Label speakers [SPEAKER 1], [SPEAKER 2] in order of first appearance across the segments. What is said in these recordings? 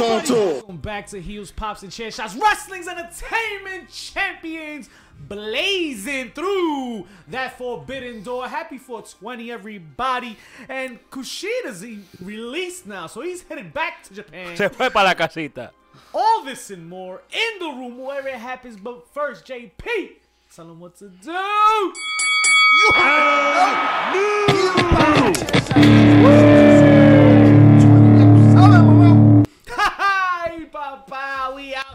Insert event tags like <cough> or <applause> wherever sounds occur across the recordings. [SPEAKER 1] Welcome back to Heels, Pops, and Chair Shots. Wrestling's Entertainment Champions blazing through that forbidden door. Happy 420, everybody. And Kushida's e- released now, so he's headed back to Japan.
[SPEAKER 2] Se fue para la casita.
[SPEAKER 1] All this and more in the room where it happens. But first, JP, tell him what to do. <laughs> Hi, Papa, we out.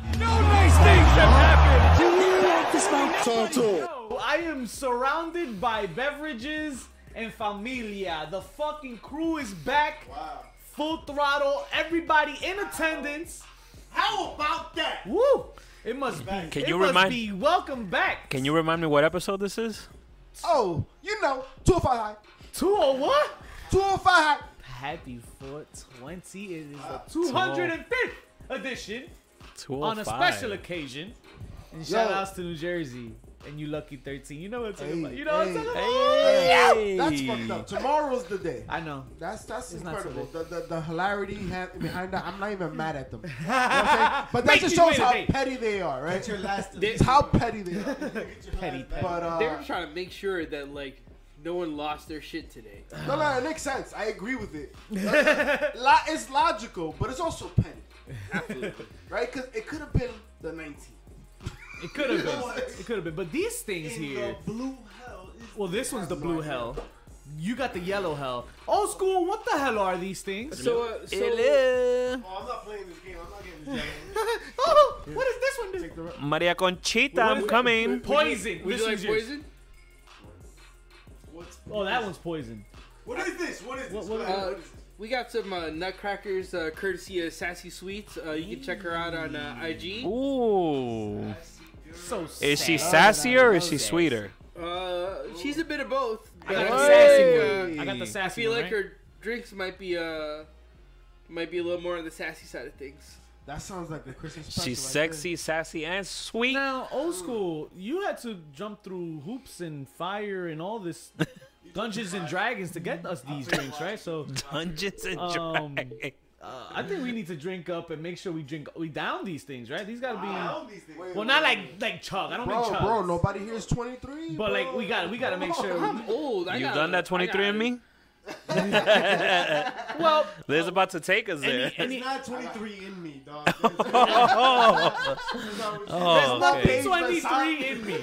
[SPEAKER 1] Yo, I am surrounded by beverages and familia. The fucking crew is back. Full throttle. Everybody in attendance.
[SPEAKER 3] How about that?
[SPEAKER 1] Woo! It must be.
[SPEAKER 2] Can
[SPEAKER 1] it
[SPEAKER 2] you
[SPEAKER 1] must
[SPEAKER 2] remind-
[SPEAKER 1] be welcome back.
[SPEAKER 2] Can you remind me what episode this is?
[SPEAKER 3] Oh, you know, 205 high.
[SPEAKER 1] Two or what?
[SPEAKER 3] 205 high.
[SPEAKER 1] Happy 420. It is the 205th edition on a
[SPEAKER 2] 205.
[SPEAKER 1] special occasion. And shout outs to New Jersey and you lucky 13. You know what I'm talking about. You know what I'm
[SPEAKER 3] hey,
[SPEAKER 1] talking about.
[SPEAKER 2] Hey.
[SPEAKER 3] That's fucked up. Tomorrow's the day.
[SPEAKER 1] I know.
[SPEAKER 3] That's that's
[SPEAKER 1] It's not
[SPEAKER 3] incredible.
[SPEAKER 1] today.
[SPEAKER 3] The, the, the hilarity ha- behind that. I'm not even
[SPEAKER 1] <laughs>
[SPEAKER 3] mad at them. You know what
[SPEAKER 4] <laughs>
[SPEAKER 3] I'm saying? But that
[SPEAKER 1] Make
[SPEAKER 3] just
[SPEAKER 1] you
[SPEAKER 3] shows
[SPEAKER 1] wait a
[SPEAKER 3] how
[SPEAKER 1] day.
[SPEAKER 3] petty they are, right?
[SPEAKER 4] last
[SPEAKER 3] It's how petty they are.
[SPEAKER 1] <laughs> Petty.
[SPEAKER 3] But uh,
[SPEAKER 5] They're trying to make sure that like no one lost their shit today.
[SPEAKER 3] no, no, it makes sense. I agree
[SPEAKER 1] <laughs>
[SPEAKER 3] with it. Lo- it's logical, but it's also petty,
[SPEAKER 5] Absolutely.
[SPEAKER 3] right? Because it could have been the 19th.
[SPEAKER 1] It could have
[SPEAKER 3] know what?
[SPEAKER 1] been. It could have been. But these things here.
[SPEAKER 4] blue hell is
[SPEAKER 1] Well, this one's the blue hell. You got the yellow hell. Old school, what the hell are these things? <laughs>
[SPEAKER 5] so, uh, so
[SPEAKER 2] Ele-
[SPEAKER 4] Oh, I'm not playing this game. I'm not getting this
[SPEAKER 1] <laughs>
[SPEAKER 4] game.
[SPEAKER 1] oh, what does this one do?
[SPEAKER 2] Maria Conchita,
[SPEAKER 1] What
[SPEAKER 2] I'm
[SPEAKER 1] is-
[SPEAKER 2] coming.
[SPEAKER 5] <laughs>
[SPEAKER 1] Poison.
[SPEAKER 5] would
[SPEAKER 1] This
[SPEAKER 5] you like
[SPEAKER 1] one's yours.
[SPEAKER 5] poison?
[SPEAKER 4] What's,
[SPEAKER 1] Oh, that one's poison.
[SPEAKER 4] what is this? What is this?
[SPEAKER 1] What- what-
[SPEAKER 4] What-
[SPEAKER 5] Uh,
[SPEAKER 4] what is this?
[SPEAKER 5] we got some uh, nutcrackers uh, courtesy of Sassy Sweets. Uh, you can check her out on uh, IG.
[SPEAKER 2] Ooh.
[SPEAKER 1] So sad.
[SPEAKER 2] Is she sassier or is she
[SPEAKER 1] Sassy.
[SPEAKER 2] sweeter?
[SPEAKER 5] Uh, she's a bit of both. But
[SPEAKER 1] got
[SPEAKER 5] I,
[SPEAKER 1] the
[SPEAKER 5] feel
[SPEAKER 2] sassy
[SPEAKER 5] like, uh,
[SPEAKER 1] I got the
[SPEAKER 5] I
[SPEAKER 1] sassy
[SPEAKER 5] feel
[SPEAKER 1] one,
[SPEAKER 5] like
[SPEAKER 1] right?
[SPEAKER 5] her drinks might be uh might be a little more on the sassy side of things.
[SPEAKER 3] That sounds like the Christmas special.
[SPEAKER 2] She's
[SPEAKER 3] right
[SPEAKER 2] sexy, sassy, and sweet.
[SPEAKER 1] Now, old school, you had to jump through hoops and fire and all
[SPEAKER 5] <laughs>
[SPEAKER 1] this Dungeons and Dragons to get us these drinks, right? So
[SPEAKER 2] Dungeons and
[SPEAKER 1] Um,
[SPEAKER 2] Dragons.
[SPEAKER 1] uh, I think we need to drink up and make sure we drink, we down these things, right? These gotta
[SPEAKER 4] I
[SPEAKER 1] be.
[SPEAKER 4] own these things.
[SPEAKER 3] there. Wait,
[SPEAKER 1] Well,
[SPEAKER 3] wait,
[SPEAKER 1] not
[SPEAKER 3] wait.
[SPEAKER 1] like like chug. I don't mean
[SPEAKER 3] Bro,
[SPEAKER 1] chug.
[SPEAKER 3] bro, nobody here is 23.
[SPEAKER 1] But
[SPEAKER 3] bro.
[SPEAKER 1] like we got we gotta make sure.
[SPEAKER 5] I'm old. I
[SPEAKER 2] You've
[SPEAKER 5] got-
[SPEAKER 2] done that
[SPEAKER 5] I got-
[SPEAKER 2] 23 and me?
[SPEAKER 1] Well,
[SPEAKER 2] Liz about to take us there.
[SPEAKER 1] any, any,
[SPEAKER 4] It's not 23 in me, dog.
[SPEAKER 2] oh,
[SPEAKER 1] there's
[SPEAKER 2] oh,
[SPEAKER 1] nothing
[SPEAKER 2] okay.
[SPEAKER 3] okay.
[SPEAKER 1] 23 in me.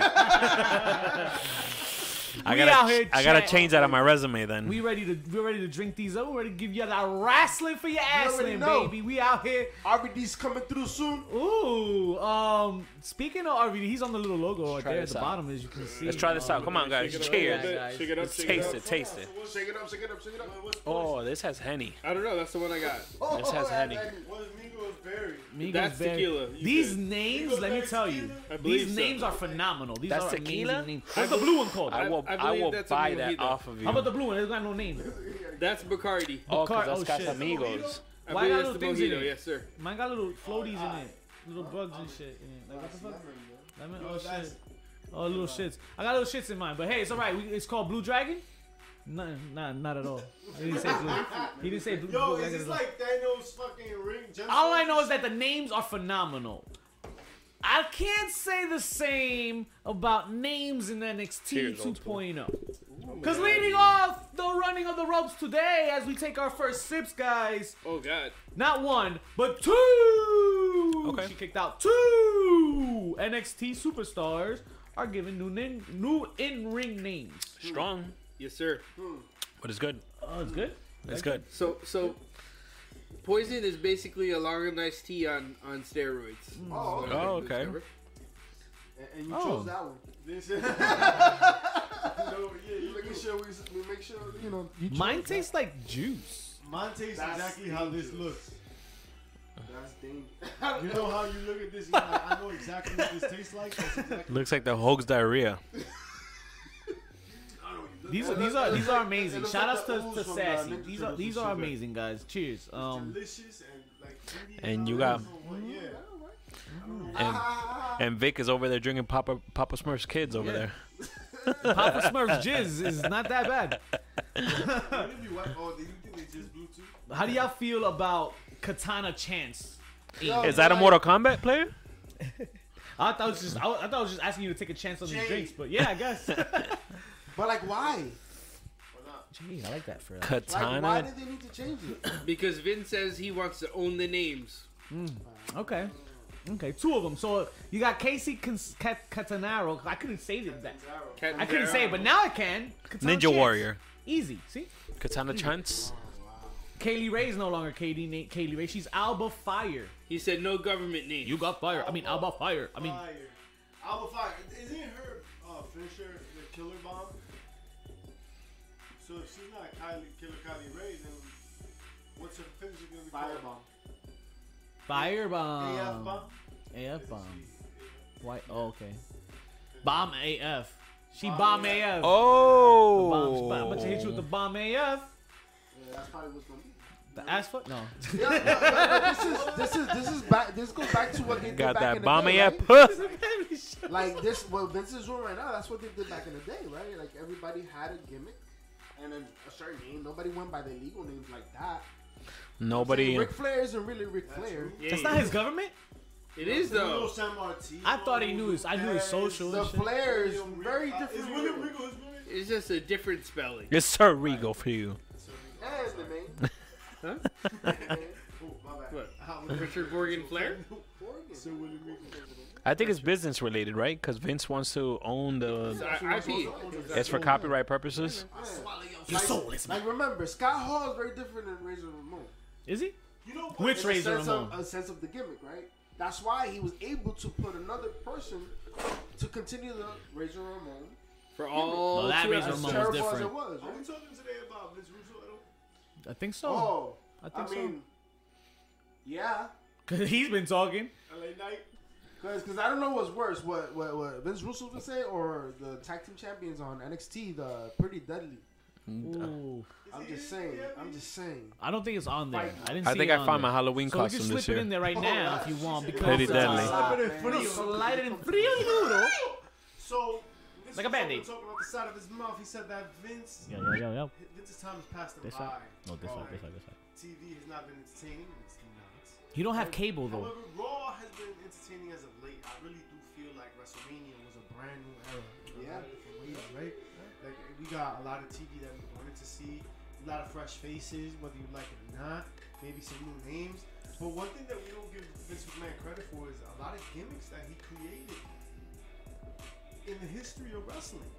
[SPEAKER 2] I
[SPEAKER 1] We
[SPEAKER 2] gotta,
[SPEAKER 1] out here
[SPEAKER 2] I gotta
[SPEAKER 1] chat-
[SPEAKER 2] change that on my resume then.
[SPEAKER 1] We ready to we ready to drink these up. We're ready to give you that wrestling for your ass,
[SPEAKER 3] already know.
[SPEAKER 1] baby. We out here.
[SPEAKER 3] RBD's coming through soon.
[SPEAKER 1] Ooh. Um. Speaking of RVD, he's on the little logo right
[SPEAKER 2] try
[SPEAKER 1] there at
[SPEAKER 2] this
[SPEAKER 1] the
[SPEAKER 2] out.
[SPEAKER 1] bottom, as you can see.
[SPEAKER 2] Let's try this out. Come on, guys. Cheers.
[SPEAKER 1] guys.
[SPEAKER 5] Shake it up, shake
[SPEAKER 2] Taste
[SPEAKER 5] it
[SPEAKER 2] it, taste it.
[SPEAKER 3] Shake it up, shake it up, shake it up.
[SPEAKER 2] Oh, this has Henny.
[SPEAKER 5] up. I don't know. That's the one I got.
[SPEAKER 3] Oh,
[SPEAKER 2] This has Henny.
[SPEAKER 4] What is Migos Berry?
[SPEAKER 1] Migos
[SPEAKER 5] That's
[SPEAKER 1] Berry.
[SPEAKER 5] tequila. You
[SPEAKER 1] These
[SPEAKER 5] good.
[SPEAKER 1] names,
[SPEAKER 4] Migos
[SPEAKER 1] let me
[SPEAKER 4] Berry
[SPEAKER 1] tell you,
[SPEAKER 4] tequila?
[SPEAKER 5] I believe
[SPEAKER 1] these
[SPEAKER 5] so.
[SPEAKER 1] names are phenomenal. These
[SPEAKER 2] That's
[SPEAKER 1] are
[SPEAKER 2] tequila?
[SPEAKER 1] amazing names. What's the blue one called?
[SPEAKER 2] I
[SPEAKER 1] How
[SPEAKER 2] will,
[SPEAKER 5] I
[SPEAKER 2] I,
[SPEAKER 5] believe
[SPEAKER 2] will
[SPEAKER 5] that's a
[SPEAKER 2] buy
[SPEAKER 5] mojito.
[SPEAKER 2] that off of you.
[SPEAKER 1] about the blue one? It's got no name.
[SPEAKER 5] That's Bacardi.
[SPEAKER 2] Oh,
[SPEAKER 1] Bacar-
[SPEAKER 2] because that's
[SPEAKER 1] oh, shit.
[SPEAKER 2] Casamigos.
[SPEAKER 5] I
[SPEAKER 1] Why
[SPEAKER 5] believe
[SPEAKER 1] are
[SPEAKER 5] that's the
[SPEAKER 1] those things in
[SPEAKER 5] mojito.
[SPEAKER 1] it?
[SPEAKER 5] Yes, sir.
[SPEAKER 1] Mine got little floaties in it, little bugs and shit. in it. Like what the fuck? Lemon, oh shit, oh little shits. I got little shits in mine, but hey, it's all right. We, it's called Blue Dragon. Nah, nah, not at all. He didn't say blue. He didn't say blue. blue
[SPEAKER 4] Yo, is
[SPEAKER 1] Dragon
[SPEAKER 4] this
[SPEAKER 1] at all.
[SPEAKER 4] like Thanos fucking ring? gemstone?
[SPEAKER 1] All I know is that the names are phenomenal. I can't say the same about names in NXT
[SPEAKER 2] Cheers, old
[SPEAKER 1] 2.0. Because oh. leading off the running of the ropes today, as we take our first sips, guys,
[SPEAKER 5] Oh God.
[SPEAKER 1] not one, but two.
[SPEAKER 2] Okay.
[SPEAKER 1] She kicked out two NXT superstars are given new, nin- new in ring names.
[SPEAKER 2] Strong,
[SPEAKER 5] Yes, sir.
[SPEAKER 2] but it's good.
[SPEAKER 1] Oh, it's good.
[SPEAKER 2] It's good.
[SPEAKER 5] So so poison is basically a long iced tea on on steroids.
[SPEAKER 3] Oh, okay.
[SPEAKER 2] Oh, okay.
[SPEAKER 3] And, and you
[SPEAKER 1] Oh.
[SPEAKER 3] chose that one. <laughs>
[SPEAKER 4] This <laughs> is.
[SPEAKER 3] So, yeah, you making sure we, we make sure, you know. You chose
[SPEAKER 1] Mine
[SPEAKER 3] that.
[SPEAKER 1] tastes like juice.
[SPEAKER 4] Mine tastes
[SPEAKER 3] That's
[SPEAKER 4] exactly how this looks.
[SPEAKER 3] That's dangerous.
[SPEAKER 4] <laughs> You know how you look at this, you're like, I know exactly what this tastes like. That's
[SPEAKER 2] <laughs>
[SPEAKER 4] exactly
[SPEAKER 2] Looks like the Hoag's diarrhea.
[SPEAKER 1] These are these are these are
[SPEAKER 3] It
[SPEAKER 1] amazing.
[SPEAKER 3] looks
[SPEAKER 1] Shout
[SPEAKER 3] like
[SPEAKER 1] outs
[SPEAKER 3] the
[SPEAKER 1] to, to
[SPEAKER 3] ooze from, uh,
[SPEAKER 1] Sassy.
[SPEAKER 3] Ninja
[SPEAKER 1] These are
[SPEAKER 3] Turtles
[SPEAKER 1] these
[SPEAKER 3] and
[SPEAKER 1] are
[SPEAKER 3] shit.
[SPEAKER 1] amazing guys. Cheers. Um
[SPEAKER 4] delicious and like. meaty
[SPEAKER 2] And you
[SPEAKER 4] all
[SPEAKER 2] got-
[SPEAKER 4] that. So, what- yeah.
[SPEAKER 2] And, and Vic is over there drinking Papa Papa Smurf's kids over
[SPEAKER 1] Yeah.
[SPEAKER 2] there.
[SPEAKER 1] Papa
[SPEAKER 3] <laughs>
[SPEAKER 1] Smurf's jizz is not that bad.
[SPEAKER 3] Mm-hmm.
[SPEAKER 4] What if you wipe? Oh, do you think they just Bluetooth?
[SPEAKER 1] How do y'all feel about Katana Chance?
[SPEAKER 3] Yo,
[SPEAKER 2] Is that a
[SPEAKER 3] like,
[SPEAKER 2] Mortal Kombat player?
[SPEAKER 1] I thought I was just I, I thought I was just asking you to take a chance on these
[SPEAKER 3] Jade.
[SPEAKER 1] drinks, but yeah, I
[SPEAKER 3] <laughs>
[SPEAKER 1] guess.
[SPEAKER 3] But like, why?
[SPEAKER 1] Jeez, I like that for uh,
[SPEAKER 3] Like, why
[SPEAKER 2] Katana.
[SPEAKER 3] did they need to change it?
[SPEAKER 5] Because Vin says he wants to own the names.
[SPEAKER 1] Okay. Okay, two of them. So you got Casey Cons- Cat- Catanaro. I couldn't say it that.
[SPEAKER 5] Cat-
[SPEAKER 1] I couldn't say it, but now I can. Katana
[SPEAKER 2] Ninja
[SPEAKER 1] Chance.
[SPEAKER 2] Warrior.
[SPEAKER 1] Easy. See?
[SPEAKER 2] Katana Chance.
[SPEAKER 1] Kaylee Ray is no longer KD Na- Kaylee Ray. She's Alba Fire.
[SPEAKER 5] He said no government names.
[SPEAKER 1] You got fire. I mean, Alba Fire. I mean,
[SPEAKER 4] Fire. Alba Fire. Isn't her uh, finisher the killer bomb? So if she's not Kylie, killer Kylie Ray, then what's her finisher gonna be?
[SPEAKER 3] Firebomb.
[SPEAKER 4] called? AF bomb.
[SPEAKER 1] Firebomb. AF bomb. Why? Oh, okay. Bomb AF. She bomb AF. The bomb
[SPEAKER 2] Oh.
[SPEAKER 1] spot. I'm about to hit you with the bomb AF.
[SPEAKER 3] Yeah, that's probably what's gonna be.
[SPEAKER 1] The asphalt?
[SPEAKER 3] <laughs>
[SPEAKER 1] No.
[SPEAKER 3] Yeah, no, no, no, this is this is this is back. This goes back to what they did
[SPEAKER 2] Got
[SPEAKER 3] back
[SPEAKER 2] that
[SPEAKER 3] in
[SPEAKER 2] bomb
[SPEAKER 3] the day,
[SPEAKER 2] ass
[SPEAKER 3] right?
[SPEAKER 2] puss.
[SPEAKER 3] Like this, well, Vince is doing right now. That's what they did back in the day, right? Like everybody had a gimmick and then a certain name. Nobody went by their legal names like that.
[SPEAKER 2] <laughs> Nobody.
[SPEAKER 3] Ric Flair isn't really Ric Flair.
[SPEAKER 5] Yeah,
[SPEAKER 1] That's
[SPEAKER 5] yeah.
[SPEAKER 1] not his government?
[SPEAKER 5] It is
[SPEAKER 4] Little
[SPEAKER 5] though.
[SPEAKER 4] San Martino.
[SPEAKER 1] I thought he knew his. I knew his social
[SPEAKER 3] The
[SPEAKER 1] and shit.
[SPEAKER 3] Flair is
[SPEAKER 4] William
[SPEAKER 3] very
[SPEAKER 4] Regal- Uh,
[SPEAKER 3] different.
[SPEAKER 4] Is William Regal his name?
[SPEAKER 5] It's just a different spelling.
[SPEAKER 2] <laughs> It's Sir Regal for you.
[SPEAKER 3] That is the main.
[SPEAKER 5] Huh?
[SPEAKER 4] Oh, my bad.
[SPEAKER 5] What? Richard Morgan Flair?
[SPEAKER 3] Oregon.
[SPEAKER 4] Sir William Regal.
[SPEAKER 2] I think it's business related, right? Because Vince wants to own the.
[SPEAKER 5] I- IP.
[SPEAKER 2] It's for copyright purposes.
[SPEAKER 1] Your soul is
[SPEAKER 3] Like remember, Scott Hall is very different than Razor Ramon.
[SPEAKER 1] Is he?
[SPEAKER 4] You know, what?
[SPEAKER 1] Which
[SPEAKER 3] It's a
[SPEAKER 1] Razor
[SPEAKER 3] sense
[SPEAKER 1] Ramon?
[SPEAKER 3] of a sense of the gimmick, right? That's why he was able to put another person to continue the Razor Ramon.
[SPEAKER 5] For all
[SPEAKER 1] No, that
[SPEAKER 5] two
[SPEAKER 1] Razor Ramon
[SPEAKER 5] episodes.
[SPEAKER 1] was
[SPEAKER 3] terrible as
[SPEAKER 1] different.
[SPEAKER 3] it was.
[SPEAKER 4] Are we
[SPEAKER 3] Right?
[SPEAKER 4] talking today about Vince Russo at all?
[SPEAKER 1] I think so.
[SPEAKER 3] Oh,
[SPEAKER 1] I
[SPEAKER 3] I,
[SPEAKER 1] think so.
[SPEAKER 3] mean, yeah,
[SPEAKER 1] Cause he's been talking.
[SPEAKER 4] LA Knight?
[SPEAKER 3] because I don't know what's worse, what what, what Vince Russo would say, or the tag team champions on NXT, the Pretty Deadly.
[SPEAKER 1] Ooh.
[SPEAKER 3] I'm just saying. I'm just saying.
[SPEAKER 1] I don't think it's on there. I didn't.
[SPEAKER 2] I
[SPEAKER 1] see
[SPEAKER 2] think
[SPEAKER 1] it
[SPEAKER 2] I
[SPEAKER 1] on
[SPEAKER 2] found
[SPEAKER 1] there.
[SPEAKER 2] my Halloween
[SPEAKER 1] So we can
[SPEAKER 2] costume
[SPEAKER 1] slip
[SPEAKER 2] this
[SPEAKER 1] it
[SPEAKER 2] year.
[SPEAKER 1] in there right
[SPEAKER 3] Oh,
[SPEAKER 1] now
[SPEAKER 3] wow.
[SPEAKER 1] if you want because
[SPEAKER 2] Pretty
[SPEAKER 1] it's
[SPEAKER 2] deadly.
[SPEAKER 1] slap-
[SPEAKER 4] Slip it in front of you.
[SPEAKER 1] Slide it in frio duro.
[SPEAKER 4] So, Vince
[SPEAKER 1] Like a
[SPEAKER 4] Russo
[SPEAKER 1] Band-Aid.
[SPEAKER 4] was Talking about the side of his mouth, he said that Vince,
[SPEAKER 1] Yo yo yo yo.
[SPEAKER 4] Vince's time has passed him
[SPEAKER 1] This
[SPEAKER 4] by.
[SPEAKER 1] side? No, this
[SPEAKER 4] Raw
[SPEAKER 1] way, this way, this way.
[SPEAKER 4] TV has not been entertaining. It's not.
[SPEAKER 1] You don't have cable though.
[SPEAKER 4] However, Raw has been entertaining as of late. I really do feel like WrestleMania was a brand new era. you know,
[SPEAKER 3] Yeah.
[SPEAKER 4] for me, right? Like we got a lot of TV that we wanted to see, a lot of fresh faces, whether you like it or not. Maybe some new names. But one thing that we don't give Vince McMahon credit for is a lot of gimmicks that he created in the history of wrestling. I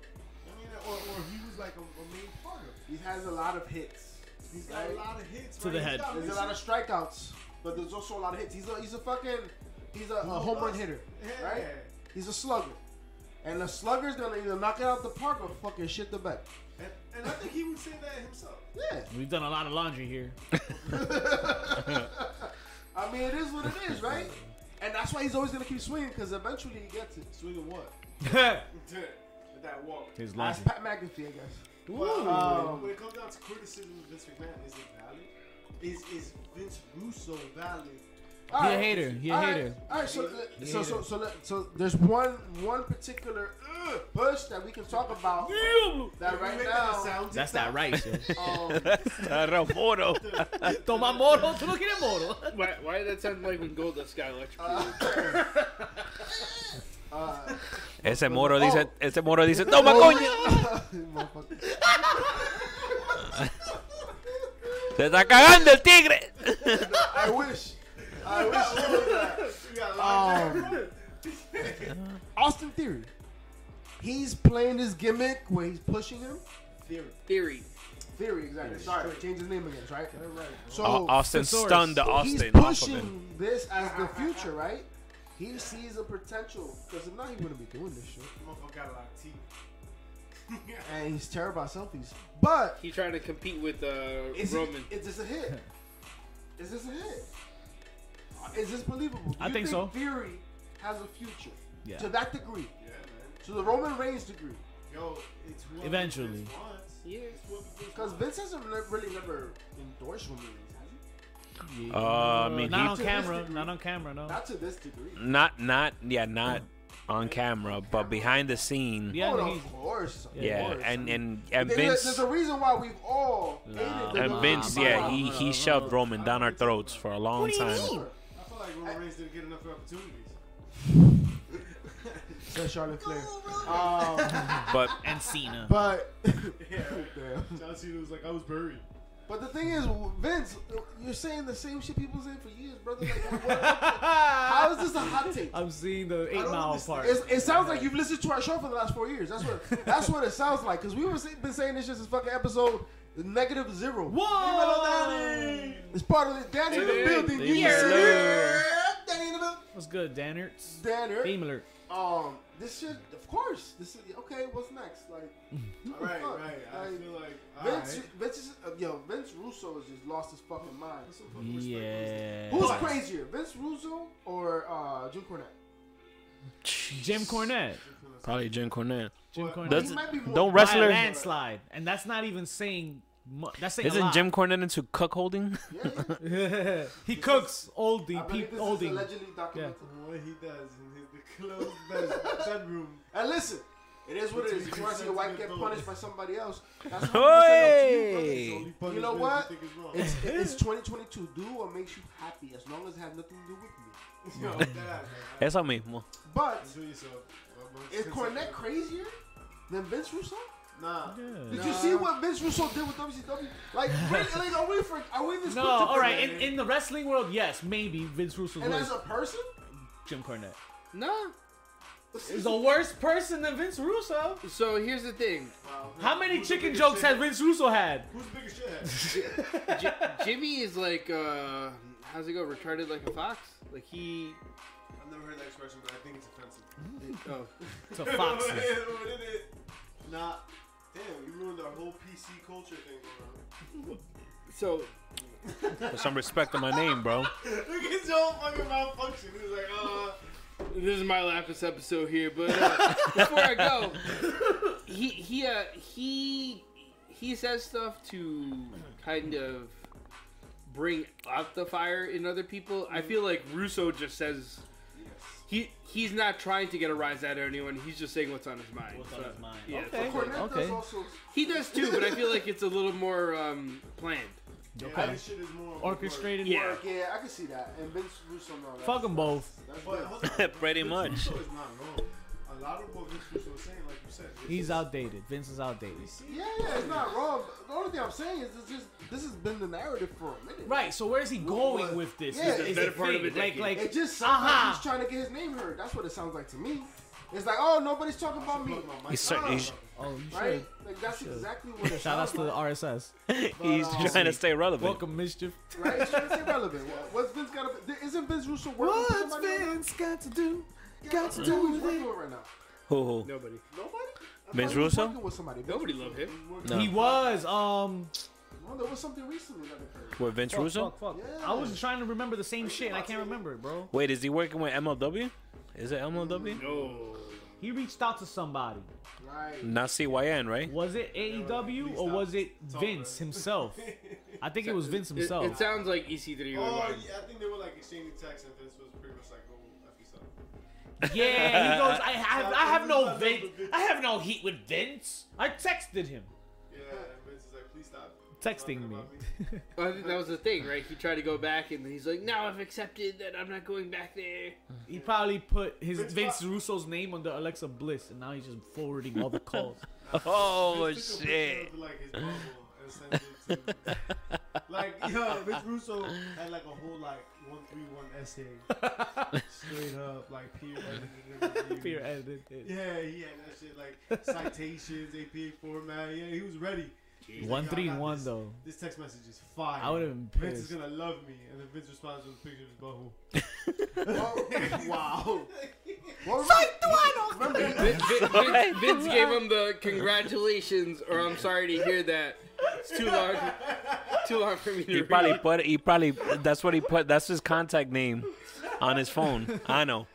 [SPEAKER 4] mean, or, or he was like a, a main part of.
[SPEAKER 3] He has a lot of hits.
[SPEAKER 4] He's got a lot of hits.
[SPEAKER 1] To the
[SPEAKER 4] right? He's
[SPEAKER 1] head.
[SPEAKER 4] got
[SPEAKER 3] There's a lot of strikeouts, but there's also a lot of hits. He's a he's a fucking he's a, a home run hitter, right?
[SPEAKER 4] Yeah.
[SPEAKER 3] He's a slugger, and the slugger's gonna either knock it out the park or fucking shit the bed.
[SPEAKER 4] And, and I think he would say that himself.
[SPEAKER 3] Yeah,
[SPEAKER 1] We've done a lot of laundry here. <laughs>
[SPEAKER 3] I mean it is what it is,
[SPEAKER 4] <laughs>
[SPEAKER 3] right? And that's why he's always gonna keep swinging because eventually he gets it.
[SPEAKER 4] Swinging what? With that walk.
[SPEAKER 1] His
[SPEAKER 3] That's
[SPEAKER 1] laundry.
[SPEAKER 3] Pat McAfee, I guess.
[SPEAKER 4] But,
[SPEAKER 3] Ooh.
[SPEAKER 4] um, when it comes down to criticism of Vince McMahon, is it valid? Is is Vince Russo valid?
[SPEAKER 3] All
[SPEAKER 1] He a hater. He a
[SPEAKER 3] all right,
[SPEAKER 1] hater.
[SPEAKER 3] All right, so
[SPEAKER 1] He a
[SPEAKER 3] so so
[SPEAKER 1] hater.
[SPEAKER 3] so, let- so there's one one particular uh, push that we can talk
[SPEAKER 4] <laughs>
[SPEAKER 3] about that
[SPEAKER 4] Can we
[SPEAKER 3] right
[SPEAKER 4] make that a
[SPEAKER 3] now.
[SPEAKER 4] sound
[SPEAKER 1] That's
[SPEAKER 4] TikTok?
[SPEAKER 1] not right. yo.
[SPEAKER 3] Um,
[SPEAKER 2] Roboto.
[SPEAKER 1] <laughs> Toma moro, tú no quieres moro.
[SPEAKER 5] Why, why did that sound like when Goldust got electrocuted?
[SPEAKER 3] uh,
[SPEAKER 2] Ese moro dice,
[SPEAKER 3] Oh.
[SPEAKER 2] ese moro dice, toma
[SPEAKER 3] <laughs>
[SPEAKER 2] coño.
[SPEAKER 3] Motherfucker.
[SPEAKER 2] Se está cagando el tigre.
[SPEAKER 4] <laughs>
[SPEAKER 3] I wish. I wish.
[SPEAKER 4] We got a lot of-
[SPEAKER 3] um, Austin Theory. He's playing his gimmick where he's pushing him.
[SPEAKER 4] theory.
[SPEAKER 3] Uh,
[SPEAKER 5] Theory.
[SPEAKER 3] Theory, exactly. Sorry, change his name again, right?
[SPEAKER 4] Right.
[SPEAKER 3] So
[SPEAKER 2] Au- Austin
[SPEAKER 1] Thesaurus.
[SPEAKER 2] stunned the
[SPEAKER 3] Oh, he's
[SPEAKER 2] Austin off of him.
[SPEAKER 3] pushing this as the future, right? He sees a potential because if not, he wouldn't be doing this shit.
[SPEAKER 4] Motherfucker got a lot of teeth. <laughs>
[SPEAKER 3] And he's terrible at selfies. But
[SPEAKER 5] He tried to compete with uh,
[SPEAKER 3] is it,
[SPEAKER 5] Roman.
[SPEAKER 3] is this
[SPEAKER 1] <laughs>
[SPEAKER 3] a hit? Is this a hit? Is this believable? Do
[SPEAKER 1] I
[SPEAKER 3] you
[SPEAKER 1] think so.
[SPEAKER 3] Theory has a future
[SPEAKER 1] Yeah.
[SPEAKER 3] to that degree,
[SPEAKER 4] Yeah, man.
[SPEAKER 3] to the Roman Reigns degree.
[SPEAKER 4] Yo, it's whoever
[SPEAKER 1] Eventually.
[SPEAKER 4] Vince wants.
[SPEAKER 5] Yeah.
[SPEAKER 4] It's whoever Vince
[SPEAKER 3] Because
[SPEAKER 4] wants.
[SPEAKER 3] Vince hasn't re- really never endorsed Roman Reigns, has he?
[SPEAKER 2] Uh, I mean,
[SPEAKER 1] Not on
[SPEAKER 2] he,
[SPEAKER 1] camera. Not on camera. No.
[SPEAKER 3] Not to this degree.
[SPEAKER 2] not, not, yeah, not on camera, but behind the scene.
[SPEAKER 1] Yeah,
[SPEAKER 3] oh, no,
[SPEAKER 1] he's-
[SPEAKER 3] of course. of
[SPEAKER 2] Yeah,
[SPEAKER 3] course.
[SPEAKER 2] and and and
[SPEAKER 3] There- there's,
[SPEAKER 2] Vince
[SPEAKER 3] a reason why we've all hated the
[SPEAKER 2] and
[SPEAKER 3] WWE.
[SPEAKER 2] Vince, yeah, he he shoved Roman down our throats for a long time.
[SPEAKER 4] I feel like Roman Reigns didn't get enough opportunities.
[SPEAKER 3] Said Charlotte Flair. Um,
[SPEAKER 2] But
[SPEAKER 1] and <laughs> Cena.
[SPEAKER 3] but <laughs>
[SPEAKER 4] Yeah.
[SPEAKER 3] Damn.
[SPEAKER 4] John Cena was like, I was buried.
[SPEAKER 3] but the thing is, Vince, you're saying the same shit people saying for years, brother. Like, <laughs> what- how
[SPEAKER 1] How
[SPEAKER 3] is this a hot take?
[SPEAKER 1] I'm seeing the eight mile part.
[SPEAKER 3] It's, it sounds like you've listened to our show for the last four years. That's what that's what it sounds like. Because we were say- been saying this shit since fucking episode negative zero.
[SPEAKER 1] Whoa!
[SPEAKER 3] It's part of the Danny in the
[SPEAKER 2] Hey,
[SPEAKER 3] building.
[SPEAKER 2] they
[SPEAKER 3] You
[SPEAKER 2] were
[SPEAKER 3] see
[SPEAKER 2] there.
[SPEAKER 3] it? Danny in the building.
[SPEAKER 1] What's good, Dannerts?
[SPEAKER 3] Danner.
[SPEAKER 1] Beam alert.
[SPEAKER 3] Um, this shit, of course. This is okay. What's next?
[SPEAKER 4] <laughs>
[SPEAKER 3] Like
[SPEAKER 4] Right,
[SPEAKER 3] Fuck.
[SPEAKER 4] right. I
[SPEAKER 3] Like,
[SPEAKER 4] feel like
[SPEAKER 3] Vince,
[SPEAKER 4] alright.
[SPEAKER 3] Vince is, uh, yo, Vince Russo has just lost his fucking mind.
[SPEAKER 4] Put some fucking respect on this
[SPEAKER 1] Yeah.
[SPEAKER 3] Who's crazier, Vince Russo or uh, Jim Cornette?
[SPEAKER 1] Jim Cornette.
[SPEAKER 2] probably Jim Cornette.
[SPEAKER 1] Jim
[SPEAKER 4] Well,
[SPEAKER 1] Cornette.
[SPEAKER 2] Does-
[SPEAKER 3] He might be more-
[SPEAKER 2] Don't
[SPEAKER 1] By a
[SPEAKER 2] wrestlers.
[SPEAKER 1] landslide, and that's not even saying. Mu- that's saying a
[SPEAKER 2] Isn't
[SPEAKER 1] lot.
[SPEAKER 2] Jim Cornette into cuckolding?
[SPEAKER 3] Yeah, yeah.
[SPEAKER 1] he cooks oldie,
[SPEAKER 3] I believe
[SPEAKER 1] peep
[SPEAKER 3] this is
[SPEAKER 1] oldie.
[SPEAKER 3] allegedly documented.
[SPEAKER 4] What he does in his the closed bed, bedroom.
[SPEAKER 3] And listen, it is what it is. If you want to see a white get
[SPEAKER 4] Between
[SPEAKER 3] punished by somebody else, that's what
[SPEAKER 2] Hey!
[SPEAKER 3] <laughs> you
[SPEAKER 4] Only
[SPEAKER 3] You know
[SPEAKER 4] punishment
[SPEAKER 3] what?
[SPEAKER 4] you think is wrong.
[SPEAKER 3] It's, it's 2022. Do what makes you happy, as long as it has nothing to do with me.
[SPEAKER 4] Yo,
[SPEAKER 3] <laughs>
[SPEAKER 4] dead ass, Oh, man.
[SPEAKER 2] Eso mismo.
[SPEAKER 3] But
[SPEAKER 4] Enjoy yourself. Amongst
[SPEAKER 3] is Cornette
[SPEAKER 4] consent.
[SPEAKER 3] crazier than Vince Russo?
[SPEAKER 4] Nah.
[SPEAKER 3] Did
[SPEAKER 1] Yeah.
[SPEAKER 3] you see what Vince Russo did with WCW? Like, really, like are we for, are we
[SPEAKER 1] No,
[SPEAKER 3] this <laughs> quick to
[SPEAKER 1] all right.
[SPEAKER 3] forget?
[SPEAKER 1] In, in the wrestling world, yes, maybe Vince Russo
[SPEAKER 3] And
[SPEAKER 1] was
[SPEAKER 3] as a person,
[SPEAKER 1] Jim Cornette.
[SPEAKER 5] No.
[SPEAKER 1] Is a worse person than Vince Russo.
[SPEAKER 5] So here's the thing.
[SPEAKER 4] Wow.
[SPEAKER 1] How many
[SPEAKER 4] Who's the
[SPEAKER 1] chicken
[SPEAKER 4] biggest
[SPEAKER 1] jokes
[SPEAKER 4] shit-
[SPEAKER 1] has Vince Russo had?
[SPEAKER 4] Who's the biggest shithead?
[SPEAKER 5] J- Jimmy is like, uh, how's it go? Retarded like a fox? Like he.
[SPEAKER 4] I've never heard that expression, but I think it's offensive.
[SPEAKER 5] Oh.
[SPEAKER 3] <laughs>
[SPEAKER 1] To
[SPEAKER 4] <laughs>
[SPEAKER 1] foxes.
[SPEAKER 4] What is it? Nah. Damn, you ruined our whole PC culture thing. bro. <laughs>
[SPEAKER 5] So
[SPEAKER 2] Put some respect on my name, bro.
[SPEAKER 4] Look at his whole fucking malfunction. He was like, uh.
[SPEAKER 5] this is my lapis episode here, but uh, before I go, he he uh, he he says stuff to kind of bring out the fire in other people. I feel like Russo just says
[SPEAKER 4] Yes.
[SPEAKER 5] he he's not trying to get a rise out of anyone. He's just saying what's on his mind.
[SPEAKER 1] What's on his mind.
[SPEAKER 5] Yeah,
[SPEAKER 1] Okay.
[SPEAKER 5] so-
[SPEAKER 3] Cornette
[SPEAKER 2] Okay.
[SPEAKER 3] does also.
[SPEAKER 5] he does too, but I feel like it's a little more um, planned.
[SPEAKER 4] Yeah, this shit is more.
[SPEAKER 1] Orchestrated.
[SPEAKER 5] Yeah.
[SPEAKER 1] work.
[SPEAKER 3] Yeah, I can see that. And Vince Russo, no. that's-
[SPEAKER 1] Fuck them both.
[SPEAKER 3] That's
[SPEAKER 4] But
[SPEAKER 3] Vince.
[SPEAKER 4] hold on.
[SPEAKER 2] <laughs> Pretty
[SPEAKER 4] Vince
[SPEAKER 2] much.
[SPEAKER 4] Russo is not wrong. A lot of what Vince Russo was saying, like you said, this
[SPEAKER 1] He's
[SPEAKER 4] is-
[SPEAKER 1] outdated. Vince is outdated.
[SPEAKER 3] Yeah, yeah, it's not wrong. but The only thing I'm saying is this just this has been the narrative for a minute.
[SPEAKER 1] Right. So where's he going
[SPEAKER 3] was-
[SPEAKER 1] with this?
[SPEAKER 3] Yeah,
[SPEAKER 1] is the,
[SPEAKER 3] is
[SPEAKER 1] is
[SPEAKER 5] that
[SPEAKER 1] the
[SPEAKER 5] a part of
[SPEAKER 1] thing.
[SPEAKER 5] it that
[SPEAKER 1] Like,
[SPEAKER 5] he-
[SPEAKER 1] like uh-huh.
[SPEAKER 3] It just sounds
[SPEAKER 1] Aha.
[SPEAKER 3] like he's trying to get his name heard. That's what it sounds like to me. It's like, oh, nobody's talking about me,
[SPEAKER 4] Plug my mic.
[SPEAKER 2] He's, cer- he's,
[SPEAKER 1] oh, you
[SPEAKER 3] right?
[SPEAKER 1] should.
[SPEAKER 3] Like that's exactly what it
[SPEAKER 1] Shout
[SPEAKER 3] sounds
[SPEAKER 1] outs to the
[SPEAKER 3] like.
[SPEAKER 1] RSS.
[SPEAKER 2] he's
[SPEAKER 3] uh,
[SPEAKER 2] trying to stay
[SPEAKER 1] <laughs>
[SPEAKER 2] relevant.
[SPEAKER 1] Welcome, mischief.
[SPEAKER 3] Right? It's trying to stay relevant. What- What's Vince got? To, isn't Vince Russo working with
[SPEAKER 1] What's
[SPEAKER 3] somebody? right
[SPEAKER 1] Vince got to do?
[SPEAKER 3] now?
[SPEAKER 1] got to
[SPEAKER 3] Who
[SPEAKER 1] do
[SPEAKER 3] he's
[SPEAKER 1] with
[SPEAKER 3] working
[SPEAKER 1] it?
[SPEAKER 3] with right now?
[SPEAKER 2] Who, who?
[SPEAKER 5] Nobody,
[SPEAKER 3] Nobody. I
[SPEAKER 2] Vince
[SPEAKER 3] thought he was
[SPEAKER 2] Russo?
[SPEAKER 3] working with somebody. Vince
[SPEAKER 5] nobody
[SPEAKER 3] Russo.
[SPEAKER 5] loved him.
[SPEAKER 2] No.
[SPEAKER 1] He was. Um.
[SPEAKER 3] No, there was something recently that occurred.
[SPEAKER 2] With Vince Russo?
[SPEAKER 1] Fuck, fuck, fuck.
[SPEAKER 3] Yeah.
[SPEAKER 1] I was trying to remember the same shit. and I can't remember it, bro.
[SPEAKER 2] Wait, is he working with MLW? Is it MLW?
[SPEAKER 5] No.
[SPEAKER 1] He reached out to somebody.
[SPEAKER 3] Right.
[SPEAKER 2] Not CYN, right?
[SPEAKER 1] Was it AEW or was it Vince <laughs> himself? I think it was Vince
[SPEAKER 5] It,
[SPEAKER 1] himself.
[SPEAKER 5] it sounds like E EC3.
[SPEAKER 4] Oh,
[SPEAKER 5] rewind.
[SPEAKER 4] yeah, I think they were like exchanging texts, and Vince was pretty much like, go F
[SPEAKER 1] <laughs>
[SPEAKER 4] yourself.
[SPEAKER 1] Yeah, he goes. I have, I have no Vince. I have no heat with Vince. I texted him.
[SPEAKER 4] Yeah, and Vince is like, please stop.
[SPEAKER 1] Texting me. <laughs>
[SPEAKER 4] Talking about
[SPEAKER 5] Well, I think that was the thing, right? He tried to go back, and he's like, "Now I've accepted that I'm not going back there."
[SPEAKER 1] He probably put his
[SPEAKER 4] Vince
[SPEAKER 1] Vince
[SPEAKER 4] Ru-
[SPEAKER 1] Russo's name under Alexa Bliss, and now he's just forwarding all the <laughs> calls.
[SPEAKER 2] Oh
[SPEAKER 4] Vince took a picture
[SPEAKER 2] shit!
[SPEAKER 4] of, Like his bubble and sent it to.
[SPEAKER 1] <laughs>
[SPEAKER 4] Like, yo, Vince Russo had like a whole like 131 essay. Straight up, like peer editing.
[SPEAKER 1] Fear edited it.
[SPEAKER 4] Yeah, he had that shit like citations, APA format. Yeah, he was ready. He was
[SPEAKER 1] One
[SPEAKER 4] like, yo, I
[SPEAKER 1] three
[SPEAKER 4] got
[SPEAKER 1] one
[SPEAKER 4] this.
[SPEAKER 1] though.
[SPEAKER 4] This text message is fire.
[SPEAKER 1] I would've been
[SPEAKER 4] Vince is
[SPEAKER 1] pissed.
[SPEAKER 4] gonna love me, and then Vince responds with a picture of his butthole.
[SPEAKER 3] Oh,
[SPEAKER 2] <laughs>
[SPEAKER 3] <laughs> wow. Well,
[SPEAKER 1] <laughs>
[SPEAKER 3] remember,
[SPEAKER 5] Vin- Vin- Vince, Vince gave him the congratulations, or I'm sorry to hear that. It's too long, too long for me to
[SPEAKER 2] He
[SPEAKER 5] read.
[SPEAKER 2] probably put. He probably. That's what he put. That's his contact name on his phone. I know.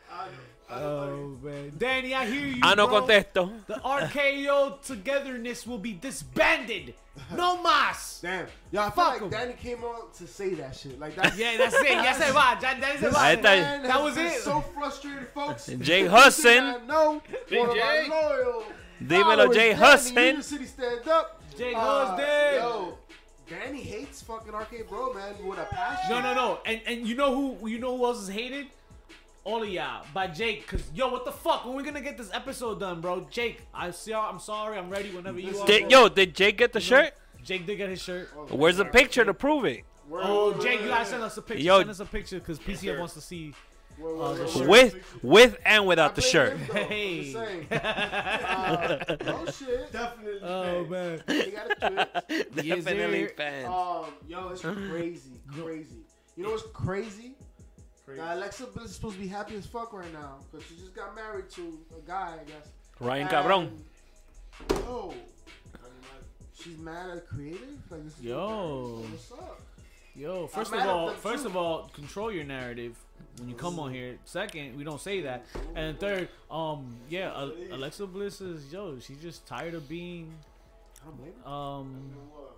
[SPEAKER 1] Oh man, Danny, I hear you.
[SPEAKER 2] I know
[SPEAKER 1] bro.
[SPEAKER 2] contesto.
[SPEAKER 1] The RKO togetherness will be disbanded. No mas.
[SPEAKER 3] Damn. Yo, I feel
[SPEAKER 1] Fuck
[SPEAKER 3] like
[SPEAKER 1] him.
[SPEAKER 3] Danny came on to say that shit.
[SPEAKER 2] <laughs>
[SPEAKER 3] Like that's
[SPEAKER 1] Yeah, that's it. Yes, I va. That, that is it.
[SPEAKER 2] I
[SPEAKER 3] Man
[SPEAKER 2] thought-
[SPEAKER 3] has
[SPEAKER 1] That was
[SPEAKER 3] been
[SPEAKER 1] it.
[SPEAKER 3] So frustrated, folks.
[SPEAKER 2] Jay
[SPEAKER 3] I
[SPEAKER 2] Hudson.
[SPEAKER 3] know.
[SPEAKER 5] Big
[SPEAKER 3] one of
[SPEAKER 5] Jay.
[SPEAKER 3] my loyal.
[SPEAKER 2] Dímelo,
[SPEAKER 3] followers,
[SPEAKER 2] Jay
[SPEAKER 3] Danny
[SPEAKER 2] Hudson.
[SPEAKER 3] University, stand up.
[SPEAKER 1] Jay
[SPEAKER 3] Uh,
[SPEAKER 1] Hudson.
[SPEAKER 3] Yo, Danny hates fucking Arcade Bro, man, with a passion.
[SPEAKER 1] No, no, no. And and you know who you know who else is hated? All of y'all by Jake. Cause yo, what the fuck? When we gonna get this episode done, bro? Jake, I see. y'all. I'm sorry. I'm ready whenever you are.
[SPEAKER 2] Did-
[SPEAKER 1] bro.
[SPEAKER 2] yo, did Jake get the shirt?
[SPEAKER 1] Jake did get his shirt.
[SPEAKER 2] Where's the picture to prove it?
[SPEAKER 3] Oh, Word,
[SPEAKER 1] Oh,
[SPEAKER 3] word,
[SPEAKER 1] Jake, you
[SPEAKER 3] word,
[SPEAKER 1] gotta send us a picture.
[SPEAKER 2] Yo.
[SPEAKER 1] Send us a picture, cause PCF
[SPEAKER 5] sir.
[SPEAKER 1] wants to see.
[SPEAKER 3] word, word,
[SPEAKER 1] Oh, the
[SPEAKER 3] word,
[SPEAKER 1] shirt.
[SPEAKER 3] word.
[SPEAKER 2] With with and
[SPEAKER 3] I
[SPEAKER 2] without the
[SPEAKER 3] blame
[SPEAKER 2] shirt.
[SPEAKER 3] him, though. I'm
[SPEAKER 1] Hey.
[SPEAKER 3] just saying.
[SPEAKER 1] <laughs>
[SPEAKER 3] <laughs> Uh, no
[SPEAKER 4] <laughs>
[SPEAKER 3] shit.
[SPEAKER 4] Definitely.
[SPEAKER 1] Oh
[SPEAKER 4] fake.
[SPEAKER 1] man.
[SPEAKER 3] They got a
[SPEAKER 2] <laughs>
[SPEAKER 3] twitch.
[SPEAKER 2] Definitely
[SPEAKER 1] sir.
[SPEAKER 2] <laughs> fans.
[SPEAKER 3] Um, yo, it's crazy, crazy. You know what's crazy?
[SPEAKER 4] Crazy.
[SPEAKER 3] Now, Alexa Bliss is supposed to be happy as fuck right now because she just got married to a guy, I guess.
[SPEAKER 2] Ryan Cabron.
[SPEAKER 3] And, Yo, she's mad at creative. Like this is
[SPEAKER 1] Yo.
[SPEAKER 3] What's up?
[SPEAKER 1] Yo, first
[SPEAKER 3] mad
[SPEAKER 1] of
[SPEAKER 3] at
[SPEAKER 1] all,
[SPEAKER 3] them
[SPEAKER 1] first
[SPEAKER 3] too.
[SPEAKER 1] of all, control your narrative when you come on here. Second, we don't say that. And third, um, yeah, A- Alexa Bliss is yo. She's just tired of being
[SPEAKER 3] I don't blame her.
[SPEAKER 1] um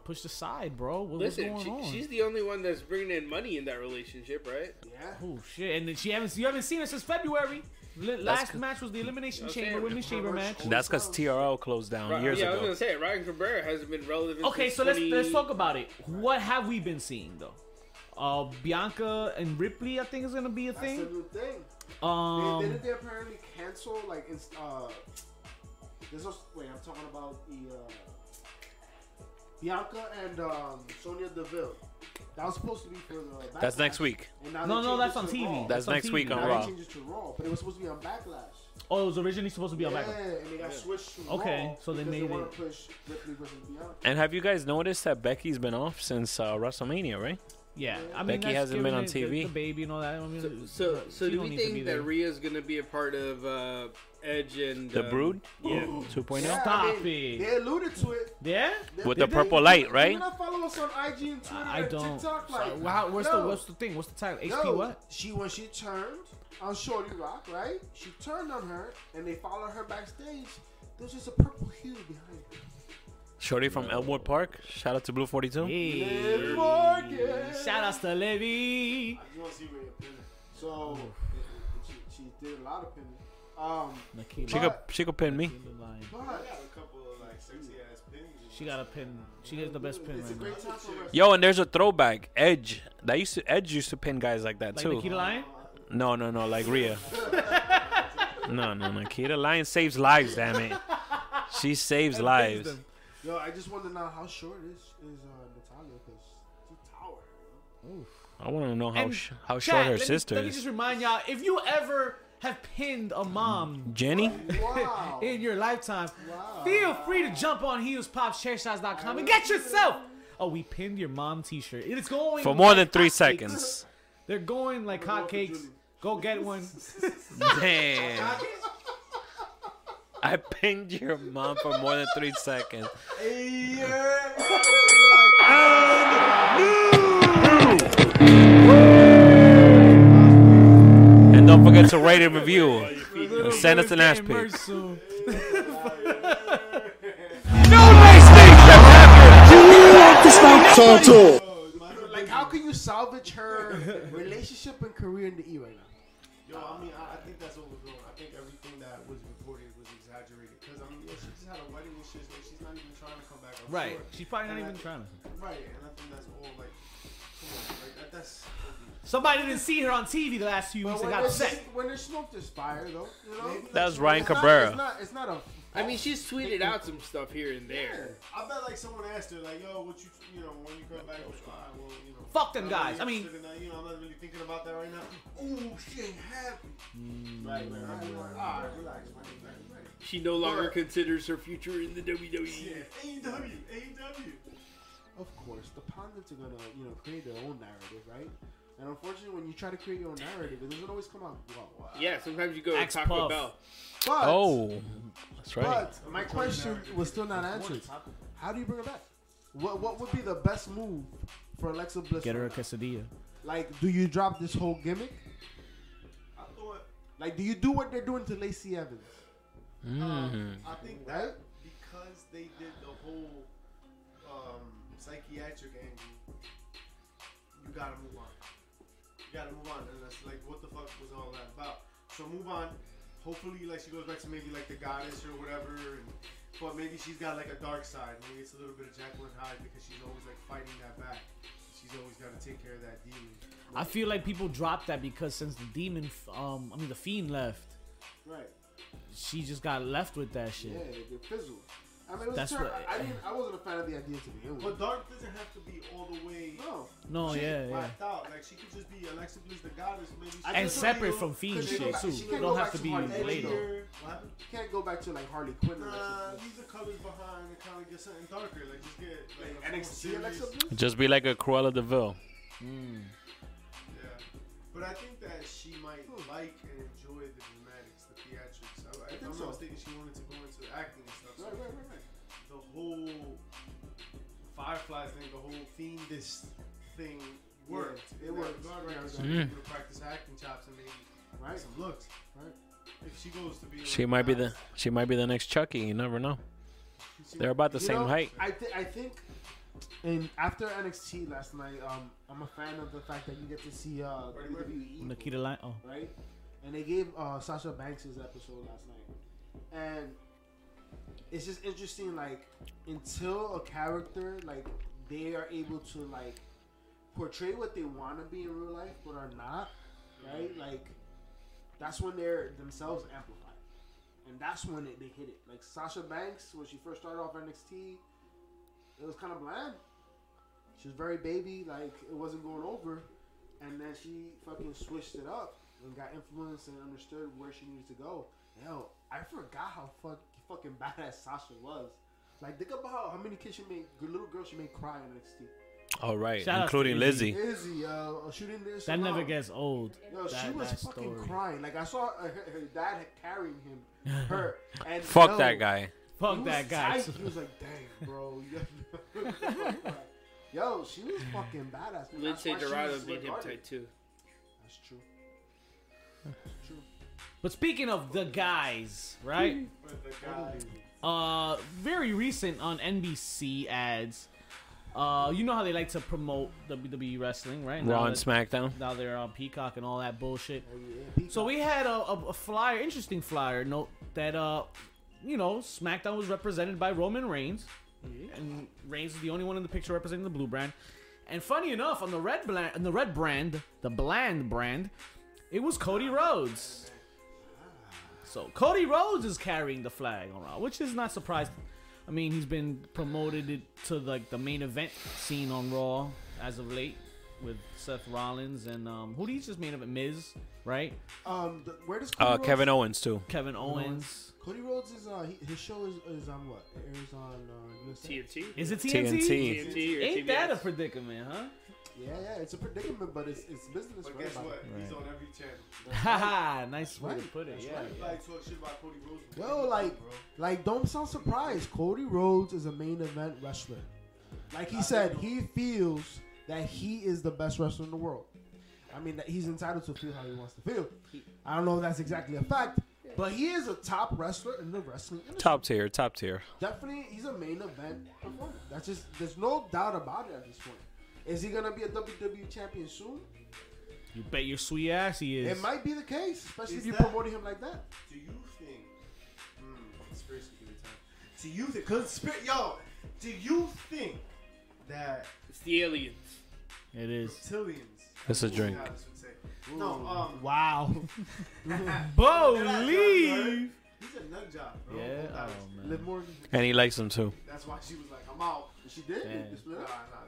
[SPEAKER 1] pushed aside, bro. What, what's
[SPEAKER 5] Listen,
[SPEAKER 1] going
[SPEAKER 5] she,
[SPEAKER 1] on?
[SPEAKER 5] she's the only one that's bringing in money in that relationship, right?
[SPEAKER 3] Yeah.
[SPEAKER 1] Oh shit! And then she haven't you haven't seen it since February. Li- last match was the elimination
[SPEAKER 5] Okay.
[SPEAKER 1] chamber women's chamber match.
[SPEAKER 2] That's because TRL closed down
[SPEAKER 5] Ri-
[SPEAKER 2] years
[SPEAKER 5] yeah, I was
[SPEAKER 2] ago.
[SPEAKER 5] gonna say Ryan Cabrera hasn't been relevant.
[SPEAKER 1] Okay,
[SPEAKER 5] since
[SPEAKER 1] so let's
[SPEAKER 5] 20
[SPEAKER 1] let's talk about it. What have we been seeing though? Uh, Bianca and Ripley, I think is gonna be a
[SPEAKER 3] That's a
[SPEAKER 1] thing.
[SPEAKER 3] new thing. they,
[SPEAKER 1] Um,
[SPEAKER 3] didn't they apparently cancel like inst- uh? This was wait. I'm talking about the uh, Bianca and um, Sonia Deville. That was supposed to be for the.
[SPEAKER 2] That's
[SPEAKER 3] Backlash,
[SPEAKER 2] next week.
[SPEAKER 3] and now they
[SPEAKER 1] no, no,
[SPEAKER 3] changed
[SPEAKER 1] that's
[SPEAKER 3] it
[SPEAKER 1] on
[SPEAKER 3] to Raw.
[SPEAKER 1] TV.
[SPEAKER 2] That's
[SPEAKER 1] on
[SPEAKER 2] next
[SPEAKER 1] TV.
[SPEAKER 2] week on
[SPEAKER 3] Now
[SPEAKER 2] Raw.
[SPEAKER 3] they changed it to Raw, but it was supposed to be on Backlash.
[SPEAKER 1] Oh, it was originally supposed to be on
[SPEAKER 3] yeah,
[SPEAKER 1] Backlash.
[SPEAKER 3] and they got switched to
[SPEAKER 1] Okay,
[SPEAKER 3] Raw
[SPEAKER 1] so they
[SPEAKER 3] because
[SPEAKER 1] made
[SPEAKER 3] wanna
[SPEAKER 1] it-
[SPEAKER 3] push Ripley versus Bianca.
[SPEAKER 2] And have you guys noticed that Becky's been off since uh, WrestleMania, right?
[SPEAKER 1] Yeah, I mean
[SPEAKER 2] Becky
[SPEAKER 1] that's
[SPEAKER 2] hasn't been
[SPEAKER 1] giving
[SPEAKER 2] on
[SPEAKER 1] it the-
[SPEAKER 2] TV.
[SPEAKER 1] The, baby and all that. I mean,
[SPEAKER 5] So, so,
[SPEAKER 1] she
[SPEAKER 5] so do
[SPEAKER 1] don't
[SPEAKER 5] we
[SPEAKER 1] need to
[SPEAKER 5] think
[SPEAKER 1] be
[SPEAKER 5] that
[SPEAKER 1] there.
[SPEAKER 5] Rhea's gonna be a part of uh, Edge and
[SPEAKER 2] The
[SPEAKER 5] um,
[SPEAKER 2] Brood
[SPEAKER 5] Yeah.
[SPEAKER 2] 2.0.
[SPEAKER 3] Yeah,
[SPEAKER 1] Stop
[SPEAKER 3] they,
[SPEAKER 1] it.
[SPEAKER 3] They alluded to it.
[SPEAKER 1] yeah?
[SPEAKER 3] They-
[SPEAKER 2] With
[SPEAKER 3] they-
[SPEAKER 2] the
[SPEAKER 3] they-
[SPEAKER 2] purple light,
[SPEAKER 3] they
[SPEAKER 2] right?
[SPEAKER 3] did not follow us on IG and Twitter
[SPEAKER 1] I I
[SPEAKER 3] and
[SPEAKER 1] don't.
[SPEAKER 3] TikTok.
[SPEAKER 1] so,
[SPEAKER 3] Like,
[SPEAKER 1] wow, what's
[SPEAKER 3] yo,
[SPEAKER 1] the what's the thing? What's the title?
[SPEAKER 3] yo,
[SPEAKER 1] HP what?
[SPEAKER 3] She when she turned on Shorty Rock, right? She turned on her and they followed her backstage. There's just a purple hue behind her.
[SPEAKER 2] Shorty from Elmwood Park. Shout out to Blue 42.
[SPEAKER 1] Hey.
[SPEAKER 3] Liv Morgan.
[SPEAKER 1] Shout outs to Levy.
[SPEAKER 4] I just want to see where you're pinning.
[SPEAKER 3] So she, she did a lot of pinning. Um,
[SPEAKER 1] Nikita.
[SPEAKER 2] She could, she could pin me.
[SPEAKER 4] I
[SPEAKER 3] but
[SPEAKER 4] got a couple of like sexy ass pins.
[SPEAKER 1] She got a pin. She has the best pin
[SPEAKER 3] it's a
[SPEAKER 1] right now.
[SPEAKER 3] great time for wrestling.
[SPEAKER 2] Yo, and there's a throwback. Edge. That used to Edge used to pin guys like that
[SPEAKER 1] Like
[SPEAKER 2] too.
[SPEAKER 1] Nikita Lion?
[SPEAKER 2] No, no, no,
[SPEAKER 1] <laughs>
[SPEAKER 2] like Rhea. no, no, Nikita Lion saves lives, damn it. She saves lives.
[SPEAKER 3] Yo, I just want to know how short is is uh, Natalia because she's tower. yo.
[SPEAKER 2] I want to know how
[SPEAKER 1] And
[SPEAKER 2] sh- how
[SPEAKER 1] Chat,
[SPEAKER 2] short her
[SPEAKER 1] let me-
[SPEAKER 2] sister
[SPEAKER 1] Let me
[SPEAKER 2] is.
[SPEAKER 1] just remind y'all if you ever have pinned a mom
[SPEAKER 2] Jenny.
[SPEAKER 3] Wow.
[SPEAKER 1] in your lifetime,
[SPEAKER 3] Wow.
[SPEAKER 1] feel free to jump on heelspopschairShots.com and get yourself. Oh, we pinned your mom T-shirt. It is going
[SPEAKER 2] for more
[SPEAKER 1] like
[SPEAKER 2] than three
[SPEAKER 1] hotcakes.
[SPEAKER 2] seconds.
[SPEAKER 1] They're going like
[SPEAKER 3] gonna go with the
[SPEAKER 1] hotcakes.
[SPEAKER 3] Julie.
[SPEAKER 1] Go get one.
[SPEAKER 2] Damn. I pinned your mom for more than three seconds. And don't forget to rate and review. And send us an ass
[SPEAKER 1] Getting merch
[SPEAKER 2] pic.
[SPEAKER 1] soon.
[SPEAKER 3] Like, how can you
[SPEAKER 2] <laughs>
[SPEAKER 3] salvage her relationship and career in the E right now?
[SPEAKER 4] Yo, I mean, I, I think that's what we're doing. I think everything that was reported was exaggerated. Because, I mean, yeah, she just had a wedding and shit, so she's not even trying to come back. I'm
[SPEAKER 1] Right.
[SPEAKER 4] Sure.
[SPEAKER 1] She's probably not even trying to.
[SPEAKER 4] Right, and I think that's all, like, come on, like, that, that's.
[SPEAKER 1] Somebody didn't see her on TV the last few weeks
[SPEAKER 3] But
[SPEAKER 1] and got
[SPEAKER 3] when, there's,
[SPEAKER 1] upset.
[SPEAKER 3] when there's smoke, there's fire, though. You know,
[SPEAKER 4] Maybe
[SPEAKER 2] That's Ryan
[SPEAKER 3] It's not-
[SPEAKER 2] Cabrera.
[SPEAKER 3] It's not, it's not a.
[SPEAKER 5] I mean, she's tweeted out some stuff here and there.
[SPEAKER 4] I bet, like, someone asked her, like, yo, what you, you know, when you come back, like, ah, well, you know.
[SPEAKER 1] Fuck them
[SPEAKER 4] I'm not
[SPEAKER 1] guys. I
[SPEAKER 4] really
[SPEAKER 1] mean-
[SPEAKER 4] interested in that, you know, I'm not really thinking about that right now.
[SPEAKER 3] Ooh, she ain't happy.
[SPEAKER 1] Mm.
[SPEAKER 4] Right, right, right. right, right. All right, relax, man. Relax, relax.
[SPEAKER 5] She no longer considers her future in the E. WWE.
[SPEAKER 4] Yeah, AEW, AEW.
[SPEAKER 3] Of course, the pundits are gonna, you know, create their own narrative, right? And unfortunately, when you try to create your own narrative, it doesn't always come out well.
[SPEAKER 5] Yeah, sometimes you go
[SPEAKER 1] Axe
[SPEAKER 5] to Taco
[SPEAKER 1] Puff.
[SPEAKER 5] Bell.
[SPEAKER 3] But,
[SPEAKER 2] Oh, that's right.
[SPEAKER 3] but my question was still not answered. How do you bring her back? What What would be the best move for Alexa Bliss?
[SPEAKER 1] Get her a
[SPEAKER 3] right now?
[SPEAKER 1] quesadilla.
[SPEAKER 3] Like, do you drop this whole gimmick?
[SPEAKER 4] I thought,
[SPEAKER 3] Like, do you do what they're doing to Lacey Evans?
[SPEAKER 4] um, I think that
[SPEAKER 3] Right?
[SPEAKER 4] because they did the whole um, psychiatric angle, you gotta move on. You gotta move on, and that's like, what the fuck was all that about? So move on. Hopefully, like she goes back to maybe like the goddess or whatever, and But maybe she's got like a dark side. Maybe it's a little bit of Jacqueline Hyde because she's always like fighting that back. She's always got to take care of that demon.
[SPEAKER 1] I feel like people dropped that because since the demon, f- um, I mean the fiend left,
[SPEAKER 3] Right.
[SPEAKER 1] she just got left with that shit.
[SPEAKER 3] Yeah, they get fizzled. I mean, it was
[SPEAKER 1] That's
[SPEAKER 3] terrible.
[SPEAKER 1] what-
[SPEAKER 3] I, I didn't. I wasn't a fan of the idea to begin with.
[SPEAKER 4] But dark doesn't have to be all the way.
[SPEAKER 3] no,
[SPEAKER 1] No,
[SPEAKER 4] She
[SPEAKER 1] Oh, yeah, yeah.
[SPEAKER 4] blacked out. Like she could just be Alexa Bliss, the goddess. Maybe she
[SPEAKER 3] And
[SPEAKER 1] And
[SPEAKER 4] just a
[SPEAKER 1] separate
[SPEAKER 4] little
[SPEAKER 1] from fiend
[SPEAKER 3] Cause she
[SPEAKER 1] shit
[SPEAKER 3] go-
[SPEAKER 1] too.
[SPEAKER 3] she
[SPEAKER 1] Don't
[SPEAKER 3] can't go
[SPEAKER 1] have
[SPEAKER 3] back
[SPEAKER 1] to
[SPEAKER 3] to
[SPEAKER 1] be
[SPEAKER 3] her
[SPEAKER 4] layer.
[SPEAKER 3] later.
[SPEAKER 1] related.
[SPEAKER 4] What happened?
[SPEAKER 3] you can't go back to like Harley Quinn. or
[SPEAKER 4] Nah,
[SPEAKER 3] something.
[SPEAKER 4] leave the colors behind and kind of get something darker. Like just get like a full
[SPEAKER 3] Like, NXT
[SPEAKER 4] series.
[SPEAKER 3] Alexa Bliss.
[SPEAKER 2] Just be like a Cruella Deville.
[SPEAKER 4] Yeah, but I think that she might like and enjoy the dramatics, the theatrics. I, I
[SPEAKER 3] Hmm. think
[SPEAKER 4] if I'm
[SPEAKER 3] so.
[SPEAKER 4] not mistaken, she wanted to go into acting and stuff. So
[SPEAKER 3] Right, right, right, right.
[SPEAKER 4] the whole Firefly thing, the whole fiendish thing worked.
[SPEAKER 3] Yeah, it
[SPEAKER 4] In that
[SPEAKER 3] worked.
[SPEAKER 4] regard Right, now,
[SPEAKER 3] Yeah.
[SPEAKER 4] she's able
[SPEAKER 1] Mm.
[SPEAKER 4] to practice acting chops and maybe
[SPEAKER 3] Right.
[SPEAKER 4] some looks.
[SPEAKER 3] Right.
[SPEAKER 4] If she goes to be,
[SPEAKER 2] She
[SPEAKER 4] like,
[SPEAKER 2] might be the
[SPEAKER 4] honest,
[SPEAKER 2] she might be the next Chucky. You never know.
[SPEAKER 4] she
[SPEAKER 2] They're
[SPEAKER 4] might-
[SPEAKER 2] about the
[SPEAKER 3] You
[SPEAKER 2] same
[SPEAKER 3] know,
[SPEAKER 2] height.
[SPEAKER 3] I, th- I think, and after NXT last night, um, I'm a fan of the fact that you get to see uh,
[SPEAKER 4] Right, right.
[SPEAKER 3] WWE,
[SPEAKER 1] Nikita Lion. Oh,
[SPEAKER 3] right? And they gave uh, Sasha Banks' episode last night, and it's just interesting. Like until a character like they are able to like portray what they want to be in real life, but are not, right? Like that's when they're themselves amplified, and that's when it, they hit it. Like Sasha Banks, when she first started off NXT, it was kind of bland. She was very baby, like it wasn't going over, and then she fucking switched it up and got influenced and understood where she needed to go. Yo, I forgot how fuck, fucking badass Sasha was. Like, think about how, how many kids she made, good little girls she made cry in NXT.
[SPEAKER 2] All right,
[SPEAKER 1] Shout out to
[SPEAKER 2] including
[SPEAKER 1] Izzy.
[SPEAKER 2] Lizzie.
[SPEAKER 3] Izzy, yo, shooting this.
[SPEAKER 1] that never
[SPEAKER 3] around.
[SPEAKER 1] gets old.
[SPEAKER 3] Yo, she
[SPEAKER 1] that-
[SPEAKER 3] was
[SPEAKER 1] that
[SPEAKER 3] fucking
[SPEAKER 1] story.
[SPEAKER 3] crying. Like I saw uh, her, her dad had carrying him,
[SPEAKER 1] <laughs>
[SPEAKER 3] her. And
[SPEAKER 2] Fuck
[SPEAKER 3] yo,
[SPEAKER 2] that guy.
[SPEAKER 3] he
[SPEAKER 1] Fuck
[SPEAKER 3] was
[SPEAKER 1] that guy.
[SPEAKER 3] tight. He was like, "Damn, bro." <laughs> Yo, she
[SPEAKER 1] <laughs>
[SPEAKER 3] was fucking badass. but that's
[SPEAKER 5] Lindsay
[SPEAKER 3] why she
[SPEAKER 5] Dorado
[SPEAKER 3] was
[SPEAKER 5] made him
[SPEAKER 3] regarded.
[SPEAKER 5] tight too.
[SPEAKER 3] That's true.
[SPEAKER 1] But speaking of the guys,
[SPEAKER 3] <laughs>
[SPEAKER 1] right?
[SPEAKER 4] but the guy-
[SPEAKER 1] Uh, very recent on NBC ads. Uh, you know how they like to promote WWE wrestling, right?
[SPEAKER 2] Raw
[SPEAKER 1] now,
[SPEAKER 2] and
[SPEAKER 1] that-
[SPEAKER 2] SmackDown.
[SPEAKER 1] now they're on Peacock and all that bullshit.
[SPEAKER 3] Oh, yeah, Peacock.
[SPEAKER 1] So we had a, a, a flyer, interesting flyer note that uh, you know, SmackDown was represented by Roman Reigns, and Reigns is the only one in the picture representing the blue brand. And funny enough, on the red brand, on the red brand, the bland brand, it was Cody Rhodes. So Cody Rhodes is carrying the flag on Raw, which is not surprising. I mean, he's been promoted it- to like the main event scene on Raw as of late with Seth Rollins and um, who do you just made of it? Miz, right?
[SPEAKER 3] um, the, where does Cody
[SPEAKER 2] Uh,
[SPEAKER 3] Rhodes-
[SPEAKER 2] Kevin Owens too.
[SPEAKER 1] Kevin Owens.
[SPEAKER 3] Cody Rhodes is uh, he, his show is, is on what? It airs on uh, USA.
[SPEAKER 5] TNT.
[SPEAKER 1] Is it TNT?
[SPEAKER 2] TNT.
[SPEAKER 5] TNT or
[SPEAKER 1] Ain't that a
[SPEAKER 5] TBS.
[SPEAKER 1] predicament, huh?
[SPEAKER 3] Yeah, yeah, it's a predicament, but it's it's business.
[SPEAKER 4] But
[SPEAKER 3] right?
[SPEAKER 4] guess
[SPEAKER 3] About
[SPEAKER 4] what?
[SPEAKER 3] it.
[SPEAKER 4] He's on every
[SPEAKER 1] <laughs>
[SPEAKER 4] channel.
[SPEAKER 1] Haha, nice way to
[SPEAKER 3] right.
[SPEAKER 1] put it.
[SPEAKER 3] That's
[SPEAKER 1] Yeah.
[SPEAKER 3] right.
[SPEAKER 4] Like talk shit about Cody Rhodes.
[SPEAKER 3] Yo, like,
[SPEAKER 4] Bro.
[SPEAKER 3] like, don't sound surprised. Cody Rhodes is a main event wrestler. Like he said, he feels that he is the best wrestler in the world. I mean, that he's entitled to feel how he wants to feel. I don't know if that's exactly a fact, but he is a top wrestler in the wrestling industry.
[SPEAKER 2] Top tier. Top tier.
[SPEAKER 3] Definitely, he's a main event performer. That's just, there's no doubt about it at this point. Is he gonna be a WWE champion soon?
[SPEAKER 1] You bet your sweet ass he is.
[SPEAKER 3] It might be the case, especially
[SPEAKER 4] Is
[SPEAKER 3] if you're
[SPEAKER 4] that-
[SPEAKER 3] promoting him like that.
[SPEAKER 4] Do you think? Hmm, conspiracy theory time. Do you think? Conspiracy, yo. Do you think that
[SPEAKER 5] It's the aliens.
[SPEAKER 1] It
[SPEAKER 4] <laughs>
[SPEAKER 1] is.
[SPEAKER 4] reptilians?
[SPEAKER 2] It's a
[SPEAKER 4] as
[SPEAKER 2] drink.
[SPEAKER 4] Dallas would say. No,
[SPEAKER 1] <laughs>
[SPEAKER 4] um,
[SPEAKER 1] Wow.
[SPEAKER 4] They're
[SPEAKER 1] Believe.
[SPEAKER 4] he's a nut job, bro.
[SPEAKER 1] Yeah.
[SPEAKER 4] Dallas.
[SPEAKER 1] Oh
[SPEAKER 3] Liv
[SPEAKER 1] man.
[SPEAKER 3] Morgan,
[SPEAKER 2] And he likes them too.
[SPEAKER 4] That's why she was like, "I'm out."
[SPEAKER 3] she did.
[SPEAKER 1] Damn.
[SPEAKER 3] They split
[SPEAKER 4] Nah, nah,
[SPEAKER 3] up.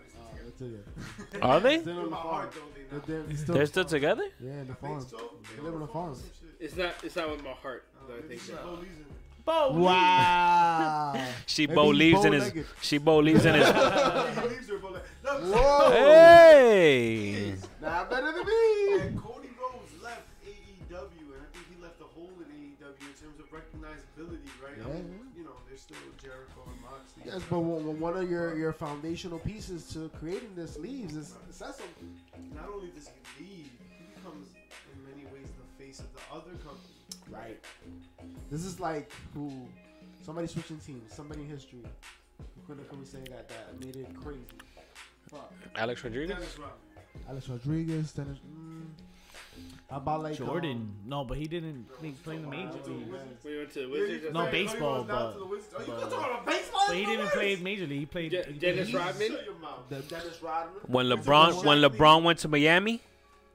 [SPEAKER 4] this
[SPEAKER 3] Uh,
[SPEAKER 4] is
[SPEAKER 3] that's it.
[SPEAKER 2] Are they?
[SPEAKER 3] Still
[SPEAKER 4] in
[SPEAKER 3] on the
[SPEAKER 4] my
[SPEAKER 3] farm.
[SPEAKER 4] heart, though.
[SPEAKER 3] But
[SPEAKER 4] They not.
[SPEAKER 3] they're still
[SPEAKER 2] They're still together.
[SPEAKER 3] Yeah, in the
[SPEAKER 4] I think
[SPEAKER 3] farm.
[SPEAKER 4] so.
[SPEAKER 3] They live on a farm.
[SPEAKER 5] It's not. It's not with my heart. that I think that.
[SPEAKER 3] <laughs> Wow.
[SPEAKER 2] She
[SPEAKER 3] Maybe
[SPEAKER 2] bow
[SPEAKER 3] he's
[SPEAKER 2] leaves in his.
[SPEAKER 3] bow-legged.
[SPEAKER 2] She bow leaves in
[SPEAKER 4] <laughs>
[SPEAKER 2] his.
[SPEAKER 4] he leaves her, but like, look,
[SPEAKER 2] <laughs>
[SPEAKER 3] Whoa.
[SPEAKER 2] hey.
[SPEAKER 3] Nah, better than me.
[SPEAKER 4] And Cody Rhodes left AEW, and I think he left a hole in AEW in terms of recognizability, right? I mean,
[SPEAKER 3] Yeah.
[SPEAKER 4] you know, there's still Jericho and Moxley.
[SPEAKER 3] Yes, but one, one- one of your, your foundational pieces to creating this leaves is Cecil.
[SPEAKER 4] Not only does he leave, he becomes, in many ways, the face of the other company.
[SPEAKER 3] Right. This is like who somebody switching teams, somebody in history. Who couldn't come and say that that made it crazy. Fuck.
[SPEAKER 2] Alex Rodriguez.
[SPEAKER 4] Dennis Rodman.
[SPEAKER 3] Alex Rodriguez, Dennis. Mm, about like
[SPEAKER 1] <laughs>
[SPEAKER 3] um,
[SPEAKER 1] Jordan. No, but he didn't make play in the major league.
[SPEAKER 5] We went to the Wizards.
[SPEAKER 1] No,
[SPEAKER 5] I think.
[SPEAKER 1] baseball,
[SPEAKER 4] oh, down to the
[SPEAKER 1] but-
[SPEAKER 4] Wizards. Are you
[SPEAKER 1] but-
[SPEAKER 4] gonna talk about baseball?
[SPEAKER 1] But he
[SPEAKER 4] It's the
[SPEAKER 1] didn't play
[SPEAKER 4] worst.
[SPEAKER 1] major league. He played.
[SPEAKER 5] Je- Dennis
[SPEAKER 1] he-
[SPEAKER 5] Rodman.
[SPEAKER 4] Shut your mouth.
[SPEAKER 3] The Dennis Rodman,
[SPEAKER 2] When
[SPEAKER 4] That's
[SPEAKER 2] LeBron
[SPEAKER 4] exactly-
[SPEAKER 2] when LeBron went to Miami,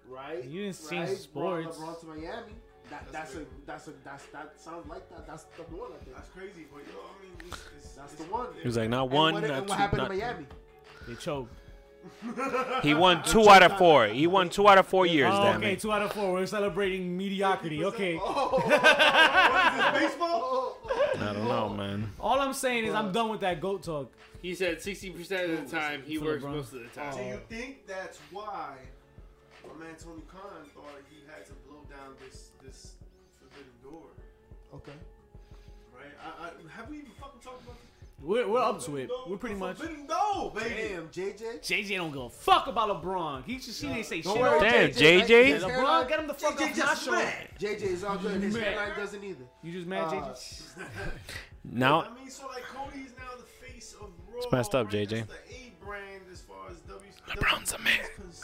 [SPEAKER 3] right?
[SPEAKER 1] You didn't
[SPEAKER 3] right?
[SPEAKER 1] see
[SPEAKER 3] Brought
[SPEAKER 1] sports.
[SPEAKER 3] LeBron to Miami. That,
[SPEAKER 4] That's
[SPEAKER 3] that's, a
[SPEAKER 4] crazy.
[SPEAKER 3] that's a that's that sounds like that. That's the one I think.
[SPEAKER 4] That's crazy, but you know, I mean, it's, it's,
[SPEAKER 3] That's
[SPEAKER 4] it's
[SPEAKER 3] the one.
[SPEAKER 2] he was like not
[SPEAKER 3] And
[SPEAKER 2] one,
[SPEAKER 3] what,
[SPEAKER 2] not
[SPEAKER 3] and
[SPEAKER 2] two.
[SPEAKER 3] what happened
[SPEAKER 2] not-
[SPEAKER 3] in Miami?
[SPEAKER 1] They choked.
[SPEAKER 2] He won two out of four. He won two out of four years.
[SPEAKER 1] Oh,
[SPEAKER 2] damn
[SPEAKER 1] okay,
[SPEAKER 2] it.
[SPEAKER 1] two out of four. We're celebrating mediocrity.
[SPEAKER 3] <laughs>
[SPEAKER 1] Okay.
[SPEAKER 3] Oh.
[SPEAKER 4] <laughs> What is this, baseball?
[SPEAKER 2] I don't know, man.
[SPEAKER 1] All I'm saying is I'm done with that goat talk.
[SPEAKER 5] He said 60% of the time he
[SPEAKER 1] For
[SPEAKER 5] works
[SPEAKER 1] LeBron. Oh,
[SPEAKER 5] most of the
[SPEAKER 4] Do
[SPEAKER 5] time.
[SPEAKER 4] you think that's why my man Tony Khan thought he had to blow down this this forbidden door?
[SPEAKER 3] Okay.
[SPEAKER 4] Right? I, I, have we even fucking talked about this?
[SPEAKER 1] We're, we're up to it. We're pretty
[SPEAKER 4] The
[SPEAKER 1] much.
[SPEAKER 4] forbidden door, Oh, baby.
[SPEAKER 3] Damn, JJ.
[SPEAKER 1] JJ don't give a fuck about LeBron. He just he didn't say shit. about
[SPEAKER 2] Damn,
[SPEAKER 1] JJ.
[SPEAKER 2] JJ.
[SPEAKER 3] His hairline-
[SPEAKER 1] LeBron, get him the fuck
[SPEAKER 4] JJ
[SPEAKER 1] off my
[SPEAKER 4] just
[SPEAKER 1] show.
[SPEAKER 4] smacked.
[SPEAKER 3] JJ is all good. His
[SPEAKER 1] Man.
[SPEAKER 3] hairline doesn't either.
[SPEAKER 1] You just mad,
[SPEAKER 3] Uh,
[SPEAKER 1] JJ?
[SPEAKER 4] <laughs>
[SPEAKER 2] Now
[SPEAKER 4] I mean, so like Cody is now the face of Raw.
[SPEAKER 2] messed up,
[SPEAKER 4] right?
[SPEAKER 2] JJ.
[SPEAKER 4] That's the A brand as far as W.
[SPEAKER 2] LeBron's a man.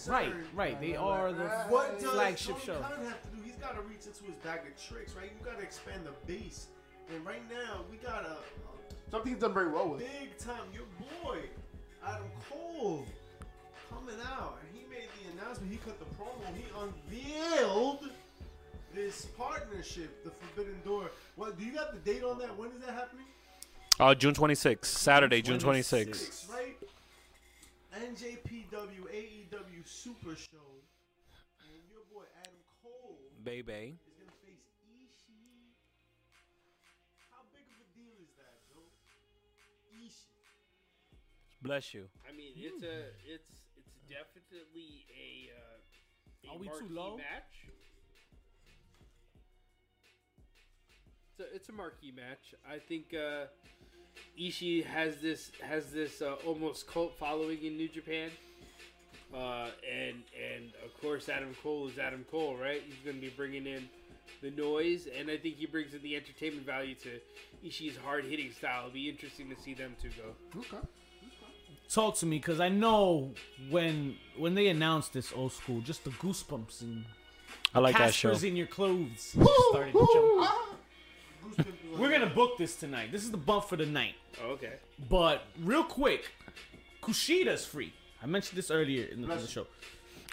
[SPEAKER 1] Right, right. They are the
[SPEAKER 4] What does
[SPEAKER 1] flagship
[SPEAKER 4] Tony
[SPEAKER 1] show.
[SPEAKER 4] Khan have to do? He's got to reach into his bag of tricks, right? You got to expand the base, and right now we got a,
[SPEAKER 3] Something he's done very well
[SPEAKER 4] a
[SPEAKER 3] with.
[SPEAKER 4] big time your boy Adam Cole coming out, and he made the announcement. He cut the promo. He unveiled this partnership, the Forbidden Door. What do you got the date on that? When is that happening?
[SPEAKER 2] uh, June 26th, Saturday, June 26th.
[SPEAKER 4] Six, right? NJPW AEW E Super Show, and your boy Adam Cole
[SPEAKER 2] Baby.
[SPEAKER 4] is gonna face Ishii. How big of a deal is that, Joe? Ishii.
[SPEAKER 2] Bless you.
[SPEAKER 5] I mean, it's a it's it's definitely a, uh, a
[SPEAKER 1] Are we too
[SPEAKER 5] marquee
[SPEAKER 1] low?
[SPEAKER 5] match. So it's a marquee match. I think uh, Ishii has this has this uh, almost cult following in New Japan, uh, and and of course Adam Cole is Adam Cole, right? He's going to be bringing in the noise, and I think he brings in the entertainment value to Ishii's hard hitting style. It'll be interesting to see them two go.
[SPEAKER 3] Okay.
[SPEAKER 1] Talk to me, cause I know when when they announced this old school, just the goosebumps and
[SPEAKER 2] I like that show.
[SPEAKER 1] Caspers in your clothes just started to jump.
[SPEAKER 4] Bruce Pimple
[SPEAKER 1] We're gonna book this tonight. This is the bump for the night.
[SPEAKER 5] Oh, okay.
[SPEAKER 1] But real quick, Kushida's free. I mentioned this earlier in the, in the show.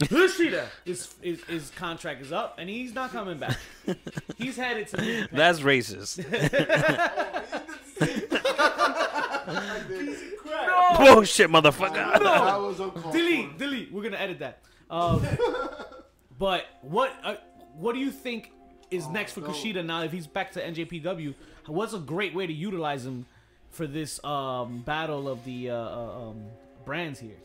[SPEAKER 1] Kushida, his, his his contract is up and he's not coming back. He's headed to New Japan.
[SPEAKER 2] That's racist. Bullshit, Oh, motherfucker.
[SPEAKER 3] That was uncalled
[SPEAKER 1] delete, delete. We're gonna edit that. Um, <laughs> but what uh, what do you think is next for
[SPEAKER 3] Oh, no.
[SPEAKER 1] Kushida now if he's back to NJPW? What's a great way to utilize him for this um, battle of the uh, uh, um, brands here?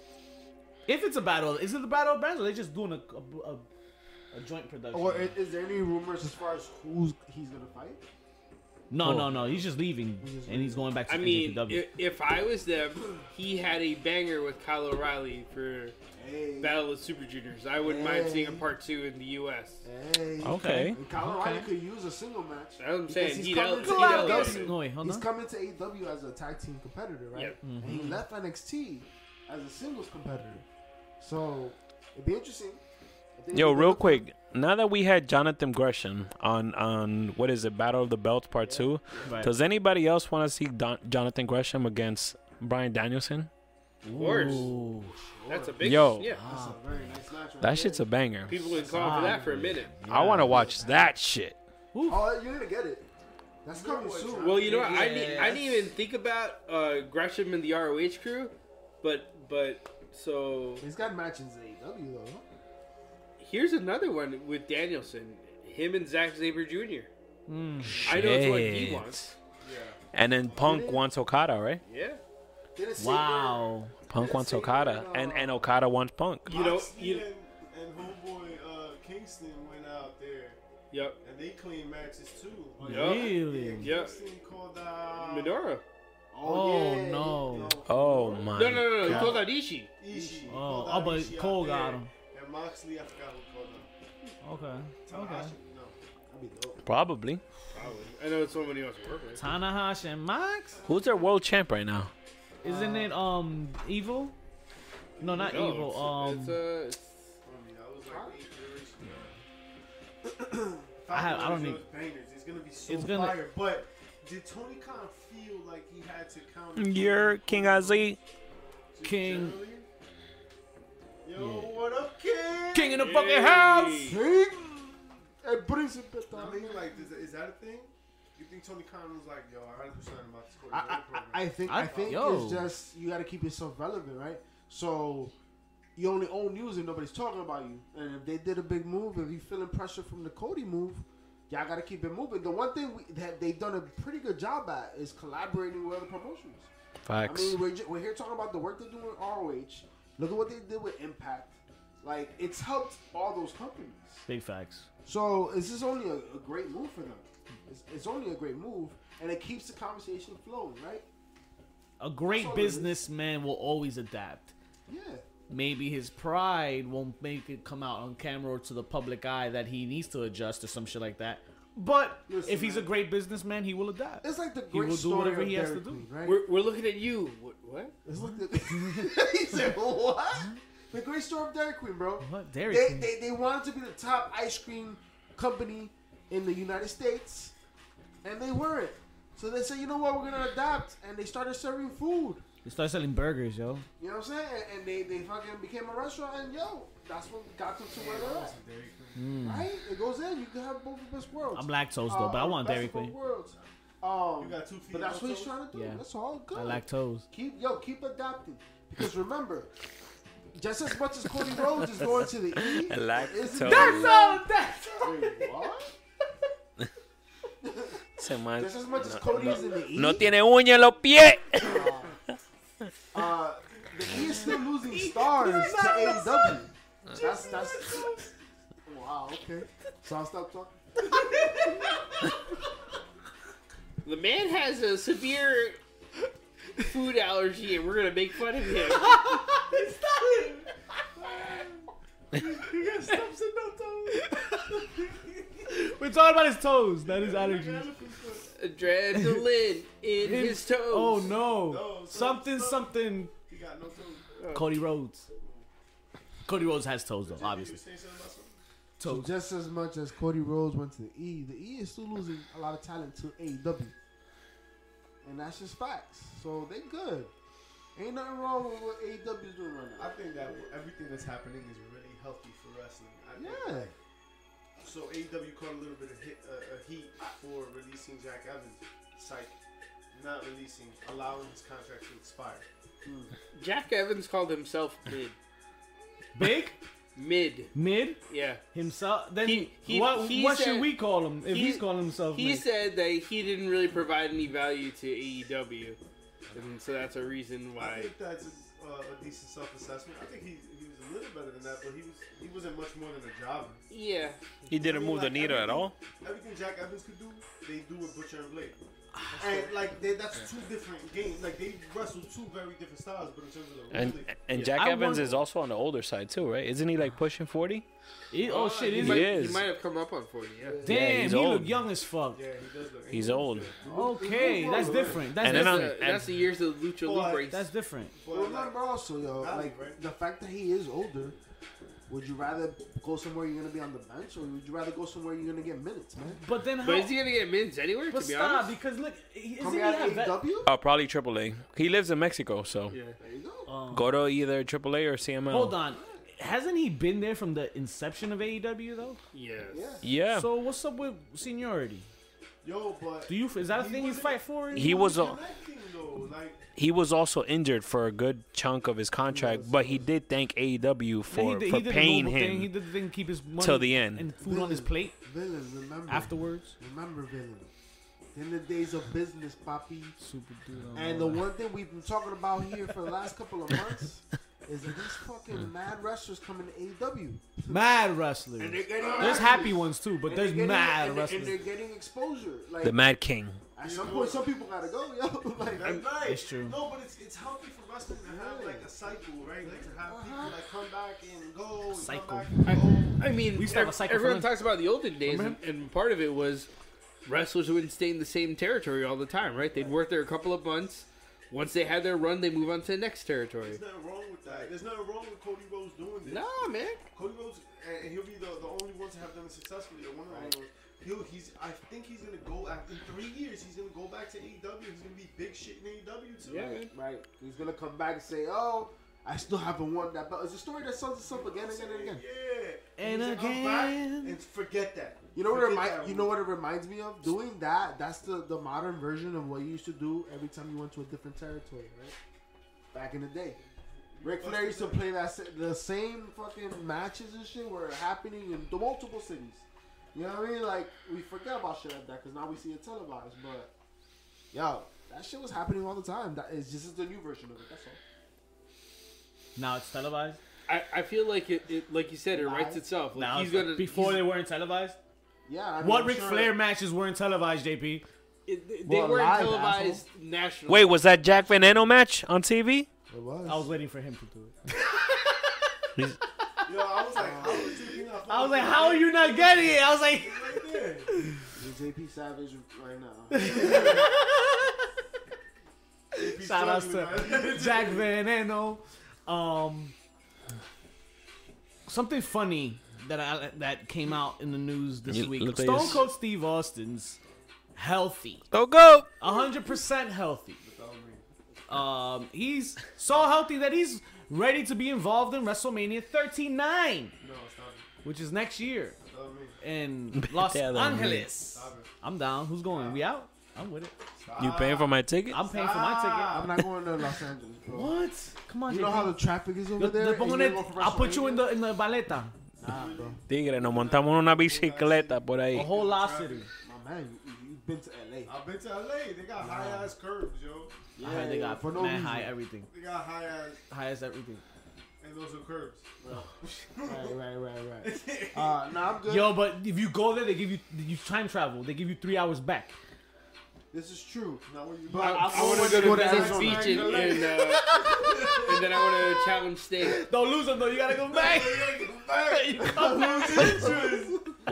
[SPEAKER 1] If it's a battle, is it the battle of brands, or are they just doing a a, a- a joint production?
[SPEAKER 3] Or is, is there any rumors as far as who's he's gonna fight?
[SPEAKER 1] no, no, no. He's just leaving
[SPEAKER 3] Oh. just
[SPEAKER 1] and he's going back to
[SPEAKER 5] I mean,
[SPEAKER 1] NJPW.
[SPEAKER 5] if, if I was them, he had a banger with Kyle O'Reilly for
[SPEAKER 3] Hey,
[SPEAKER 5] Battle of Super Juniors. I wouldn't mind seeing a
[SPEAKER 3] Hey.
[SPEAKER 5] part two in the U.S.
[SPEAKER 3] hey.
[SPEAKER 2] Okay.
[SPEAKER 3] And Kyle O'Reilly could use a single match.
[SPEAKER 5] That's what I'm
[SPEAKER 3] because
[SPEAKER 5] saying.
[SPEAKER 3] He's
[SPEAKER 5] He'd
[SPEAKER 3] coming,
[SPEAKER 5] elevate-
[SPEAKER 3] to
[SPEAKER 5] he'd elevate
[SPEAKER 3] AEW.
[SPEAKER 5] it.
[SPEAKER 1] No, wait, hold
[SPEAKER 3] he's
[SPEAKER 1] on. Mm-hmm.
[SPEAKER 3] coming to AEW as a tag team competitor, right?
[SPEAKER 5] Yep.
[SPEAKER 3] And he left NXT as a singles competitor. So it'd be interesting. I think
[SPEAKER 2] Yo,
[SPEAKER 3] it'd be
[SPEAKER 2] real
[SPEAKER 3] good.
[SPEAKER 2] quick. Now that we had Jonathan Gresham on on what is it, Battle of the Belts Part Two,
[SPEAKER 1] Right.
[SPEAKER 2] does anybody else want to see Don- Jonathan Gresham against Brian Danielson?
[SPEAKER 5] Of course.
[SPEAKER 1] Ooh.
[SPEAKER 5] That's a big
[SPEAKER 2] Yo.
[SPEAKER 5] Yeah.
[SPEAKER 3] That's a Ah, very nice match. Right
[SPEAKER 2] That shit's a banger.
[SPEAKER 5] People have been calling for that for a minute.
[SPEAKER 2] I want to watch that shit.
[SPEAKER 3] Oh, you're gonna get it. That's coming soon.
[SPEAKER 5] Well, you know, what? I
[SPEAKER 1] Yeah,
[SPEAKER 5] didn't, I
[SPEAKER 1] that's-
[SPEAKER 5] didn't even think about uh, Gresham and the ROH crew, but but so
[SPEAKER 3] he's got matches in AEW though. huh?
[SPEAKER 5] here's another one with Danielson, him and Zack Saber Jr. I know it's what he
[SPEAKER 2] Shit.
[SPEAKER 5] wants.
[SPEAKER 2] And then Punk wants Okada, right?
[SPEAKER 5] Yeah.
[SPEAKER 3] Didn't Saber-
[SPEAKER 1] Wow.
[SPEAKER 2] Punk wants Okada, and and Okada wants Punk.
[SPEAKER 5] You know.
[SPEAKER 4] Moxley
[SPEAKER 5] You.
[SPEAKER 4] and, and homeboy uh, Kingston went out there,
[SPEAKER 5] Yep.
[SPEAKER 4] and they claimed matches too. Like,
[SPEAKER 5] Yeah.
[SPEAKER 1] Really?
[SPEAKER 4] yeah,
[SPEAKER 5] Yeah.
[SPEAKER 4] Kingston called out
[SPEAKER 5] Minoru.
[SPEAKER 1] Oh,
[SPEAKER 3] Oh, yeah.
[SPEAKER 1] no.
[SPEAKER 4] No.
[SPEAKER 2] Oh my.
[SPEAKER 5] No, no, no, no. He
[SPEAKER 2] God.
[SPEAKER 5] called out Ishii.
[SPEAKER 4] Ishii.
[SPEAKER 1] Oh,
[SPEAKER 4] Called
[SPEAKER 1] oh,
[SPEAKER 4] out
[SPEAKER 1] but
[SPEAKER 4] Ishii out
[SPEAKER 1] Cole
[SPEAKER 4] there,
[SPEAKER 1] got him.
[SPEAKER 4] And Moxley, I forgot who called him.
[SPEAKER 1] Okay. Okay.
[SPEAKER 4] Tanahashi, no.
[SPEAKER 3] That'd be dope.
[SPEAKER 2] Probably.
[SPEAKER 5] Probably. I know it's somebody else to work with.
[SPEAKER 1] Tanahashi and Mox?
[SPEAKER 2] Who's their world champ right now?
[SPEAKER 1] Isn't it um evil? No, not
[SPEAKER 5] No,
[SPEAKER 1] evil.
[SPEAKER 5] it's-
[SPEAKER 1] um
[SPEAKER 5] it's, uh, it's-
[SPEAKER 4] I mean, that was like eight years ago.
[SPEAKER 1] I have- I
[SPEAKER 4] Falcon
[SPEAKER 1] don't
[SPEAKER 4] is
[SPEAKER 1] need-
[SPEAKER 4] those bangers. It's gonna be so
[SPEAKER 1] It's gonna-
[SPEAKER 4] fire. But did Tony Khan feel like he had to count?
[SPEAKER 2] You're King Aziz.
[SPEAKER 1] King.
[SPEAKER 4] Yo, what up, King?
[SPEAKER 1] King in the fucking house.
[SPEAKER 3] King and Príncipe
[SPEAKER 4] I
[SPEAKER 3] también.
[SPEAKER 4] mean, like, is, is that a thing? You think Tony Khan was like, yo, I gotta do something about this
[SPEAKER 3] I,
[SPEAKER 4] quarterback
[SPEAKER 3] I-
[SPEAKER 4] program?
[SPEAKER 3] I, I think
[SPEAKER 1] I-
[SPEAKER 3] I, think
[SPEAKER 1] yo.
[SPEAKER 3] it's just you got to keep yourself relevant, right? So you only own news if nobody's talking about you. And if they did a big move, if you feeling pressure from the Cody move, y'all got to keep it moving. The one thing we, that they've done a pretty good job at is collaborating with other promotions. I
[SPEAKER 2] Facts.
[SPEAKER 3] mean, we're, ju- we're here talking about the work they're doing with ROH. Look at what they did with Impact. Like it's helped all those companies.
[SPEAKER 1] Big facts.
[SPEAKER 3] So it's just only a, a great move for them. It's, it's only a great move, and it keeps the conversation flowing, right?
[SPEAKER 1] A
[SPEAKER 3] That's
[SPEAKER 1] great
[SPEAKER 3] all it is.
[SPEAKER 1] businessman will always adapt.
[SPEAKER 3] Yeah.
[SPEAKER 1] Maybe his pride won't make it come out on camera or to the public eye that he needs to adjust or some shit like that. But
[SPEAKER 3] Listen,
[SPEAKER 1] if he's
[SPEAKER 3] man.
[SPEAKER 1] a great businessman, he will adapt.
[SPEAKER 3] It's like the great
[SPEAKER 1] will do
[SPEAKER 3] story
[SPEAKER 1] whatever
[SPEAKER 3] of
[SPEAKER 1] he has to
[SPEAKER 3] Derek
[SPEAKER 1] do.
[SPEAKER 3] Lee, right?
[SPEAKER 5] We're, we're looking at you. What? what?
[SPEAKER 3] It's like the, <laughs> he said, "What?" The great story of Dairy Queen, bro.
[SPEAKER 1] What? Dairy
[SPEAKER 3] they,
[SPEAKER 1] Queen?
[SPEAKER 3] They, they wanted to be the top ice cream company in the United States, and they weren't. So they said, "You know what? We're gonna adapt," and they started serving food.
[SPEAKER 1] He started selling burgers, yo.
[SPEAKER 3] You know what I'm saying? And, and they, they fucking became a restaurant, and yo, that's what got them to where they're at. Right? It goes in. You can have both of best worlds.
[SPEAKER 1] Mm. I'm lactose though, but I
[SPEAKER 3] Uh,
[SPEAKER 1] want
[SPEAKER 3] best
[SPEAKER 1] Dairy
[SPEAKER 3] of both
[SPEAKER 1] Queen.
[SPEAKER 3] worlds. Um,
[SPEAKER 4] You got two feet
[SPEAKER 3] but that's what he's
[SPEAKER 4] also?
[SPEAKER 3] trying to do.
[SPEAKER 1] Yeah.
[SPEAKER 3] That's all good.
[SPEAKER 1] I lactose.
[SPEAKER 3] Keep yo, keep adopting. Because remember, just as much as Cody Rhodes is going to the E, is-
[SPEAKER 2] Lactose.
[SPEAKER 3] That's
[SPEAKER 1] all. That's
[SPEAKER 3] Wait, what?
[SPEAKER 2] Se man-
[SPEAKER 3] Just as much as Cody is in the E,
[SPEAKER 2] No tiene uña en los pies.
[SPEAKER 3] uh, the E is still losing stars to AEW. That's that's. Wow. Okay. So I'll stop talking.
[SPEAKER 5] The man has a severe food allergy, and we're gonna make fun of him.
[SPEAKER 1] We're talking about his toes, not his allergies.
[SPEAKER 5] Adrenaline in his toes.
[SPEAKER 1] Oh no.
[SPEAKER 4] No, so-
[SPEAKER 1] something,
[SPEAKER 4] so-
[SPEAKER 1] something.
[SPEAKER 4] He got no toes.
[SPEAKER 1] Cody Rhodes. Cody Rhodes has toes though, obviously.
[SPEAKER 4] You saying something about something?
[SPEAKER 3] So just as much as Cody Rhodes went to the E, the E is still losing a lot of talent to AEW, and that's just facts. So they good. Ain't nothing wrong with what AEW is doing right now.
[SPEAKER 4] I think that everything that's happening is really healthy for wrestling. I think
[SPEAKER 3] Yeah.
[SPEAKER 4] So AEW caught a little bit of hit, uh, uh, heat for releasing Jack Evans, psych, not releasing, allowing his contract to expire.
[SPEAKER 5] Jack Evans called himself mid.
[SPEAKER 1] Big,
[SPEAKER 5] Mid.
[SPEAKER 1] mid,
[SPEAKER 5] Yeah.
[SPEAKER 1] himself. Then
[SPEAKER 5] He- he-
[SPEAKER 1] what?
[SPEAKER 5] he
[SPEAKER 1] what
[SPEAKER 5] said-
[SPEAKER 1] should we call him if
[SPEAKER 5] he-
[SPEAKER 1] he's calling himself?
[SPEAKER 5] He
[SPEAKER 1] mid?
[SPEAKER 5] said that he didn't really provide any value to AEW, and so that's a reason
[SPEAKER 4] I
[SPEAKER 5] why.
[SPEAKER 4] think that's a, uh, a decent self-assessment. I think he he was a little better than that, but he was he wasn't much more than a jobber.
[SPEAKER 5] Yeah.
[SPEAKER 2] <coughs> He didn't move the needle at all.
[SPEAKER 4] Everything Jack Evans could do, they do with Butcher and Blade.
[SPEAKER 1] Ah,
[SPEAKER 4] And like they, that's two different games. Like they wrestle two very different styles, but in terms of the
[SPEAKER 2] And
[SPEAKER 4] wrestling,
[SPEAKER 2] and Jack
[SPEAKER 1] I
[SPEAKER 2] Evans
[SPEAKER 1] want-
[SPEAKER 2] is also on the older side too, right? Isn't he like pushing forty?
[SPEAKER 1] He- oh shit!
[SPEAKER 5] he,
[SPEAKER 1] Is
[SPEAKER 5] might,
[SPEAKER 1] he?
[SPEAKER 2] Yeah.
[SPEAKER 5] he
[SPEAKER 2] is.
[SPEAKER 5] might have come up on 40, yeah.
[SPEAKER 1] Damn,
[SPEAKER 2] Yeah,
[SPEAKER 1] he
[SPEAKER 2] he's
[SPEAKER 1] look
[SPEAKER 2] old.
[SPEAKER 1] young as fuck.
[SPEAKER 4] yeah, he does look.
[SPEAKER 2] He's old.
[SPEAKER 1] Okay, that's different. That's
[SPEAKER 2] And then
[SPEAKER 1] different.
[SPEAKER 2] I'm-
[SPEAKER 5] That's, the- that's the years of Lucha
[SPEAKER 4] Well,
[SPEAKER 5] Libre.
[SPEAKER 1] Oh, That's different.
[SPEAKER 4] But,
[SPEAKER 3] Well,
[SPEAKER 4] like,
[SPEAKER 3] remember also, yo,
[SPEAKER 4] Value,
[SPEAKER 3] like
[SPEAKER 4] right?
[SPEAKER 3] the fact that he is older. Would you rather go somewhere you're gonna be on the bench, or would you rather go somewhere you're gonna get minutes, man?
[SPEAKER 1] But then how?
[SPEAKER 5] But is he gonna get mids anywhere?
[SPEAKER 1] but
[SPEAKER 5] to be
[SPEAKER 1] stop,
[SPEAKER 5] honest.
[SPEAKER 1] because look, he- isn't he
[SPEAKER 3] Coming out
[SPEAKER 1] have
[SPEAKER 3] of
[SPEAKER 1] that?
[SPEAKER 3] AEW,
[SPEAKER 2] Uh, probably AAA. He lives in Mexico, so
[SPEAKER 5] Yeah.
[SPEAKER 3] there you go.
[SPEAKER 1] Um,
[SPEAKER 2] go to either AAA or CML.
[SPEAKER 1] Hold on, hasn't he been there from the inception of AEW though?
[SPEAKER 5] Yes.
[SPEAKER 3] yeah,
[SPEAKER 2] Yeah,
[SPEAKER 1] So what's up with seniority?
[SPEAKER 4] yo, but
[SPEAKER 1] Do you is that a
[SPEAKER 4] He
[SPEAKER 1] thing you
[SPEAKER 4] wasn't-
[SPEAKER 1] fight for?
[SPEAKER 2] he was on.
[SPEAKER 4] connecting though, like
[SPEAKER 2] he was also injured for a good chunk of his contract, but he did thank AEW
[SPEAKER 1] Yeah,
[SPEAKER 2] for,
[SPEAKER 1] did-
[SPEAKER 2] for
[SPEAKER 1] did the
[SPEAKER 2] paying
[SPEAKER 1] noble Thing. He
[SPEAKER 2] him.
[SPEAKER 1] did the thing, keep his money
[SPEAKER 2] till the end.
[SPEAKER 1] and food on his plate
[SPEAKER 3] villain. Remember
[SPEAKER 1] afterwards.
[SPEAKER 3] Remember villain. In the days of business, Poppy.
[SPEAKER 1] Super dude.
[SPEAKER 3] And the one thing we've been talking about here for the last couple of months is that these fucking mad wrestlers coming to AEW.
[SPEAKER 1] mad wrestlers. There's happy ones too, but there's
[SPEAKER 3] They're getting-
[SPEAKER 1] mad
[SPEAKER 3] and, they're- and they're
[SPEAKER 1] wrestlers.
[SPEAKER 3] getting exposure. Like
[SPEAKER 2] The Mad King.
[SPEAKER 3] at some point, some people gotta go, yo. <laughs> like,
[SPEAKER 4] That's right.
[SPEAKER 1] It's true.
[SPEAKER 4] No, but it's it's healthy for wrestling to have like a cycle, right? Like to have people like come back and go, and
[SPEAKER 1] Cycle.
[SPEAKER 4] come back and go.
[SPEAKER 5] I mean,
[SPEAKER 1] We used to have a
[SPEAKER 5] ev-
[SPEAKER 1] cycle for
[SPEAKER 5] everyone
[SPEAKER 1] lunch.
[SPEAKER 5] talks about the olden days, and,
[SPEAKER 1] Remember?
[SPEAKER 5] and part of it was wrestlers wouldn't stay in the same territory all the time, right? They'd work there a couple of months, Once they have their run, they move on to the next territory.
[SPEAKER 4] There's nothing wrong with that. There's nothing wrong with Cody Rhodes doing this.
[SPEAKER 5] Nah, man.
[SPEAKER 4] Cody Rhodes, and, and he'll be the, the only one to have done it successfully. Or one of the only ones. He'll, he's, I think he's gonna go after three years. He's gonna go back to AEW. He's gonna be big shit in AEW too.
[SPEAKER 5] Yeah, man.
[SPEAKER 3] Right. He's gonna come back and say, "Oh, I still haven't won that belt." It's a story that sums us up again and again and again.
[SPEAKER 4] Yeah.
[SPEAKER 1] And
[SPEAKER 4] He's like, "I'm back,"
[SPEAKER 1] again.
[SPEAKER 4] and forget that.
[SPEAKER 3] You know what it
[SPEAKER 4] Forget
[SPEAKER 3] remind,
[SPEAKER 4] that
[SPEAKER 3] You
[SPEAKER 4] one.
[SPEAKER 3] know what it reminds me of? Doing that. That's the the modern version of what you used to do every time you went to a different territory, right? Back in the day. Ric Flair used to play that sa- the same fucking matches and shit were happening in the multiple cities. You know what I mean? Like we forget about shit like that because now we see it televised. But yo, that shit was happening all the time. That is just is the new version of it. That's all.
[SPEAKER 1] Now it's televised.
[SPEAKER 5] I, I feel like it, it, like you said, it writes itself. Like
[SPEAKER 1] Now
[SPEAKER 5] he's
[SPEAKER 1] it's-
[SPEAKER 5] gonna
[SPEAKER 1] before
[SPEAKER 5] he's-
[SPEAKER 1] they weren't televised.
[SPEAKER 3] Yeah. I mean,
[SPEAKER 1] What
[SPEAKER 3] I'm
[SPEAKER 1] Ric
[SPEAKER 3] sure-
[SPEAKER 1] Flair matches weren't televised, JP?
[SPEAKER 5] it- they
[SPEAKER 3] Well,
[SPEAKER 5] weren't
[SPEAKER 3] live,
[SPEAKER 5] televised nationally.
[SPEAKER 2] Wait, was that Jack Van Eno match on TV?
[SPEAKER 3] It was.
[SPEAKER 1] I was waiting for him to do it.
[SPEAKER 4] Yo, I was like, how is he not
[SPEAKER 1] <laughs> I was like, how are you not getting it? I was like, <laughs>
[SPEAKER 4] right there?
[SPEAKER 3] JP Savage right now.
[SPEAKER 2] <laughs>
[SPEAKER 4] He's
[SPEAKER 1] shout outs
[SPEAKER 4] struggling, man.
[SPEAKER 1] to Jack Van Eno. Um, something funny that I, that came out in the news this
[SPEAKER 2] You
[SPEAKER 1] week.
[SPEAKER 2] look like
[SPEAKER 1] Stone
[SPEAKER 2] it's-
[SPEAKER 1] Cold Steve Austin's healthy,
[SPEAKER 2] Go go.
[SPEAKER 1] hundred percent healthy. Um, he's so healthy that he's ready to be involved in WrestleMania 39,
[SPEAKER 4] <laughs> No, stop it.
[SPEAKER 1] which is next year
[SPEAKER 4] Stop me.
[SPEAKER 1] <laughs> in Los
[SPEAKER 2] Tell them.
[SPEAKER 1] Angeles. I'm down. Who's going? We out? I'm with it.
[SPEAKER 4] Stop.
[SPEAKER 2] You paying for my ticket?
[SPEAKER 1] I'm paying for my ticket.
[SPEAKER 3] I'm not going to Los Angeles, bro.
[SPEAKER 1] What? Come on,
[SPEAKER 3] You know
[SPEAKER 1] JP.
[SPEAKER 3] how the traffic is over
[SPEAKER 1] Yo, te
[SPEAKER 3] there? and you
[SPEAKER 1] pongo en
[SPEAKER 3] wanna
[SPEAKER 1] el-
[SPEAKER 3] go for
[SPEAKER 1] I'll put you in
[SPEAKER 3] WrestleMania?
[SPEAKER 1] the in the baleta.
[SPEAKER 3] Nah, bro.
[SPEAKER 2] Tigre, nos montamos en una bicicleta por
[SPEAKER 1] A
[SPEAKER 2] ahí.
[SPEAKER 1] whole velocity.
[SPEAKER 3] My man, you, you- you've been to LA.
[SPEAKER 4] I've been to LA. They got high ass curves, yo.
[SPEAKER 1] I heard they got
[SPEAKER 3] for no
[SPEAKER 1] man
[SPEAKER 3] reason.
[SPEAKER 1] high everything.
[SPEAKER 4] They got high ass,
[SPEAKER 1] High as everything.
[SPEAKER 4] and those are curves.
[SPEAKER 3] Right, right, right, right. Uh, nah, I'm good.
[SPEAKER 1] Yo, but if you go there, they give you you time travel. They give you three hours back.
[SPEAKER 3] This is true.
[SPEAKER 4] Not when you.
[SPEAKER 3] But
[SPEAKER 4] <laughs>
[SPEAKER 3] I,
[SPEAKER 5] I want
[SPEAKER 3] always
[SPEAKER 5] to go to
[SPEAKER 3] to
[SPEAKER 5] Venice
[SPEAKER 3] Arizona.
[SPEAKER 5] Beach and, and, uh, and then I want to challenge state.
[SPEAKER 1] Don't lose them though. You gotta go back. <laughs> You come back. <laughs>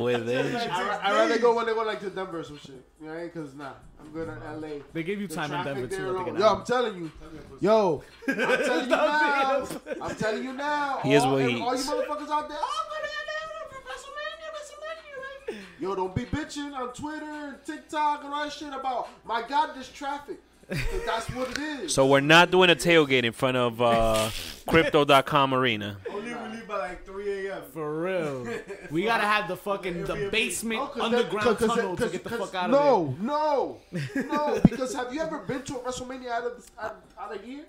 [SPEAKER 2] With it.
[SPEAKER 3] I, ra- I'd rather go when they go like to Denver or some shit. Right? Because, nah, I'm good in LA.
[SPEAKER 1] they give you
[SPEAKER 3] The
[SPEAKER 1] time in Denver
[SPEAKER 3] traffic there
[SPEAKER 1] too. I think
[SPEAKER 3] alone-
[SPEAKER 1] an
[SPEAKER 3] Yo, I'm
[SPEAKER 1] hour.
[SPEAKER 3] telling you. Yo,
[SPEAKER 1] <laughs>
[SPEAKER 3] I'm telling you now. I'm telling you now.
[SPEAKER 2] He is
[SPEAKER 3] all,
[SPEAKER 2] what he
[SPEAKER 3] and all you
[SPEAKER 2] eats.
[SPEAKER 3] motherfuckers out there. Oh, go to LA for WrestleMania, WrestleMania, right? Yo, don't be bitching on Twitter and TikTok and all that shit about my God, this traffic. 'Cause that's what it is.
[SPEAKER 2] So we're not doing a tailgate in front of uh, Crypto.com Arena.
[SPEAKER 4] Only we leave by like 3 a.m.
[SPEAKER 1] For real,
[SPEAKER 3] <laughs>
[SPEAKER 1] we gotta have the fucking the
[SPEAKER 4] Airbnb.
[SPEAKER 1] basement
[SPEAKER 3] Oh, 'cause that-
[SPEAKER 1] underground
[SPEAKER 3] 'cause- 'cause-
[SPEAKER 1] tunnel to
[SPEAKER 3] 'cause-
[SPEAKER 1] get the
[SPEAKER 3] 'cause-
[SPEAKER 1] fuck out of there.
[SPEAKER 3] no, No, no, because have you ever been to a WrestleMania out of out, out of here?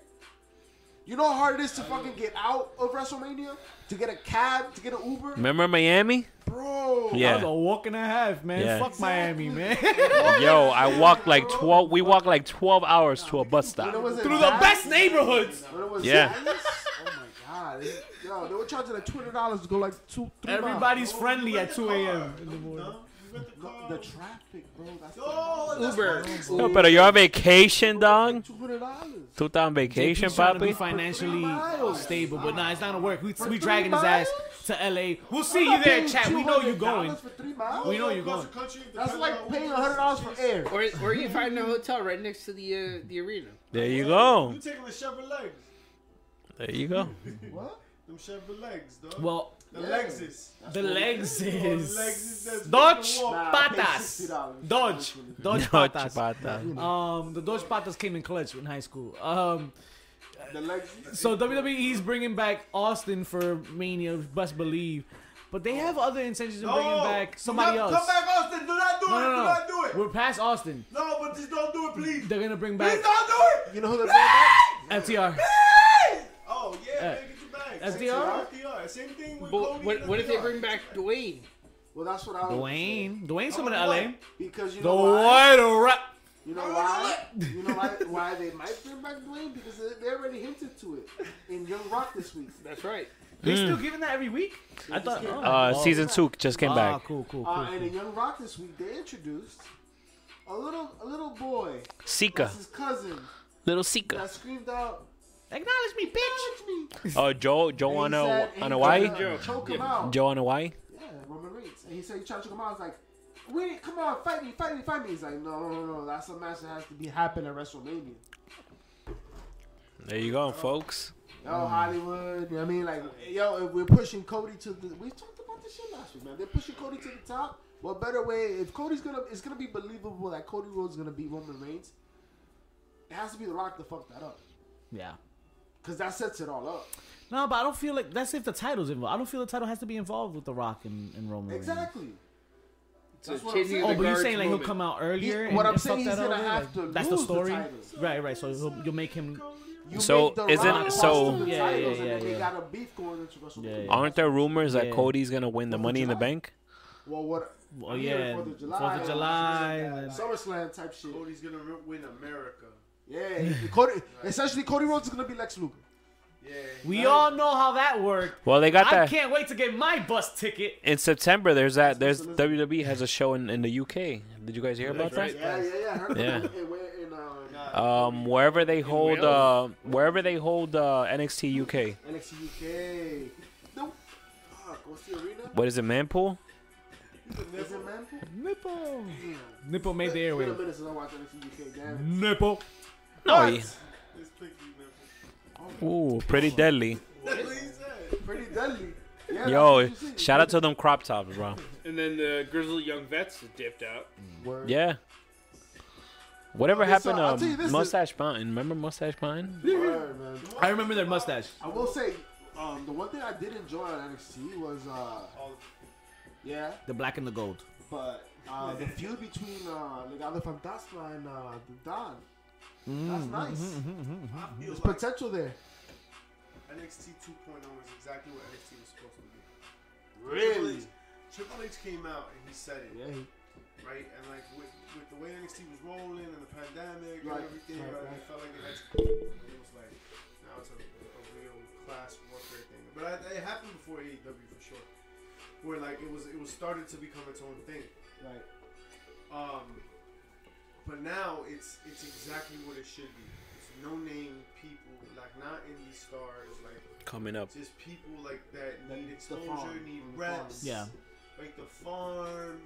[SPEAKER 3] You know how hard it is to fucking get out of WrestleMania, to get a cab, to get an Uber,
[SPEAKER 2] Remember Miami?
[SPEAKER 3] bro.
[SPEAKER 1] I was
[SPEAKER 2] Yeah.
[SPEAKER 1] a walk and a half, man.
[SPEAKER 2] Yeah.
[SPEAKER 1] Fuck Miami, man.
[SPEAKER 3] <laughs>
[SPEAKER 2] Yo, I walked like 12, we walked like 12 hours to a bus
[SPEAKER 3] When it
[SPEAKER 2] stop.
[SPEAKER 3] was in
[SPEAKER 1] Through the
[SPEAKER 3] Dallas-
[SPEAKER 1] best neighborhoods.
[SPEAKER 3] When it was
[SPEAKER 2] Yeah.
[SPEAKER 3] Dallas, oh my god, it- yo, they were charging like two hundred dollars to go like two, three miles.
[SPEAKER 1] Everybody's
[SPEAKER 4] Oh,
[SPEAKER 1] friendly
[SPEAKER 4] we
[SPEAKER 1] at
[SPEAKER 4] rent the
[SPEAKER 1] 2 a.m.
[SPEAKER 4] car.
[SPEAKER 1] in the morning.
[SPEAKER 4] No, we rent the
[SPEAKER 3] The,
[SPEAKER 4] car.
[SPEAKER 3] the traffic, bro. That's
[SPEAKER 4] Yo, Oh, that's
[SPEAKER 5] Uber.
[SPEAKER 2] Yo, pero you're on vacation, dog.
[SPEAKER 3] two hundred dollars.
[SPEAKER 2] Tú estás on vacation,
[SPEAKER 1] He's trying to be
[SPEAKER 2] papi.
[SPEAKER 1] financially
[SPEAKER 3] miles.
[SPEAKER 1] stable, but nah, it's not gonna work. We, we
[SPEAKER 3] three
[SPEAKER 1] dragging his ass
[SPEAKER 3] miles?
[SPEAKER 1] to LA. We'll see you there, chat. We know you going.
[SPEAKER 3] For three miles?
[SPEAKER 1] We know you going.
[SPEAKER 4] across the country, depending
[SPEAKER 3] That's
[SPEAKER 4] on
[SPEAKER 3] like
[SPEAKER 4] who
[SPEAKER 3] paying
[SPEAKER 4] it is.
[SPEAKER 3] hundred dollars for air.
[SPEAKER 5] Or, or you find a hotel right next to the uh, the arena.
[SPEAKER 2] There you go.
[SPEAKER 4] You taking the Chevrolet?
[SPEAKER 2] There you go.
[SPEAKER 3] What?
[SPEAKER 4] Them Chevrolets, dog.
[SPEAKER 1] Well,
[SPEAKER 4] the Lexus.
[SPEAKER 1] the legs
[SPEAKER 4] Lexus
[SPEAKER 1] is
[SPEAKER 4] that's
[SPEAKER 1] Dodge
[SPEAKER 4] fucking
[SPEAKER 3] Nah, I paid
[SPEAKER 1] Patas.
[SPEAKER 3] $60.
[SPEAKER 1] Dodge, Dodge
[SPEAKER 2] No,
[SPEAKER 1] Patas.
[SPEAKER 2] chipata.
[SPEAKER 1] Um, the Dodge Patas came in clutch in high school. Um,
[SPEAKER 3] The Lexus.
[SPEAKER 1] so WWE's bringing back Austin for Mania, best believe, but they have other intentions of bringing
[SPEAKER 4] No,
[SPEAKER 1] back
[SPEAKER 4] do
[SPEAKER 1] somebody
[SPEAKER 4] not
[SPEAKER 1] else.
[SPEAKER 4] Come back, Austin. Do not do
[SPEAKER 1] No,
[SPEAKER 4] it. Do
[SPEAKER 1] no,
[SPEAKER 4] not do
[SPEAKER 1] no.
[SPEAKER 4] it.
[SPEAKER 1] We're past Austin.
[SPEAKER 4] No, but just don't do it, please.
[SPEAKER 1] They're gonna bring
[SPEAKER 4] Please
[SPEAKER 1] back
[SPEAKER 4] don't do it.
[SPEAKER 3] You know who they're bringing back?
[SPEAKER 1] FTR.
[SPEAKER 4] Oh yeah,
[SPEAKER 1] Uh,
[SPEAKER 4] man, get your bags.
[SPEAKER 1] SDR?
[SPEAKER 4] SDR. Same thing with
[SPEAKER 5] But
[SPEAKER 4] Cody
[SPEAKER 5] what,
[SPEAKER 4] and
[SPEAKER 5] what if they
[SPEAKER 4] SDR.
[SPEAKER 5] bring back Dwayne?
[SPEAKER 3] Well, that's what I was.
[SPEAKER 1] Dwayne. Dwayne's
[SPEAKER 4] I'm
[SPEAKER 1] coming to
[SPEAKER 4] a
[SPEAKER 1] LA.
[SPEAKER 4] what?
[SPEAKER 3] Because you
[SPEAKER 1] The
[SPEAKER 3] know why?
[SPEAKER 1] white rap.
[SPEAKER 3] You know why? You know why? Why they might bring back Dwayne? Because they- they already hinted to it in Young Rock this week.
[SPEAKER 5] That's right.
[SPEAKER 1] They still giving that every week? I thought.
[SPEAKER 3] just
[SPEAKER 1] oh.
[SPEAKER 2] Hmm. Uh,
[SPEAKER 1] Oh.
[SPEAKER 2] season two just came
[SPEAKER 1] Ah,
[SPEAKER 2] back.
[SPEAKER 1] cool, cool, cool.
[SPEAKER 3] Uh,
[SPEAKER 1] cool.
[SPEAKER 3] and in Young Rock this week, they introduced a little a little boy.
[SPEAKER 2] Sika.
[SPEAKER 3] That's his cousin
[SPEAKER 2] Little Sika.
[SPEAKER 3] that screamed out,
[SPEAKER 1] Acknowledge me, bitch.
[SPEAKER 3] "Touch me!"
[SPEAKER 2] Oh, Joe, Joe on, uh, on Hawaii?
[SPEAKER 3] Joe. Choke him out.
[SPEAKER 2] Joe on Hawaii?
[SPEAKER 3] Yeah, Roman Reigns. And he said, You trying to choke him out? I was like, Wait, come on, fight me, fight me, fight me. He's like, No, no, no, no. That's a match that has to be happen at WrestleMania.
[SPEAKER 2] There you go, folks.
[SPEAKER 3] Yo, Hollywood. You know what I mean? Like, yo, if we're pushing Cody to the. We talked about this shit last week, man. They're pushing Cody to the top. What better way? If Cody's gonna, it's gonna be believable that Cody Rhodes is gonna beat Roman Reigns. It has to be The Rock to fuck that up,
[SPEAKER 1] Yeah.
[SPEAKER 3] cause that sets it all up.
[SPEAKER 1] No, but I don't feel like that's if the title's involved. I don't feel the title has to be involved with The Rock and, and Roman. Reigns.
[SPEAKER 3] Exactly.
[SPEAKER 5] So
[SPEAKER 3] That's what I'm
[SPEAKER 5] changing
[SPEAKER 3] saying.
[SPEAKER 5] of
[SPEAKER 1] Oh,
[SPEAKER 5] the
[SPEAKER 1] but you're
[SPEAKER 5] guards
[SPEAKER 1] saying like he'll
[SPEAKER 5] moment.
[SPEAKER 1] come out earlier?
[SPEAKER 3] He-
[SPEAKER 1] and,
[SPEAKER 3] what I'm
[SPEAKER 1] and
[SPEAKER 3] saying,
[SPEAKER 1] fuck
[SPEAKER 3] he's
[SPEAKER 1] that
[SPEAKER 3] gonna
[SPEAKER 1] over?
[SPEAKER 3] have
[SPEAKER 1] Like,
[SPEAKER 3] to
[SPEAKER 1] That's the
[SPEAKER 3] lose the
[SPEAKER 1] story,
[SPEAKER 3] titles.
[SPEAKER 1] right? Right. So he'll, you'll make him. oh,
[SPEAKER 3] You
[SPEAKER 2] So,
[SPEAKER 3] make The
[SPEAKER 2] isn't-
[SPEAKER 3] Rock
[SPEAKER 2] so-
[SPEAKER 3] lost the
[SPEAKER 1] Yeah, yeah,
[SPEAKER 3] titles, and
[SPEAKER 1] yeah,
[SPEAKER 3] then they
[SPEAKER 1] yeah.
[SPEAKER 3] got a beef going into WrestleMania.
[SPEAKER 1] Yeah, yeah.
[SPEAKER 2] Aren't there rumors
[SPEAKER 1] Yeah.
[SPEAKER 2] that Cody's gonna win the Money in the Bank?
[SPEAKER 3] Well, what?
[SPEAKER 1] Oh
[SPEAKER 3] yeah,
[SPEAKER 1] yeah,
[SPEAKER 3] Fourth
[SPEAKER 1] Fourth
[SPEAKER 3] of
[SPEAKER 1] of
[SPEAKER 3] July.
[SPEAKER 1] July.
[SPEAKER 4] Yeah.
[SPEAKER 1] and-
[SPEAKER 3] SummerSlam type shit.
[SPEAKER 4] Cody's gonna ri- win America.
[SPEAKER 3] <laughs> Yeah, he- Cody. Essentially, Cody Rhodes is gonna be Lex Luger.
[SPEAKER 4] Yeah.
[SPEAKER 1] We
[SPEAKER 4] Like,
[SPEAKER 1] all know how that worked.
[SPEAKER 2] Well, they got
[SPEAKER 1] I
[SPEAKER 2] that
[SPEAKER 1] can't wait to get my bus ticket.
[SPEAKER 2] in September. There's that. There's WWE has a show in, in the UK. Did you guys hear about
[SPEAKER 5] right.
[SPEAKER 2] that?
[SPEAKER 3] Yeah, yeah, yeah. I heard
[SPEAKER 2] Yeah.
[SPEAKER 3] that. And we're in uh,
[SPEAKER 2] Um, wherever they hold, uh,
[SPEAKER 5] Wales.
[SPEAKER 2] wherever they hold uh, NXT UK.
[SPEAKER 3] NXT UK. No. Fuck, what's the arena?
[SPEAKER 2] What is it, Manpool?
[SPEAKER 3] Is it Manpool?
[SPEAKER 1] Nipple.
[SPEAKER 3] Damn.
[SPEAKER 1] Nipple made the
[SPEAKER 3] It's been a
[SPEAKER 1] airwaves.
[SPEAKER 3] minute since I watched NXT UK. Damn.
[SPEAKER 1] Nipple.
[SPEAKER 2] No. yeah.
[SPEAKER 4] It's picky, man. <laughs>
[SPEAKER 2] Ooh, pretty deadly.
[SPEAKER 4] That's what he said.
[SPEAKER 3] <laughs> Pretty deadly. Yeah,
[SPEAKER 2] Yo,
[SPEAKER 3] that's what you see.
[SPEAKER 2] shout out to them crop tops, bro.
[SPEAKER 5] And then the Grizzly Young Vets dipped out.
[SPEAKER 3] Word.
[SPEAKER 2] Yeah. Whatever
[SPEAKER 3] Okay, so
[SPEAKER 2] happened
[SPEAKER 3] I'll tell you
[SPEAKER 2] to
[SPEAKER 3] this,
[SPEAKER 2] um, Mustache Mountain? Remember Mustache Mountain?
[SPEAKER 3] Word, man.
[SPEAKER 1] I remember their mustache.
[SPEAKER 3] I will say, um, the one thing I did enjoy on NXT was, uh,
[SPEAKER 4] All-
[SPEAKER 3] yeah,
[SPEAKER 1] The black and the gold.
[SPEAKER 3] but uh, the feud between uh, Legado Fantasma and uh, Don.
[SPEAKER 1] Mm-hmm,
[SPEAKER 3] That's nice.
[SPEAKER 4] I feel
[SPEAKER 3] There's
[SPEAKER 4] like
[SPEAKER 3] potential there.
[SPEAKER 4] NXT 2.0 is exactly what NXT was supposed to be.
[SPEAKER 3] Really?
[SPEAKER 4] Triple H, Triple H came out and he said it.
[SPEAKER 3] Yeah, he-
[SPEAKER 4] right? And like with, with the way NXT was rolling and the pandemic
[SPEAKER 3] Right,
[SPEAKER 4] and everything,
[SPEAKER 3] right,
[SPEAKER 4] right, I
[SPEAKER 3] right.
[SPEAKER 4] felt like it, had to- it was like now it's a, a real class warfare thing. But I, it happened before AEW for sure, where like it was it was started to become its own thing.
[SPEAKER 3] right.
[SPEAKER 4] Um, but now it's it's exactly what it should be. It's no name people, like not indie stars, like
[SPEAKER 2] Coming up.
[SPEAKER 4] just people like that
[SPEAKER 3] Like
[SPEAKER 4] need
[SPEAKER 3] the
[SPEAKER 4] exposure,
[SPEAKER 3] farm.
[SPEAKER 4] need
[SPEAKER 3] The farm.
[SPEAKER 4] reps.
[SPEAKER 1] Yeah.
[SPEAKER 4] Like the farm.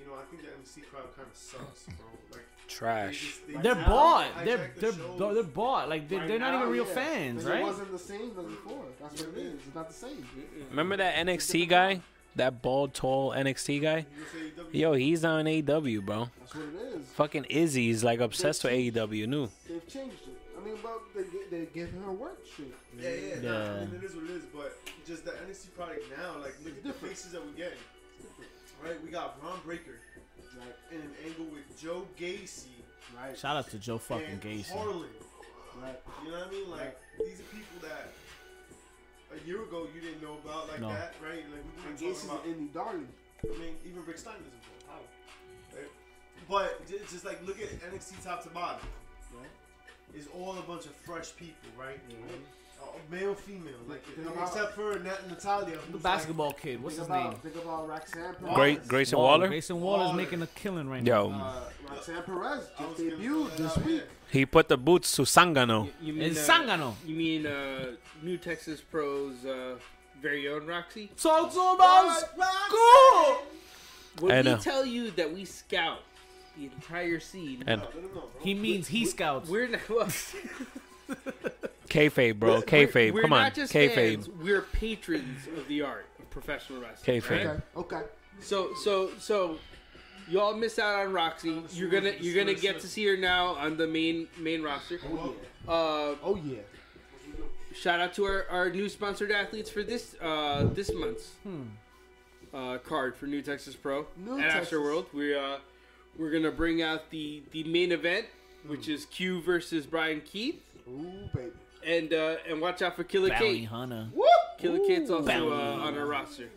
[SPEAKER 4] You know, I think the MC crowd kind of sucks, bro. Like they
[SPEAKER 2] Trash.
[SPEAKER 4] just, they
[SPEAKER 1] They're
[SPEAKER 4] now
[SPEAKER 1] bought.
[SPEAKER 4] hijack
[SPEAKER 1] They're
[SPEAKER 4] the
[SPEAKER 1] they're
[SPEAKER 4] shows.
[SPEAKER 1] they're bought. Like they're,
[SPEAKER 4] Right
[SPEAKER 1] they're not
[SPEAKER 4] now,
[SPEAKER 1] even real
[SPEAKER 4] yeah.
[SPEAKER 1] fans,
[SPEAKER 3] Because It
[SPEAKER 1] right?
[SPEAKER 3] wasn't the same as before. That's what it is. It's not the same.
[SPEAKER 2] Remember that NXT guy? That bald, tall NXT guy?
[SPEAKER 4] You say AEW,
[SPEAKER 2] Yo, he's on AEW, bro.
[SPEAKER 3] That's what it is.
[SPEAKER 2] Fucking Izzy's like obsessed with AEW. New.
[SPEAKER 3] They've changed it. I mean, well, they they give her work shit.
[SPEAKER 4] Yeah, yeah, yeah.
[SPEAKER 1] Yeah.
[SPEAKER 4] I mean, it is what it is, but just the NXT product now, like, look at the
[SPEAKER 3] Different.
[SPEAKER 4] faces that we're getting. Right? We got Braun Breaker
[SPEAKER 3] Right,
[SPEAKER 4] in an angle with Joe Gacy
[SPEAKER 3] right,
[SPEAKER 1] Shout out to Joe fucking
[SPEAKER 4] and
[SPEAKER 1] Gacy.
[SPEAKER 4] Harlan.
[SPEAKER 3] right.
[SPEAKER 4] You know what I mean? Like, these are people that a year ago you didn't know about like
[SPEAKER 1] No.
[SPEAKER 4] that, right? Like, we
[SPEAKER 3] And
[SPEAKER 4] weren't
[SPEAKER 3] Gacy's
[SPEAKER 4] talking about.
[SPEAKER 3] an indie darling.
[SPEAKER 4] I mean, even Rick Stein is involved. How? Right? But ju- just like look at NXT top to bottom.
[SPEAKER 3] Right.
[SPEAKER 4] It's all a bunch of fresh people, right? Uh, male, female, like
[SPEAKER 3] Think
[SPEAKER 4] um,
[SPEAKER 3] about-
[SPEAKER 4] except for Nat- Natalia, who's
[SPEAKER 1] The
[SPEAKER 4] like-
[SPEAKER 1] basketball kid. What's
[SPEAKER 3] think
[SPEAKER 1] his
[SPEAKER 3] about,
[SPEAKER 1] name?
[SPEAKER 3] Think about Roxanne Perez.
[SPEAKER 2] Great, Grayson
[SPEAKER 1] Waller.
[SPEAKER 2] Waller.
[SPEAKER 1] Grayson Waller's
[SPEAKER 4] Waller.
[SPEAKER 1] making a killing right now.
[SPEAKER 2] Yo,
[SPEAKER 3] Uh, Roxanne Perez
[SPEAKER 4] I
[SPEAKER 3] just
[SPEAKER 4] was gonna
[SPEAKER 3] debuted
[SPEAKER 4] throw that
[SPEAKER 3] this
[SPEAKER 4] out,
[SPEAKER 3] week.
[SPEAKER 4] yeah.
[SPEAKER 2] he put the boots to Sangano.
[SPEAKER 5] You uh,
[SPEAKER 1] And Sangano.
[SPEAKER 5] You mean uh, New Texas Pro's uh, very own Roxy?
[SPEAKER 1] Talk to about school.
[SPEAKER 5] When
[SPEAKER 2] I
[SPEAKER 5] we
[SPEAKER 2] know.
[SPEAKER 5] tell you that we scout the entire scene,
[SPEAKER 2] And
[SPEAKER 4] No, no, no, bro.
[SPEAKER 1] He means he scouts.
[SPEAKER 5] we're not. <laughs> Well,
[SPEAKER 2] kayfabe, bro.
[SPEAKER 5] we're,
[SPEAKER 2] Kayfabe.
[SPEAKER 5] we're
[SPEAKER 2] Come on.
[SPEAKER 5] not just
[SPEAKER 2] Kayfabe.
[SPEAKER 5] fans. We're patrons of the art of professional wrestling.
[SPEAKER 2] Kayfabe.
[SPEAKER 3] Okay, okay.
[SPEAKER 5] So so so y'all miss out on Roxy. You're gonna you're gonna get to see her now on the main main roster. Uh,
[SPEAKER 3] Oh yeah.
[SPEAKER 5] shout out to our, our new sponsored athletes for this uh, this month's uh, card for New Texas Pro
[SPEAKER 3] New
[SPEAKER 5] at
[SPEAKER 3] Texas.
[SPEAKER 5] Astroworld. We uh, we're gonna bring out the the main event, which is Q versus Brian Keith,
[SPEAKER 3] Ooh baby.
[SPEAKER 5] and uh, and watch out for Killer
[SPEAKER 1] Bounty
[SPEAKER 5] Kate.
[SPEAKER 1] Hunter.
[SPEAKER 5] Killer Kate's also
[SPEAKER 1] Bounty.
[SPEAKER 5] uh, on our roster.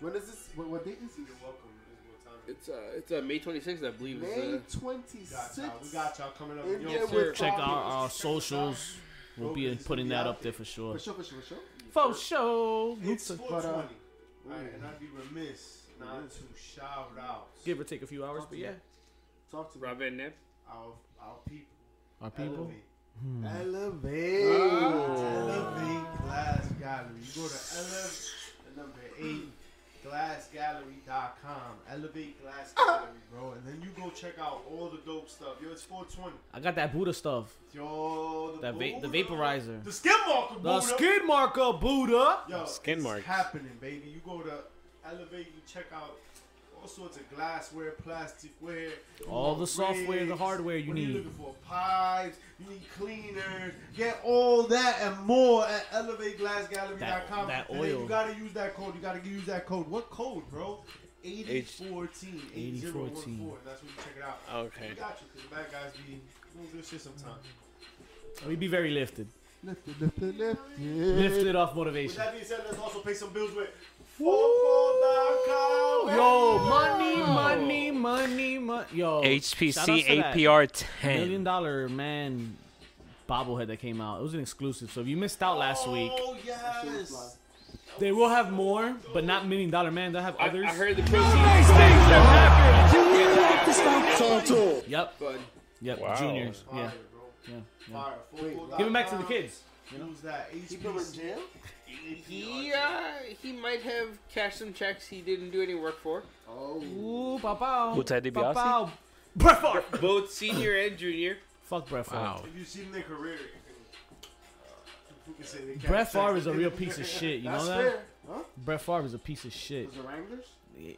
[SPEAKER 3] When is this? What, what date is this?
[SPEAKER 4] You're welcome. This is what time
[SPEAKER 5] It's uh, it's uh, May 26th, I believe. Is,
[SPEAKER 3] May
[SPEAKER 5] uh,
[SPEAKER 3] twenty
[SPEAKER 4] it is. We got y'all. We
[SPEAKER 3] sixth.
[SPEAKER 4] got y'all coming up.
[SPEAKER 3] In
[SPEAKER 4] Yo,
[SPEAKER 3] there
[SPEAKER 5] sir.
[SPEAKER 3] with
[SPEAKER 1] Check
[SPEAKER 3] Bobby.
[SPEAKER 1] our, our socials. We'll be putting that up there for sure.
[SPEAKER 3] For sure, for sure, for sure.
[SPEAKER 1] For sure.
[SPEAKER 4] It's
[SPEAKER 1] Oops.
[SPEAKER 4] 420.
[SPEAKER 3] uh,
[SPEAKER 4] Alright, and I'd be remiss not to shout out
[SPEAKER 1] Give or take a few hours, but yeah.
[SPEAKER 3] Talk to me.
[SPEAKER 5] Rob Van Dam.
[SPEAKER 4] our our people.
[SPEAKER 1] Our people. Ah. Hmm.
[SPEAKER 4] Elevate.
[SPEAKER 3] Elevate.
[SPEAKER 4] Elevate Glass Gallery. You go to elevate the number eight glassgallery.com. Elevate Glass
[SPEAKER 1] Ah.
[SPEAKER 4] Gallery, bro, and then you go check out all the dope stuff. Yo, it's 420.
[SPEAKER 1] I got that Buddha stuff.
[SPEAKER 4] Yo, Kabuto,
[SPEAKER 1] That va- the
[SPEAKER 4] Buddha,
[SPEAKER 1] vaporizer.
[SPEAKER 4] the skin marker,
[SPEAKER 1] The
[SPEAKER 4] Buddha.
[SPEAKER 1] skid marker Buddha.
[SPEAKER 4] Yo,
[SPEAKER 2] Skin
[SPEAKER 4] it's
[SPEAKER 2] marks.
[SPEAKER 4] happening, baby. You go to Elevate, you check out all sorts of glassware, plasticware, you
[SPEAKER 1] All
[SPEAKER 4] want
[SPEAKER 1] the software, the
[SPEAKER 4] rigs,
[SPEAKER 1] hardware you
[SPEAKER 4] what Are
[SPEAKER 1] need.
[SPEAKER 4] you looking for pipes. You need cleaners. Get all that and more at ElevateGlassGallery.com.
[SPEAKER 1] That- that
[SPEAKER 4] And then
[SPEAKER 1] oil.
[SPEAKER 4] you gotta use that code. You gotta use that code. What code, bro? 8014. 8014. That's when you check it out.
[SPEAKER 2] Okay.
[SPEAKER 4] We got you, because the bad guys be doing good shit sometimes.
[SPEAKER 1] We be very lifted.
[SPEAKER 3] Lifted, lifted, lifted.
[SPEAKER 1] Lifted off
[SPEAKER 4] With
[SPEAKER 1] motivation.
[SPEAKER 4] that being said, let's also pay some bills with Foco.com.
[SPEAKER 1] Yo, money, money, money, money. Yo, shout outs
[SPEAKER 2] HPC
[SPEAKER 1] to that
[SPEAKER 2] APR 10.
[SPEAKER 1] million dollar man bobblehead that came out. It was an exclusive. So if you missed out last week,
[SPEAKER 4] Oh,
[SPEAKER 3] Shit was
[SPEAKER 4] yes.
[SPEAKER 3] fly.
[SPEAKER 1] they will have more, but not million dollar man. They'll have
[SPEAKER 5] I,
[SPEAKER 1] others.
[SPEAKER 5] I heard the protein. Nice things have happened.
[SPEAKER 1] Yep, yep.
[SPEAKER 2] Wow.
[SPEAKER 1] Juniors.
[SPEAKER 4] Fire,
[SPEAKER 1] Yeah,
[SPEAKER 4] bro.
[SPEAKER 1] yeah. yeah.
[SPEAKER 4] Fire. Foco.com.
[SPEAKER 1] Give it back to the kids.
[SPEAKER 4] Use that.
[SPEAKER 3] He put him in
[SPEAKER 4] HPC.
[SPEAKER 3] jail?
[SPEAKER 5] He uh, he might have cashed some checks he didn't do any work for.
[SPEAKER 3] Oh.
[SPEAKER 1] Ooh, papa.
[SPEAKER 2] Who, Ted DiBiase?
[SPEAKER 1] Papa. Brett Favre.
[SPEAKER 5] Both senior and junior.
[SPEAKER 1] Fuck Brett Favre.
[SPEAKER 2] Wow.
[SPEAKER 4] If you've seen their career, you can, you can say they can't
[SPEAKER 1] Brett
[SPEAKER 4] check
[SPEAKER 1] Favre is a
[SPEAKER 4] it.
[SPEAKER 1] real piece of shit. You
[SPEAKER 3] That's
[SPEAKER 1] know that?
[SPEAKER 3] fair. Huh?
[SPEAKER 1] Brett Favre is a piece of shit.
[SPEAKER 3] Was it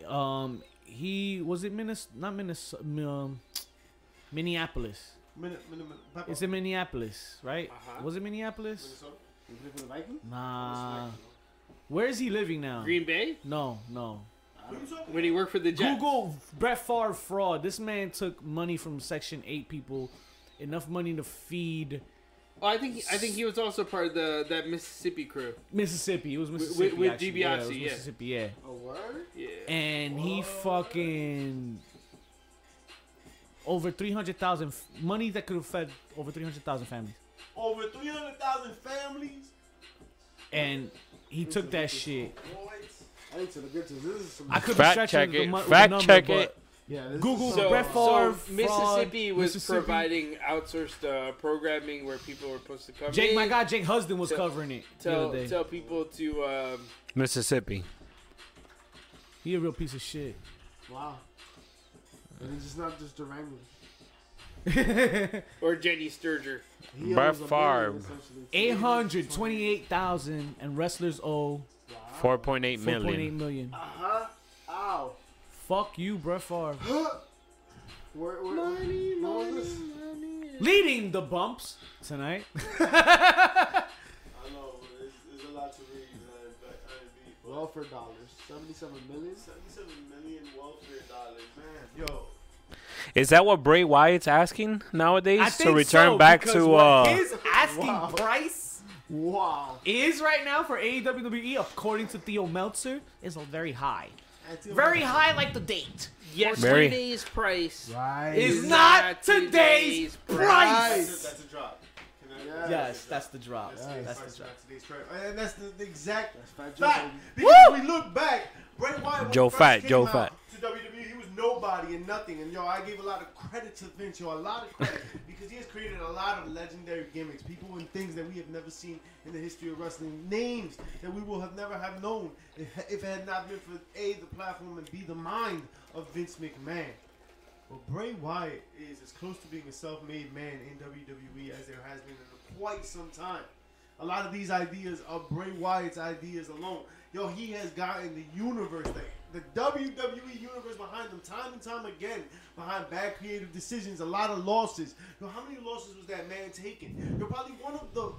[SPEAKER 3] Wranglers?
[SPEAKER 1] Um, he was it Minnes? Not Minnes. Um, Minneapolis.
[SPEAKER 4] Minute, minute, minute. Pepper.
[SPEAKER 1] It's in Minneapolis, right?
[SPEAKER 5] Uh-huh.
[SPEAKER 1] Was it Minneapolis?
[SPEAKER 4] Minnesota?
[SPEAKER 3] He played for the Vikings?
[SPEAKER 1] Nah. Where is he living now?
[SPEAKER 5] Green Bay.
[SPEAKER 1] No, no.
[SPEAKER 4] Minnesota?
[SPEAKER 5] When he worked for the Jets.
[SPEAKER 1] Google Brett Favre fraud. This man took money from Section Eight people, enough money to feed
[SPEAKER 5] Oh, I think I think he was also part of the that Mississippi crew.
[SPEAKER 1] Mississippi. It was
[SPEAKER 5] with-
[SPEAKER 1] Mississippi.
[SPEAKER 5] with
[SPEAKER 1] actually.
[SPEAKER 5] DiBiase,
[SPEAKER 1] yeah, it was
[SPEAKER 5] yeah.
[SPEAKER 1] Mississippi. Yeah.
[SPEAKER 3] A word?
[SPEAKER 5] Yeah.
[SPEAKER 1] and he fucking over 300,000 f- money that could have fed over 300,000 families.
[SPEAKER 4] Over 300,000 families.
[SPEAKER 1] And he took that shit.
[SPEAKER 4] Boys.
[SPEAKER 3] I need to look into this. This is some.
[SPEAKER 1] I could be
[SPEAKER 2] Fact
[SPEAKER 1] stretching
[SPEAKER 2] check
[SPEAKER 1] the
[SPEAKER 2] it.
[SPEAKER 1] mu- the
[SPEAKER 2] Fact
[SPEAKER 1] number,
[SPEAKER 2] check
[SPEAKER 1] but
[SPEAKER 2] it.
[SPEAKER 3] yeah, this
[SPEAKER 1] Google
[SPEAKER 3] is
[SPEAKER 5] So,
[SPEAKER 1] Brett Favre,
[SPEAKER 5] so
[SPEAKER 1] fraud,
[SPEAKER 5] Mississippi was
[SPEAKER 1] Mississippi.
[SPEAKER 5] providing outsourced uh, programming where people were supposed to come
[SPEAKER 1] Jake,
[SPEAKER 5] in,
[SPEAKER 1] my guy, Jake Husden was
[SPEAKER 5] Tell-
[SPEAKER 1] covering it the
[SPEAKER 5] tell
[SPEAKER 1] other day.
[SPEAKER 5] tell people to um,
[SPEAKER 2] Mississippi.
[SPEAKER 1] He a real piece of shit.
[SPEAKER 3] Wow. And it's just not just the Wranglers.
[SPEAKER 5] or Jenny Sturger.
[SPEAKER 3] He
[SPEAKER 2] Brett
[SPEAKER 3] owns a million,
[SPEAKER 2] Favre.
[SPEAKER 3] essentially.
[SPEAKER 1] 828,000 and wrestlers owe
[SPEAKER 2] 4.8
[SPEAKER 1] 4.8
[SPEAKER 2] million.
[SPEAKER 1] million.
[SPEAKER 3] Uh-huh. Ow.
[SPEAKER 1] Fuck you, Brett Favre.
[SPEAKER 3] Where, where, money, money. This?
[SPEAKER 1] Leading the bumps tonight.
[SPEAKER 4] I know, but it's, it's a lot to read, man. But I mean, but
[SPEAKER 3] Welfare dollars. 77 million?
[SPEAKER 4] 77 million welfare dollars, man. Yo,
[SPEAKER 2] Is that what Bray Wyatt's asking
[SPEAKER 1] I
[SPEAKER 2] nowadays?
[SPEAKER 1] think
[SPEAKER 2] To return
[SPEAKER 1] so,
[SPEAKER 2] back
[SPEAKER 1] because
[SPEAKER 2] to.
[SPEAKER 1] what
[SPEAKER 2] uh
[SPEAKER 1] his asking
[SPEAKER 3] Wow.
[SPEAKER 1] price
[SPEAKER 3] Wow.
[SPEAKER 1] is right now for AEW WWE, according to Theo Meltzer, is very high.
[SPEAKER 4] I feel
[SPEAKER 1] Very high, like the date.
[SPEAKER 2] Very-
[SPEAKER 5] Yesterday's price
[SPEAKER 3] Right.
[SPEAKER 1] Is not today's price.
[SPEAKER 4] That's a, that's a drop. Can I-
[SPEAKER 3] Yeah.
[SPEAKER 1] Yes, that's the drop.
[SPEAKER 4] That's today's
[SPEAKER 1] That's
[SPEAKER 4] price,
[SPEAKER 1] the drop.
[SPEAKER 4] not today's price. And that's the, the exact
[SPEAKER 3] Fat Joe
[SPEAKER 4] fact.
[SPEAKER 3] Baby.
[SPEAKER 4] Because we look back, Bray Wyatt when
[SPEAKER 2] Joe
[SPEAKER 4] he first
[SPEAKER 2] Fat,
[SPEAKER 4] came
[SPEAKER 2] Joe
[SPEAKER 4] out
[SPEAKER 2] Fat.
[SPEAKER 4] To WWE, he was nobody and nothing. And yo, I gave a lot of credit to Vince, yo, a lot of
[SPEAKER 2] <laughs>
[SPEAKER 4] credit because he has created a lot of legendary gimmicks, people and things that we have never seen in the history of wrestling, names that we will have never have known if, if it had not been for a the platform and b the mind of Vince McMahon. But Bray Wyatt is as close to being a self-made man in WWE as there has been in quite some time. A lot of these ideas are Bray Wyatt's ideas alone. Yo, he has gotten the universe, the, the WWE universe behind him time and time again, behind bad creative decisions, a lot of losses. Yo, how many losses was that man taking? You're probably one of the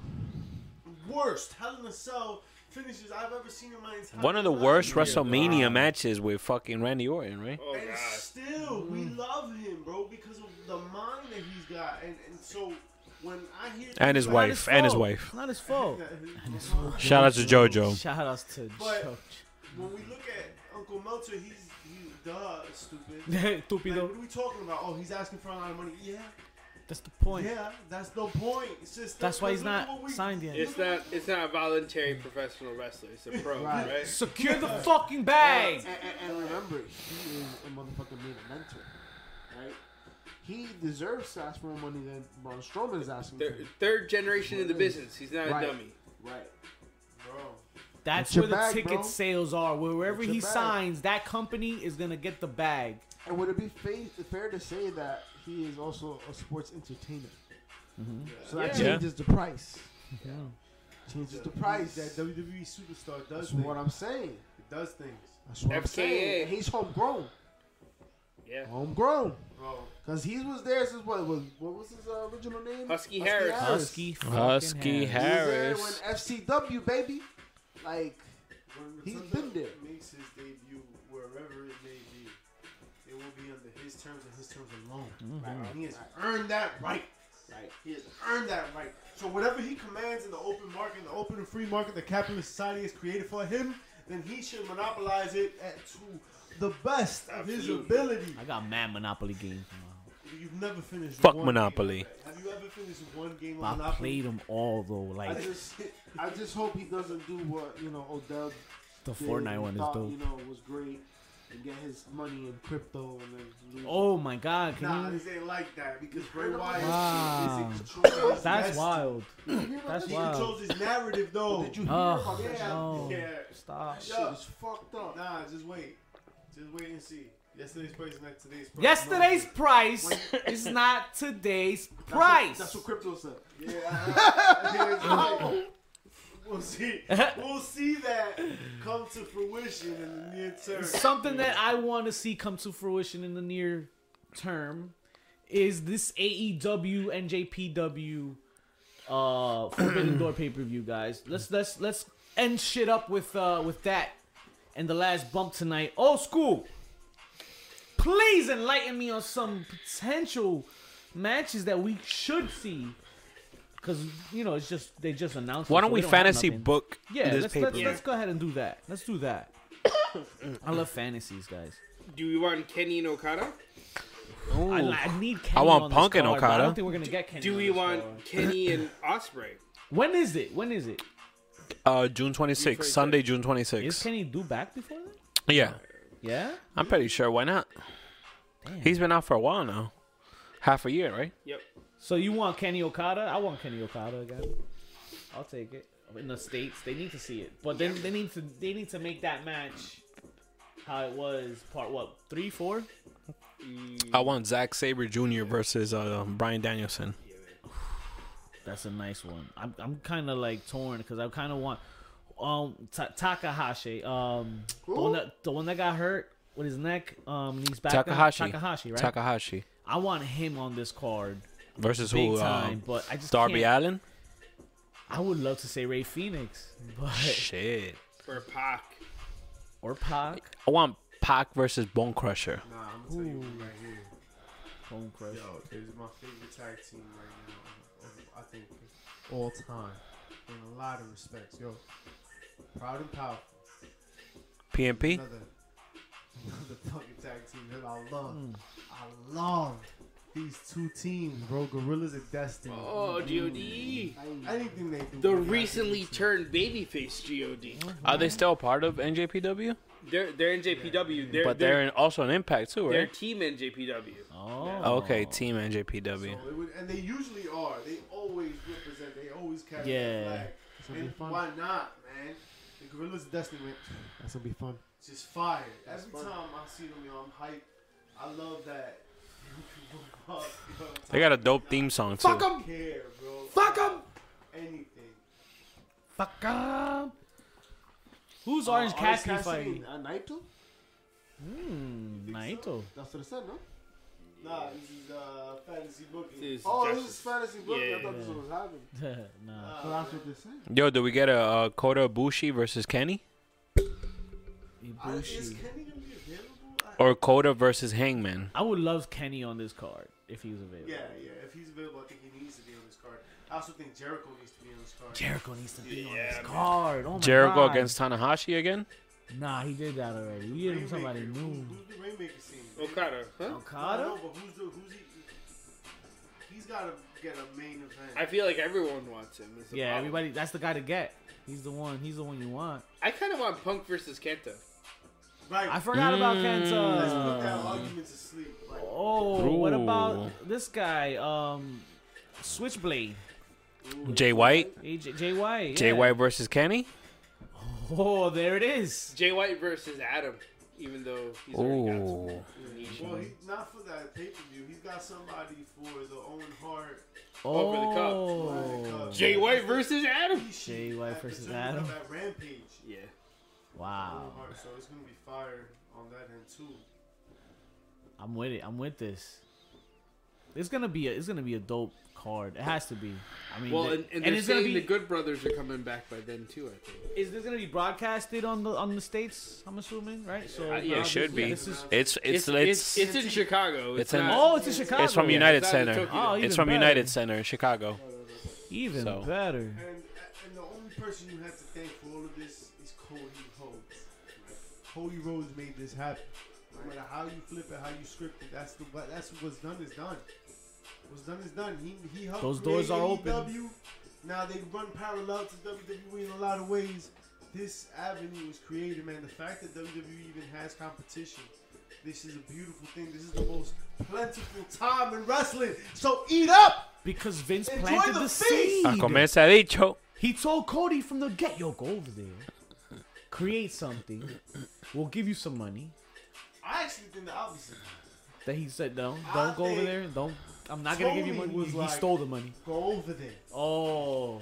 [SPEAKER 4] worst Hell in a Cell finishes I've ever seen in my entire
[SPEAKER 2] One of the
[SPEAKER 4] life.
[SPEAKER 2] worst WrestleMania matches with fucking Randy Orton, right?
[SPEAKER 5] Oh
[SPEAKER 4] And still, we
[SPEAKER 2] Mm.
[SPEAKER 4] love him, bro, because of the mind that he's got. And, and so, when I hear
[SPEAKER 2] And his
[SPEAKER 4] these
[SPEAKER 1] Not
[SPEAKER 2] wife. and his
[SPEAKER 1] fault.
[SPEAKER 2] wife.
[SPEAKER 1] It's Not his fault.
[SPEAKER 4] <laughs>
[SPEAKER 2] Shout out to JoJo.
[SPEAKER 1] Shout outs to
[SPEAKER 4] But-
[SPEAKER 1] Joe.
[SPEAKER 4] When we look at Uncle Meltzer, he's he's duh stupid.
[SPEAKER 1] <laughs>
[SPEAKER 4] like,
[SPEAKER 1] Tupido.
[SPEAKER 4] what are we talking about? Oh, he's asking for a lot of money. Yeah,
[SPEAKER 1] That's the point.
[SPEAKER 4] yeah, that's the point. It's just
[SPEAKER 1] That's why he's
[SPEAKER 4] look at
[SPEAKER 1] not
[SPEAKER 4] what we-
[SPEAKER 1] signed yet.
[SPEAKER 5] It's not it's not a voluntary professional wrestler. It's a pro, right?
[SPEAKER 1] Secure the fucking bag.
[SPEAKER 3] And, and- and remember, he is a motherfucking being a mentor, right? He deserves to ask more money than Braun Strowman is asking for.
[SPEAKER 5] Third, third generation in the business. He's not
[SPEAKER 3] Right.
[SPEAKER 5] a dummy.
[SPEAKER 3] Right.
[SPEAKER 4] bro.
[SPEAKER 1] That's
[SPEAKER 3] Get your
[SPEAKER 1] where the
[SPEAKER 3] bag,
[SPEAKER 1] ticket
[SPEAKER 3] bro.
[SPEAKER 1] sales are. Wherever
[SPEAKER 3] Get your
[SPEAKER 1] he
[SPEAKER 3] bag.
[SPEAKER 1] signs, that company is gonna get the bag.
[SPEAKER 3] And would it be fa- fair to say that he is also a sports entertainer? So that
[SPEAKER 2] Yeah.
[SPEAKER 3] changes the price.
[SPEAKER 1] Yeah.
[SPEAKER 3] Changes the price.
[SPEAKER 4] That WWE superstar does
[SPEAKER 3] That's
[SPEAKER 4] things.
[SPEAKER 3] what I'm saying.
[SPEAKER 4] It does things,
[SPEAKER 3] That's what I'm
[SPEAKER 5] FKA.
[SPEAKER 3] saying. And he's homegrown.
[SPEAKER 5] Yeah.
[SPEAKER 3] Homegrown.
[SPEAKER 4] bro.
[SPEAKER 3] Cause he was there since what was what was his uh, original name?
[SPEAKER 5] Husky Harris.
[SPEAKER 1] Husky. fucking
[SPEAKER 2] Husky
[SPEAKER 1] Harris.
[SPEAKER 2] Harris.
[SPEAKER 3] He was there when FCW baby, like
[SPEAKER 4] When
[SPEAKER 3] He's
[SPEAKER 4] Rotunda
[SPEAKER 3] been there.
[SPEAKER 4] Makes his debut wherever it may be. It will be under his terms and his terms alone. And he has earned that right.
[SPEAKER 3] Right.
[SPEAKER 4] He has earned that right. So whatever he commands in the open market, the open and free market, the capitalist society has created for him, then he should monopolize it at to the best of his
[SPEAKER 5] Absolutely.
[SPEAKER 4] ability.
[SPEAKER 1] I got mad Monopoly games. bro.
[SPEAKER 4] You've never finished.
[SPEAKER 2] Fuck
[SPEAKER 4] one
[SPEAKER 2] Monopoly.
[SPEAKER 4] Game. Have you ever finished one game
[SPEAKER 1] I
[SPEAKER 4] of Monopoly?
[SPEAKER 1] played them all though.
[SPEAKER 3] I
[SPEAKER 1] Like
[SPEAKER 3] just I just hope he doesn't do what you know Odell
[SPEAKER 1] the
[SPEAKER 3] did,
[SPEAKER 1] Fortnite
[SPEAKER 3] he
[SPEAKER 1] one is
[SPEAKER 3] thought,
[SPEAKER 1] dope.
[SPEAKER 3] You know was great and get his money in crypto and then lose.
[SPEAKER 1] Oh my god! Can
[SPEAKER 4] <laughs> Nah,
[SPEAKER 1] you?
[SPEAKER 4] this ain't like that because Bray Wyatt
[SPEAKER 1] Wow.
[SPEAKER 4] is in control. of his
[SPEAKER 1] That's
[SPEAKER 4] destiny.
[SPEAKER 1] wild. That's
[SPEAKER 4] He
[SPEAKER 1] wild.
[SPEAKER 4] controls his narrative though.
[SPEAKER 3] Did you hear
[SPEAKER 1] Oh,
[SPEAKER 3] about that?
[SPEAKER 4] Yeah,
[SPEAKER 1] no.
[SPEAKER 4] yeah.
[SPEAKER 1] Stop.
[SPEAKER 3] That shit is fucked up.
[SPEAKER 4] Nah, just wait. Just wait and see. Yesterday's price is not today's price.
[SPEAKER 1] Yesterday's price is not today's
[SPEAKER 3] <laughs> That's what-
[SPEAKER 1] price.
[SPEAKER 3] That's what crypto said.
[SPEAKER 4] No. Yeah. <laughs> I- I- I think it's- we'll <laughs> see. We'll see that come to fruition in the near term.
[SPEAKER 1] Something that I want to see come to fruition in the near term is this E AEW NJPW uh <clears throat> Forbidden Door pay per view, guys. Let's let's let's end shit up with uh with that and the last bump tonight. Old school. Please enlighten me on some potential matches that we should see. Cause you know it's just they just announced. it,
[SPEAKER 2] Why don't
[SPEAKER 1] so
[SPEAKER 2] we
[SPEAKER 1] they have
[SPEAKER 2] fantasy
[SPEAKER 1] nothing.
[SPEAKER 2] book
[SPEAKER 1] Yeah,
[SPEAKER 2] this
[SPEAKER 1] let's,
[SPEAKER 2] paper?
[SPEAKER 1] let's, let's go ahead and do that. Let's do that. <coughs> I love fantasies, guys.
[SPEAKER 5] Do you want Kenny and Okada?
[SPEAKER 1] I, li- I need Kenny.
[SPEAKER 2] I want
[SPEAKER 1] on this
[SPEAKER 2] Punk and
[SPEAKER 1] card, but I
[SPEAKER 2] Okada.
[SPEAKER 1] don't think we're gonna get Kenny.
[SPEAKER 5] Do
[SPEAKER 1] on
[SPEAKER 5] we
[SPEAKER 1] this
[SPEAKER 5] want
[SPEAKER 1] card. <coughs>
[SPEAKER 5] Kenny and Osprey?
[SPEAKER 1] When is it? When is it?
[SPEAKER 2] Uh, June 26th, Sunday, June
[SPEAKER 1] Is
[SPEAKER 2] 26th.
[SPEAKER 1] Kenny due back before that?
[SPEAKER 2] Yeah,
[SPEAKER 1] Yeah.
[SPEAKER 2] I'm pretty sure. Why not?
[SPEAKER 1] Damn.
[SPEAKER 2] He's been out for a while now, half a year, right?
[SPEAKER 5] Yep.
[SPEAKER 1] So you want Kenny Okada? I want Kenny Okada again. I'll take it. In the states, they need to see it, but then they need to they need to make that match how it was part what three four.
[SPEAKER 2] I want Zack Saber Jr. versus uh, um, Brian Danielson.
[SPEAKER 1] That's a nice one. I'm I'm kind of like torn because I kind of want um Ta- Takahashi um the one, that, the one that got hurt with his neck um he's back now.
[SPEAKER 2] Takahashi.
[SPEAKER 1] Takahashi right
[SPEAKER 2] Takahashi
[SPEAKER 1] I want him on this card
[SPEAKER 2] versus
[SPEAKER 1] big
[SPEAKER 2] who?
[SPEAKER 1] time
[SPEAKER 2] um,
[SPEAKER 1] but I just
[SPEAKER 2] Darby
[SPEAKER 1] can't.
[SPEAKER 2] Allen.
[SPEAKER 1] I would love to say Ray Phoenix
[SPEAKER 2] <laughs>
[SPEAKER 1] but
[SPEAKER 2] Shit.
[SPEAKER 5] Or Pac?
[SPEAKER 1] or Pac
[SPEAKER 2] I want Pac versus Bone Crusher.
[SPEAKER 4] Nah, I'm gonna tell you one right here.
[SPEAKER 1] Bone Crush.
[SPEAKER 4] Yo, it's my favorite tag team right now. of- I think of all time in a lot of respects. Yo, proud and powerful. <laughs>
[SPEAKER 2] PMP.
[SPEAKER 4] Another, another fucking tag team that I love.
[SPEAKER 1] Hmm.
[SPEAKER 4] I love these two teams, bro. Gorillas of Destiny.
[SPEAKER 5] Oh, God.
[SPEAKER 4] Anything they do.
[SPEAKER 5] The
[SPEAKER 4] bro,
[SPEAKER 5] recently turned babyface God.
[SPEAKER 2] Are they still part of NJPW?
[SPEAKER 5] They're they're in JPW. They're
[SPEAKER 2] But
[SPEAKER 5] they're
[SPEAKER 2] they're in, also an Impact too,
[SPEAKER 5] they're
[SPEAKER 2] right?
[SPEAKER 5] team in JPW.
[SPEAKER 1] Oh
[SPEAKER 2] Okay, team
[SPEAKER 4] So
[SPEAKER 2] NJPW.
[SPEAKER 4] it would, and they usually are. They always represent. They always carry
[SPEAKER 1] Yeah.
[SPEAKER 4] the flag.
[SPEAKER 3] That's gonna be
[SPEAKER 4] And
[SPEAKER 3] fun.
[SPEAKER 4] why not, man? The Gorillas of Destiny went
[SPEAKER 3] That's gonna be fun.
[SPEAKER 4] just fire. Every
[SPEAKER 3] fun.
[SPEAKER 4] time I see them, yo, I'm hyped. I love <laughs> that.
[SPEAKER 2] They got a dope theme song too.
[SPEAKER 1] fuck him
[SPEAKER 4] Care, bro.
[SPEAKER 1] fuck him
[SPEAKER 4] Anything.
[SPEAKER 1] fuck him. Oh.
[SPEAKER 4] Oh,
[SPEAKER 1] Who's Orange Cassidy, fighting?
[SPEAKER 3] Uh, Naito?
[SPEAKER 1] Hmm, Naito.
[SPEAKER 3] That's what it said, no?
[SPEAKER 4] Nah, this is uh, fantasy booking.
[SPEAKER 5] This is
[SPEAKER 3] Oh,
[SPEAKER 5] just-
[SPEAKER 3] this is fantasy book.
[SPEAKER 5] Yeah.
[SPEAKER 3] I thought this was what was happening.
[SPEAKER 1] <laughs> nah.
[SPEAKER 4] Uh,
[SPEAKER 3] So that's what they said.
[SPEAKER 2] Yo, do we get a uh, Kota Ibushi versus Kenny
[SPEAKER 4] I, is
[SPEAKER 1] Ibushi.
[SPEAKER 4] Kenny gonna be available? I,
[SPEAKER 2] or Kota versus Hangman?
[SPEAKER 1] I would love Kenny on this card if he was available.
[SPEAKER 4] yeah, yeah. If he's available, I think he needs to be on this card. I also think Jericho needs to be on this card.
[SPEAKER 1] Jericho needs to be on
[SPEAKER 5] Yeah,
[SPEAKER 1] this
[SPEAKER 5] man.
[SPEAKER 1] card. Oh my
[SPEAKER 2] Jericho
[SPEAKER 1] God.
[SPEAKER 2] against Tanahashi again?
[SPEAKER 1] Nah, he did that already. We gave him somebody
[SPEAKER 4] Rainmaker.
[SPEAKER 1] new.
[SPEAKER 4] Who- Who's the Rainmaker scene?
[SPEAKER 5] Okada, huh?
[SPEAKER 1] Okada?
[SPEAKER 4] No, but who's the, who's he? He's got to get a main event.
[SPEAKER 5] I feel like everyone wants him. is the
[SPEAKER 1] Yeah,
[SPEAKER 5] problem.
[SPEAKER 1] everybody. That's the guy to get. He's the one. He's the one you want.
[SPEAKER 5] I kind of want Punk versus Kenta.
[SPEAKER 4] right.
[SPEAKER 1] I forgot about
[SPEAKER 2] Mm.
[SPEAKER 4] Let's put that
[SPEAKER 1] Kenta.
[SPEAKER 4] argument to sleep. Like,
[SPEAKER 1] Oh, what
[SPEAKER 2] Ooh.
[SPEAKER 1] about this guy? Um, Switchblade.
[SPEAKER 2] Jay White.
[SPEAKER 1] AJ, Jay White. Yeah.
[SPEAKER 2] Jay White versus Kenny.
[SPEAKER 1] Oh, there it is.
[SPEAKER 5] Jay White versus Adam. even though he's already got some
[SPEAKER 2] Oh,
[SPEAKER 5] niche.
[SPEAKER 4] Well, he, not for that pay per view. He's got somebody for the Owen Hart.
[SPEAKER 5] Over the cup.
[SPEAKER 1] oh,
[SPEAKER 5] Jay White versus Adam.
[SPEAKER 1] Jay White
[SPEAKER 4] at the
[SPEAKER 1] versus
[SPEAKER 4] tournament
[SPEAKER 1] Adam. Ah,
[SPEAKER 4] At Rampage.
[SPEAKER 5] Yeah.
[SPEAKER 1] wow.
[SPEAKER 4] Owen Hart, so it's gonna be fire on that end too.
[SPEAKER 1] I'm with it. I'm with this. It's gonna be a, it's gonna be a dope card. It has to be. I mean,
[SPEAKER 5] Well,
[SPEAKER 1] the-
[SPEAKER 5] and, and, they're
[SPEAKER 1] it's
[SPEAKER 5] saying
[SPEAKER 1] gonna be
[SPEAKER 5] the Good Brothers are coming back by then too. I think.
[SPEAKER 1] is this gonna be broadcasted on the on the states? I'm assuming, right? So
[SPEAKER 5] Uh, yeah,
[SPEAKER 2] it should be.
[SPEAKER 1] This is,
[SPEAKER 2] It's it's it's
[SPEAKER 5] it's, it's in Chicago.
[SPEAKER 2] it's
[SPEAKER 5] It's,
[SPEAKER 2] in-
[SPEAKER 1] oh,
[SPEAKER 5] not.
[SPEAKER 1] it's in Chicago.
[SPEAKER 2] it's from
[SPEAKER 5] yeah,
[SPEAKER 2] United
[SPEAKER 5] it's out of
[SPEAKER 2] Center.
[SPEAKER 5] Tokyo.
[SPEAKER 1] Oh, even
[SPEAKER 2] It's from
[SPEAKER 1] better.
[SPEAKER 2] United Center in Chicago.
[SPEAKER 1] Even
[SPEAKER 2] So.
[SPEAKER 1] better.
[SPEAKER 4] And and the only person you have to thank for all of this is Cody Rhodes. Cody Rhodes made this happen. No matter how you flip it, how you script it, that's the but that's what's done is done. What's done is done. He he helped.
[SPEAKER 1] Those doors
[SPEAKER 4] create
[SPEAKER 1] are open.
[SPEAKER 4] AEW. Now they run parallel to WWE in a lot of ways. This avenue was created, man. The fact that WWE even has competition, this is a beautiful thing. This is the most plentiful time in wrestling. So eat up.
[SPEAKER 1] Because Vince
[SPEAKER 4] Enjoy
[SPEAKER 1] planted
[SPEAKER 4] the
[SPEAKER 1] the,
[SPEAKER 4] feast!
[SPEAKER 1] seed.
[SPEAKER 2] A comer Ah, se ha dicho.
[SPEAKER 1] He told Cody from the get, yo, go over there, create something. We'll give you some money.
[SPEAKER 4] I actually think the opposite.
[SPEAKER 1] That he said, no,
[SPEAKER 4] I
[SPEAKER 1] don't go over
[SPEAKER 4] think
[SPEAKER 1] there. Don't. I'm not gonna give you
[SPEAKER 4] Tony
[SPEAKER 1] money.
[SPEAKER 4] was
[SPEAKER 1] He,
[SPEAKER 4] like-
[SPEAKER 1] he stole the money.
[SPEAKER 4] Go over there.
[SPEAKER 1] Oh,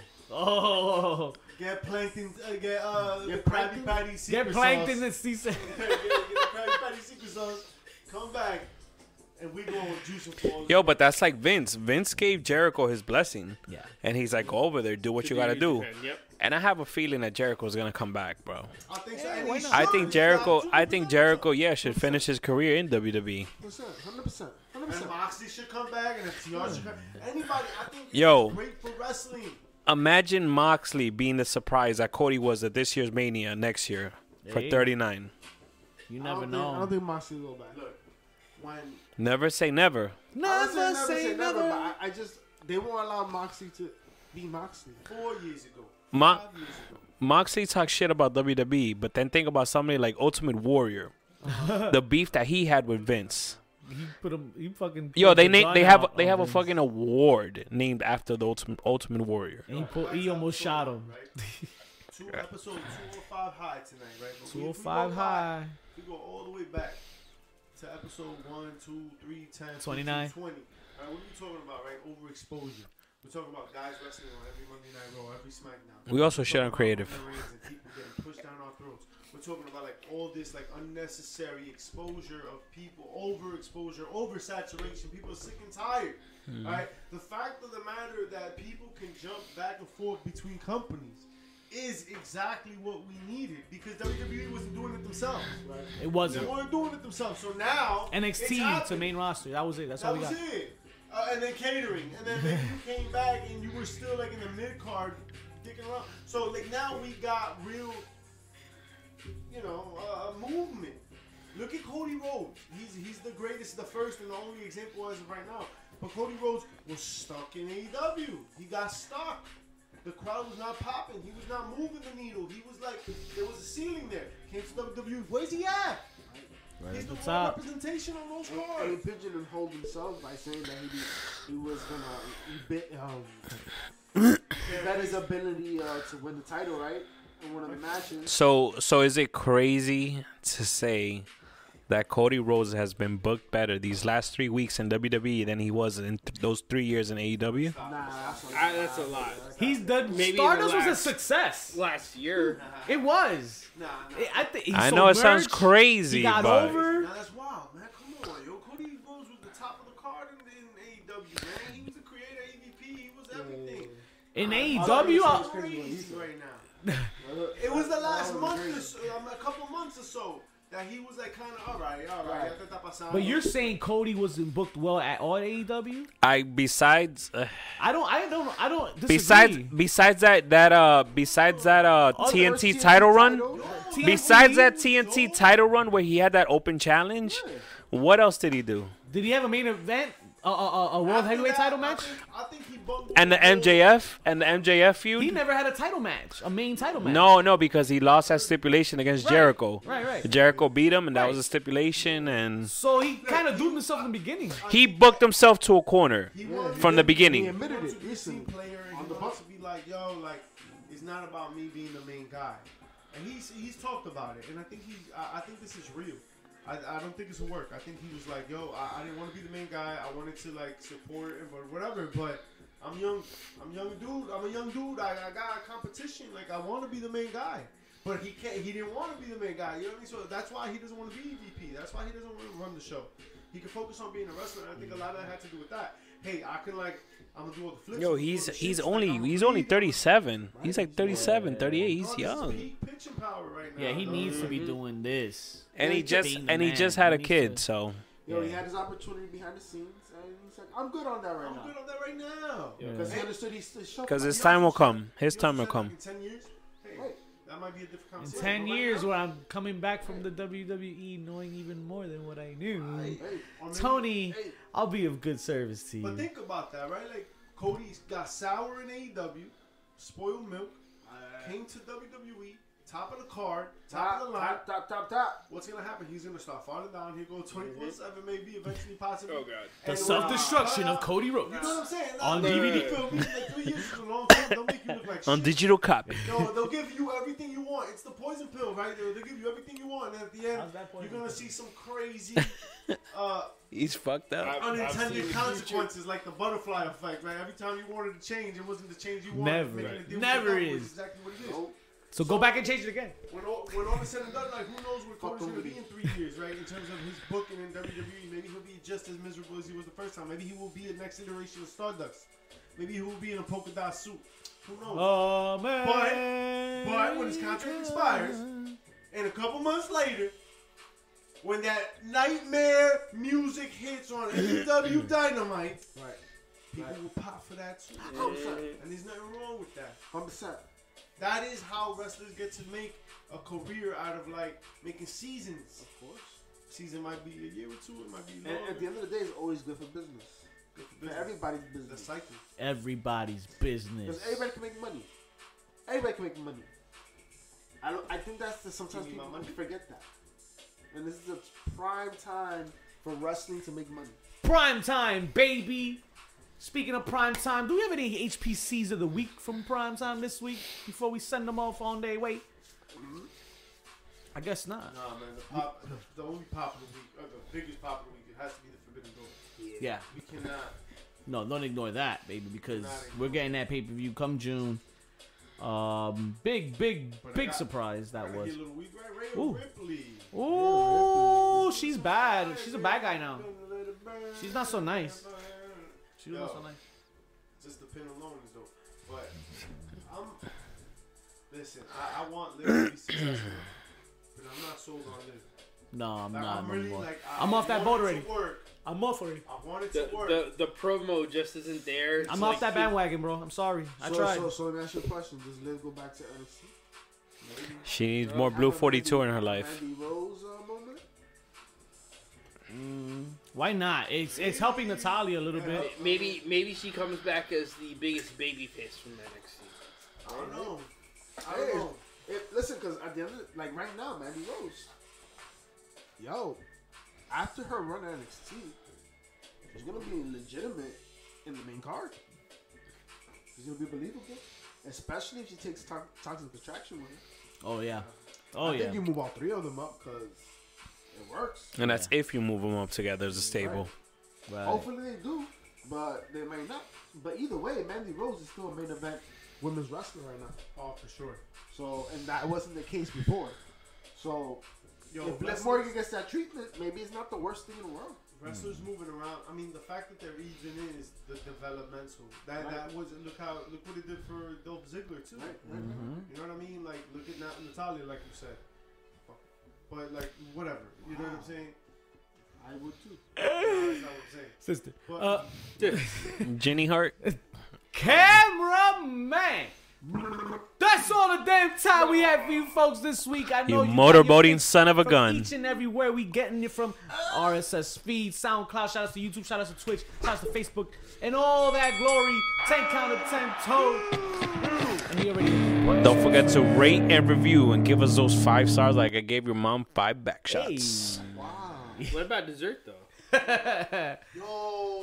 [SPEAKER 1] oh.
[SPEAKER 4] Get plankton. Uh, get uh.
[SPEAKER 5] Get
[SPEAKER 4] Get
[SPEAKER 5] plankton?
[SPEAKER 4] Krabby Patty secret
[SPEAKER 1] Get plankton
[SPEAKER 4] sauce.
[SPEAKER 1] and season.
[SPEAKER 4] <laughs> get, get the Krabby Patty secret sauce. Come back, and we going with juice and falls.
[SPEAKER 2] Yo, but that's like Vince. Vince gave Jericho his blessing,
[SPEAKER 1] Yeah.
[SPEAKER 2] and he's like, go over there, do what you gotta do.
[SPEAKER 5] Yep.
[SPEAKER 2] And I have a feeling that Jericho's gonna come back, bro.
[SPEAKER 4] I think so. uh, and
[SPEAKER 1] why
[SPEAKER 4] he's
[SPEAKER 1] not?
[SPEAKER 2] I
[SPEAKER 4] sure
[SPEAKER 2] think
[SPEAKER 4] he's
[SPEAKER 2] Jericho.
[SPEAKER 4] not
[SPEAKER 2] I think
[SPEAKER 4] juicing.
[SPEAKER 2] Jericho. Yeah, should finish his career in E. WWE.
[SPEAKER 3] Percent, hundred percent, hundred
[SPEAKER 4] And
[SPEAKER 3] percent.
[SPEAKER 4] Moxley should come back, and FTR should come. Anybody, I think.
[SPEAKER 2] Yo.
[SPEAKER 4] it's Great for wrestling.
[SPEAKER 2] Imagine Moxley being the surprise that Cody was at this year's Mania next year for
[SPEAKER 1] Hey.
[SPEAKER 2] 39.
[SPEAKER 1] You
[SPEAKER 3] I
[SPEAKER 1] never
[SPEAKER 3] don't, think, I
[SPEAKER 1] know.
[SPEAKER 3] don't think Moxley will go back.
[SPEAKER 4] Look,
[SPEAKER 3] When
[SPEAKER 2] Never say never.
[SPEAKER 3] I would but I, I just they won't allow Moxley to be Moxley.
[SPEAKER 4] four years ago,
[SPEAKER 2] Mo-
[SPEAKER 4] five years ago,
[SPEAKER 2] Moxley talks shit about WWE, but then think about somebody like
[SPEAKER 1] <laughs>
[SPEAKER 2] Ultimate Warrior, the beef that he had with Vince.
[SPEAKER 1] He put him. He fucking.
[SPEAKER 2] Yo,
[SPEAKER 1] put
[SPEAKER 2] they
[SPEAKER 1] the
[SPEAKER 2] na-
[SPEAKER 1] gun
[SPEAKER 2] they have
[SPEAKER 1] out
[SPEAKER 2] they
[SPEAKER 1] on
[SPEAKER 2] have a
[SPEAKER 1] him.
[SPEAKER 2] fucking award named after the Ultimate Ultimate Warrior.
[SPEAKER 1] And he pull, He almost shot him.
[SPEAKER 4] Right? Two episode 205 high tonight, right? But we- if we
[SPEAKER 1] Two
[SPEAKER 4] go
[SPEAKER 1] hundred five high.
[SPEAKER 4] We go all the way back to episode 1, 2, 3, 10,
[SPEAKER 1] 29.
[SPEAKER 4] 15, 20. All right, what are we talking about, right? Overexposure. We're talking about guys wrestling on every Monday Night Raw, every SmackDown.
[SPEAKER 2] We also
[SPEAKER 4] We're
[SPEAKER 2] shit
[SPEAKER 4] talking
[SPEAKER 2] on
[SPEAKER 4] about
[SPEAKER 2] creative.
[SPEAKER 4] Roman Reigns and people getting pushed down our throats. We're talking about like all this like unnecessary exposure of people, overexposure, oversaturation. People are sick and tired.
[SPEAKER 2] Hmm.
[SPEAKER 4] All right. The fact of the matter that people can jump back and forth between companies is exactly what we needed because WWE wasn't doing it themselves. Right?
[SPEAKER 1] It
[SPEAKER 4] They
[SPEAKER 1] wasn't
[SPEAKER 4] weren't doing it themselves. So now it's
[SPEAKER 1] NXT to
[SPEAKER 4] happening.
[SPEAKER 1] main roster. That was it. That's all
[SPEAKER 4] That
[SPEAKER 1] we
[SPEAKER 4] was
[SPEAKER 1] got.
[SPEAKER 4] it. Uh, and then catering, and then maybe you came back and you were still like in the mid card, dicking around. So like now we got real, you know, uh, a movement. Look at Cody Rhodes. He's he's the greatest, the first, and the only example as of right now. But Cody Rhodes was stuck in AEW. He got stuck. The crowd was not popping. He was not moving the needle. He was like there was a ceiling there. Came to WWE. Where's he at? He's the
[SPEAKER 1] What's
[SPEAKER 4] raw
[SPEAKER 1] up?
[SPEAKER 4] representation on those
[SPEAKER 3] And he
[SPEAKER 4] cards.
[SPEAKER 3] pigeonholed himself by saying that he be, he was gonna he bit,
[SPEAKER 4] <coughs>
[SPEAKER 3] um, bet his ability uh, to win the title, right? In one of the matches.
[SPEAKER 2] So so is it crazy to say that Cody Rhodes has been booked better these last three weeks in WWE than he was in th- those three years in E AEW?
[SPEAKER 3] Nah, that's, what
[SPEAKER 5] I, that's a lot.
[SPEAKER 1] He's done.
[SPEAKER 5] Maybe
[SPEAKER 1] Stardust
[SPEAKER 5] the
[SPEAKER 1] was a
[SPEAKER 5] last-
[SPEAKER 1] success.
[SPEAKER 5] Last year,
[SPEAKER 1] It was.
[SPEAKER 4] Nah, nah.
[SPEAKER 1] It- I think. he's
[SPEAKER 2] I
[SPEAKER 1] so
[SPEAKER 2] know it sounds
[SPEAKER 1] merged.
[SPEAKER 2] crazy,
[SPEAKER 1] He got
[SPEAKER 2] but
[SPEAKER 1] over.
[SPEAKER 4] Now that's wild, man. Come on, yo. Cody Rhodes was the top of the card in, in AEW, man. He was the creator AVP. He was everything.
[SPEAKER 1] In
[SPEAKER 3] thought he
[SPEAKER 1] AEW,
[SPEAKER 3] was
[SPEAKER 1] I-
[SPEAKER 3] crazy when he
[SPEAKER 4] Crazy
[SPEAKER 3] said.
[SPEAKER 4] right now.
[SPEAKER 3] <laughs> Look,
[SPEAKER 4] It was the
[SPEAKER 3] that's
[SPEAKER 4] last
[SPEAKER 3] what
[SPEAKER 4] month
[SPEAKER 3] I'm
[SPEAKER 4] or
[SPEAKER 3] saying.
[SPEAKER 4] so, um, a couple months or so, that he was like kind of all right, all right.
[SPEAKER 3] Right.
[SPEAKER 4] ya te está pasando."
[SPEAKER 1] but you're saying Cody wasn't booked well at all at AEW.
[SPEAKER 2] I besides uh,
[SPEAKER 1] I don't. I don't. I don't. Disagree.
[SPEAKER 2] besides besides that that uh besides that uh
[SPEAKER 1] Oh, the
[SPEAKER 3] First
[SPEAKER 2] TNT title run.
[SPEAKER 3] title?
[SPEAKER 1] TNT
[SPEAKER 2] Besides that TNT title run where he had that open challenge, what else did he do?
[SPEAKER 1] did he have a main event? A, a, a, a world
[SPEAKER 4] After
[SPEAKER 1] heavyweight
[SPEAKER 4] that,
[SPEAKER 1] title
[SPEAKER 4] I
[SPEAKER 1] match?
[SPEAKER 4] think- I think he bumped
[SPEAKER 2] And the
[SPEAKER 4] whole-
[SPEAKER 2] MJF and the MJF feud.
[SPEAKER 1] He never had a title match, a main title match.
[SPEAKER 2] No, no, because he lost that stipulation against
[SPEAKER 1] Right,
[SPEAKER 2] Jericho.
[SPEAKER 1] right, right.
[SPEAKER 2] Jericho beat him, and that
[SPEAKER 1] Right.
[SPEAKER 2] was a stipulation. And
[SPEAKER 1] So he kind of doomed himself in the beginning.
[SPEAKER 2] he booked himself to a corner
[SPEAKER 4] He wanted
[SPEAKER 2] from the
[SPEAKER 3] He
[SPEAKER 2] beginning.
[SPEAKER 3] admitted
[SPEAKER 4] wants to
[SPEAKER 3] it
[SPEAKER 4] be a team
[SPEAKER 3] recently.
[SPEAKER 4] player and
[SPEAKER 3] On
[SPEAKER 4] he
[SPEAKER 3] the
[SPEAKER 4] wants to be like, yo, like it's not about me being the main guy. And he's he's talked about it, and I think he's I, I think this is real. I, I don't think this will work. I think he was like, yo, I, I didn't want to be the main guy. I wanted to like support him or whatever. But I'm young. I'm young dude. I'm a young dude. I, I got competition. Like I want to be the main guy. But he can't. He didn't want to be the main guy. You know what I mean? So that's why he doesn't want to be EVP. That's why he doesn't want to run the show. He can focus on being a wrestler. And I think a lot of that had to do with that. Hey, I can like I'm gonna do all the flips.
[SPEAKER 2] Yo,
[SPEAKER 4] I'm gonna do
[SPEAKER 2] he's
[SPEAKER 4] all the
[SPEAKER 2] he's
[SPEAKER 4] shits, like,
[SPEAKER 2] only
[SPEAKER 4] I'm a
[SPEAKER 2] he's only
[SPEAKER 4] leader.
[SPEAKER 2] 37. He's like 37,
[SPEAKER 1] Yeah.
[SPEAKER 2] 38. He's
[SPEAKER 4] Dog, this is
[SPEAKER 2] young,
[SPEAKER 4] peak pitching power right now,
[SPEAKER 1] Yeah, he
[SPEAKER 4] dog.
[SPEAKER 1] needs to be
[SPEAKER 5] Mhm.
[SPEAKER 1] doing this.
[SPEAKER 2] and he
[SPEAKER 1] He's
[SPEAKER 2] just
[SPEAKER 1] being the
[SPEAKER 2] and he
[SPEAKER 1] man.
[SPEAKER 2] just had a
[SPEAKER 1] needs
[SPEAKER 2] kid.
[SPEAKER 1] to-
[SPEAKER 2] So
[SPEAKER 3] You know, he
[SPEAKER 1] Yeah.
[SPEAKER 3] had his opportunity behind the scenes, and he's like, "I'm good on that right
[SPEAKER 4] I'm
[SPEAKER 3] now."
[SPEAKER 4] good on that right now.
[SPEAKER 1] Yeah.
[SPEAKER 3] Because he understood he's still shuffling.
[SPEAKER 2] because his
[SPEAKER 3] He
[SPEAKER 2] time will
[SPEAKER 3] also
[SPEAKER 2] come, his
[SPEAKER 4] You know
[SPEAKER 2] time will
[SPEAKER 4] what I'm
[SPEAKER 2] come.
[SPEAKER 4] saying? Like, in 10 years, hey,
[SPEAKER 3] Right.
[SPEAKER 4] that might be a different
[SPEAKER 1] In
[SPEAKER 4] conversation.
[SPEAKER 1] ten
[SPEAKER 4] but right
[SPEAKER 1] years,
[SPEAKER 4] now,
[SPEAKER 1] when I'm coming back from the WWE, knowing even more than what I knew,
[SPEAKER 3] Hey, or maybe-
[SPEAKER 1] Tony,
[SPEAKER 3] hey,
[SPEAKER 1] I'll be of good service to
[SPEAKER 4] But
[SPEAKER 1] you.
[SPEAKER 4] think about that, right? Like, Cody's got sour in AEW, spoiled milk, came to WWE, top of the card, top,
[SPEAKER 3] top,
[SPEAKER 4] of the line.
[SPEAKER 3] top, top, top, top.
[SPEAKER 4] What's going to happen? He's going to start falling down. He'll go 24 7, maybe, eventually, possibly.
[SPEAKER 5] Oh god.
[SPEAKER 1] The
[SPEAKER 4] And
[SPEAKER 1] self destruction
[SPEAKER 4] when-
[SPEAKER 1] of Cody
[SPEAKER 4] You know what I'm
[SPEAKER 1] Rhodes.
[SPEAKER 4] saying?
[SPEAKER 1] On
[SPEAKER 4] Nah,
[SPEAKER 1] DVD.
[SPEAKER 4] you feel me? E, Like, three years is a long time. Don't make you look like
[SPEAKER 2] on
[SPEAKER 4] shit.
[SPEAKER 2] digital copy.
[SPEAKER 4] No, they'll give you everything you want. It's the poison pill, right? They'll, they'll give you everything you want, and at the end,
[SPEAKER 1] How's that
[SPEAKER 4] you're
[SPEAKER 1] poison
[SPEAKER 4] gonna
[SPEAKER 1] pill?
[SPEAKER 4] see some crazy uh,
[SPEAKER 2] <laughs> He's fucked up.
[SPEAKER 4] Oh,
[SPEAKER 5] I've- I've seen
[SPEAKER 4] unintended
[SPEAKER 5] the
[SPEAKER 4] consequences, like the butterfly effect. Right? Every time you wanted to change, it wasn't the change you wanted.
[SPEAKER 1] Never.
[SPEAKER 4] Making a
[SPEAKER 1] Right.
[SPEAKER 4] deal with
[SPEAKER 1] Never
[SPEAKER 4] the devil
[SPEAKER 1] is.
[SPEAKER 4] exactly what it is.
[SPEAKER 3] Nope.
[SPEAKER 1] So go back and change it again.
[SPEAKER 4] When all, when all is said and done, like who knows where Cody's gonna be
[SPEAKER 3] Fuckery.
[SPEAKER 4] in three years, right? In terms of his booking in WWE, maybe he'll be just as miserable as he was the first time. Maybe he will be the next iteration of Stardust. Maybe he will be in a polka dot suit. Who knows?
[SPEAKER 1] Oh man!
[SPEAKER 4] but when his contract expires, And a couple months later, when that nightmare music hits on AEW Dynamite,
[SPEAKER 3] Right.
[SPEAKER 4] people
[SPEAKER 3] Right.
[SPEAKER 4] will pop for that too. And there's nothing wrong with that.
[SPEAKER 3] Hundred percent.
[SPEAKER 4] That is how wrestlers get to make a career out of like making seasons.
[SPEAKER 3] Of course.
[SPEAKER 4] Season might be a year or two, it might be
[SPEAKER 3] And
[SPEAKER 4] longer.
[SPEAKER 3] at the end of the day, it's always good for business.
[SPEAKER 4] Good for
[SPEAKER 3] For
[SPEAKER 4] business.
[SPEAKER 3] everybody's
[SPEAKER 4] the
[SPEAKER 3] business.
[SPEAKER 4] cycle.
[SPEAKER 1] Everybody's
[SPEAKER 3] Because
[SPEAKER 1] business.
[SPEAKER 3] everybody can make money. Everybody can make money. I don't, I think that's the sometimes
[SPEAKER 4] Give me my
[SPEAKER 3] people
[SPEAKER 4] money.
[SPEAKER 3] forget that. And this is the prime time for wrestling to make money.
[SPEAKER 1] Prime time, baby. Speaking of prime time, do we have any HPCs of the week from prime time this week before we send them off on their way? I guess not.
[SPEAKER 4] Nah, man, the <clears throat> pop, the, the only pop of the week, or the biggest pop of the week, it has to be the Forbidden Door.
[SPEAKER 1] Yeah.
[SPEAKER 4] We cannot.
[SPEAKER 1] No, don't ignore that, baby, because
[SPEAKER 4] Not ignore
[SPEAKER 1] we're getting that pay per view come June. Um, big, big,
[SPEAKER 4] But I
[SPEAKER 1] big
[SPEAKER 4] got-
[SPEAKER 1] surprise that
[SPEAKER 4] gotta
[SPEAKER 1] was.
[SPEAKER 4] get a little weak, right? Rhea
[SPEAKER 1] Ooh.
[SPEAKER 4] Ripley.
[SPEAKER 1] Ooh, she's bad. She's a bad guy now. She's not so nice. She was
[SPEAKER 4] Yo.
[SPEAKER 1] also nice.
[SPEAKER 4] Just the pin alone is dope. But I'm listen, I, I want Liv to be successful. But I'm not sold on Liv.
[SPEAKER 1] No, I'm
[SPEAKER 4] Like,
[SPEAKER 1] not
[SPEAKER 4] I'm really
[SPEAKER 1] anymore.
[SPEAKER 4] like I
[SPEAKER 1] I'm off that boat
[SPEAKER 4] want it
[SPEAKER 1] already.
[SPEAKER 4] to work.
[SPEAKER 1] I'm off for it.
[SPEAKER 4] I want it
[SPEAKER 5] The,
[SPEAKER 4] to work.
[SPEAKER 5] the the promo just isn't there. It's
[SPEAKER 1] I'm
[SPEAKER 5] like
[SPEAKER 1] off that
[SPEAKER 5] he-
[SPEAKER 1] bandwagon, bro. I'm sorry. I
[SPEAKER 3] so,
[SPEAKER 1] tried.
[SPEAKER 3] So, so let me ask you a question. Does Liv go back to NXT?
[SPEAKER 4] Maybe.
[SPEAKER 2] She needs more blue
[SPEAKER 3] Have a
[SPEAKER 2] 42 in her
[SPEAKER 3] Mandy-
[SPEAKER 2] life.
[SPEAKER 3] Mandy Rose uh, moment?
[SPEAKER 1] Why not? It's it's helping Natalia a little bit.
[SPEAKER 5] Maybe maybe she comes back as the biggest baby face from NXT.
[SPEAKER 4] I don't know. I
[SPEAKER 3] Hey,
[SPEAKER 4] don't know.
[SPEAKER 3] It, listen, because at the end, of the, like right now, Mandy Rose, yo, after her run at NXT, she's gonna be legitimate in the main card. She's gonna be believable, especially if she takes to- toxic attraction with her.
[SPEAKER 1] Oh yeah. Oh
[SPEAKER 3] I
[SPEAKER 1] yeah.
[SPEAKER 3] think you move all three of them up because it works.
[SPEAKER 2] And that's if you move them up together as a stable.
[SPEAKER 1] Right.
[SPEAKER 3] Hopefully they do, but they may not. But either way, Mandy Rose is still a main event women's wrestler right now.
[SPEAKER 4] Oh for sure.
[SPEAKER 3] So, and that wasn't the case before. So,
[SPEAKER 4] Yo,
[SPEAKER 3] if Liv
[SPEAKER 4] wrestlers-
[SPEAKER 3] Morgan gets that treatment, maybe it's not the worst thing in the world.
[SPEAKER 4] Wrestlers moving around. I mean, the fact that they're even in is the developmental. That
[SPEAKER 3] Right.
[SPEAKER 4] that was look how look what it did for Dolph Ziggler too.
[SPEAKER 3] Right?
[SPEAKER 4] You know what I mean? Like look at Nat- Natalia, like you said. But like whatever. You know what I'm saying?
[SPEAKER 3] I would too.
[SPEAKER 4] That's not what I'm saying.
[SPEAKER 1] Sister.
[SPEAKER 4] But
[SPEAKER 1] Uh,
[SPEAKER 2] Jenny Hart.
[SPEAKER 1] cameraman. That's all the damn time we have for you folks this week. I know
[SPEAKER 2] You
[SPEAKER 1] got your
[SPEAKER 2] motorboating
[SPEAKER 1] fix
[SPEAKER 2] son of a
[SPEAKER 1] from
[SPEAKER 2] gun.
[SPEAKER 1] Each and everywhere we getting it from RSS feed, SoundCloud. Shout out to YouTube. Shout out to Twitch. Shout out to Facebook, and all that glory. Ten count of ten toe. And we already.
[SPEAKER 2] Don't forget to rate and review and give us those five stars like I gave your mom five back shots.
[SPEAKER 1] Hey.
[SPEAKER 3] Wow.
[SPEAKER 5] What about dessert though?
[SPEAKER 3] Yo.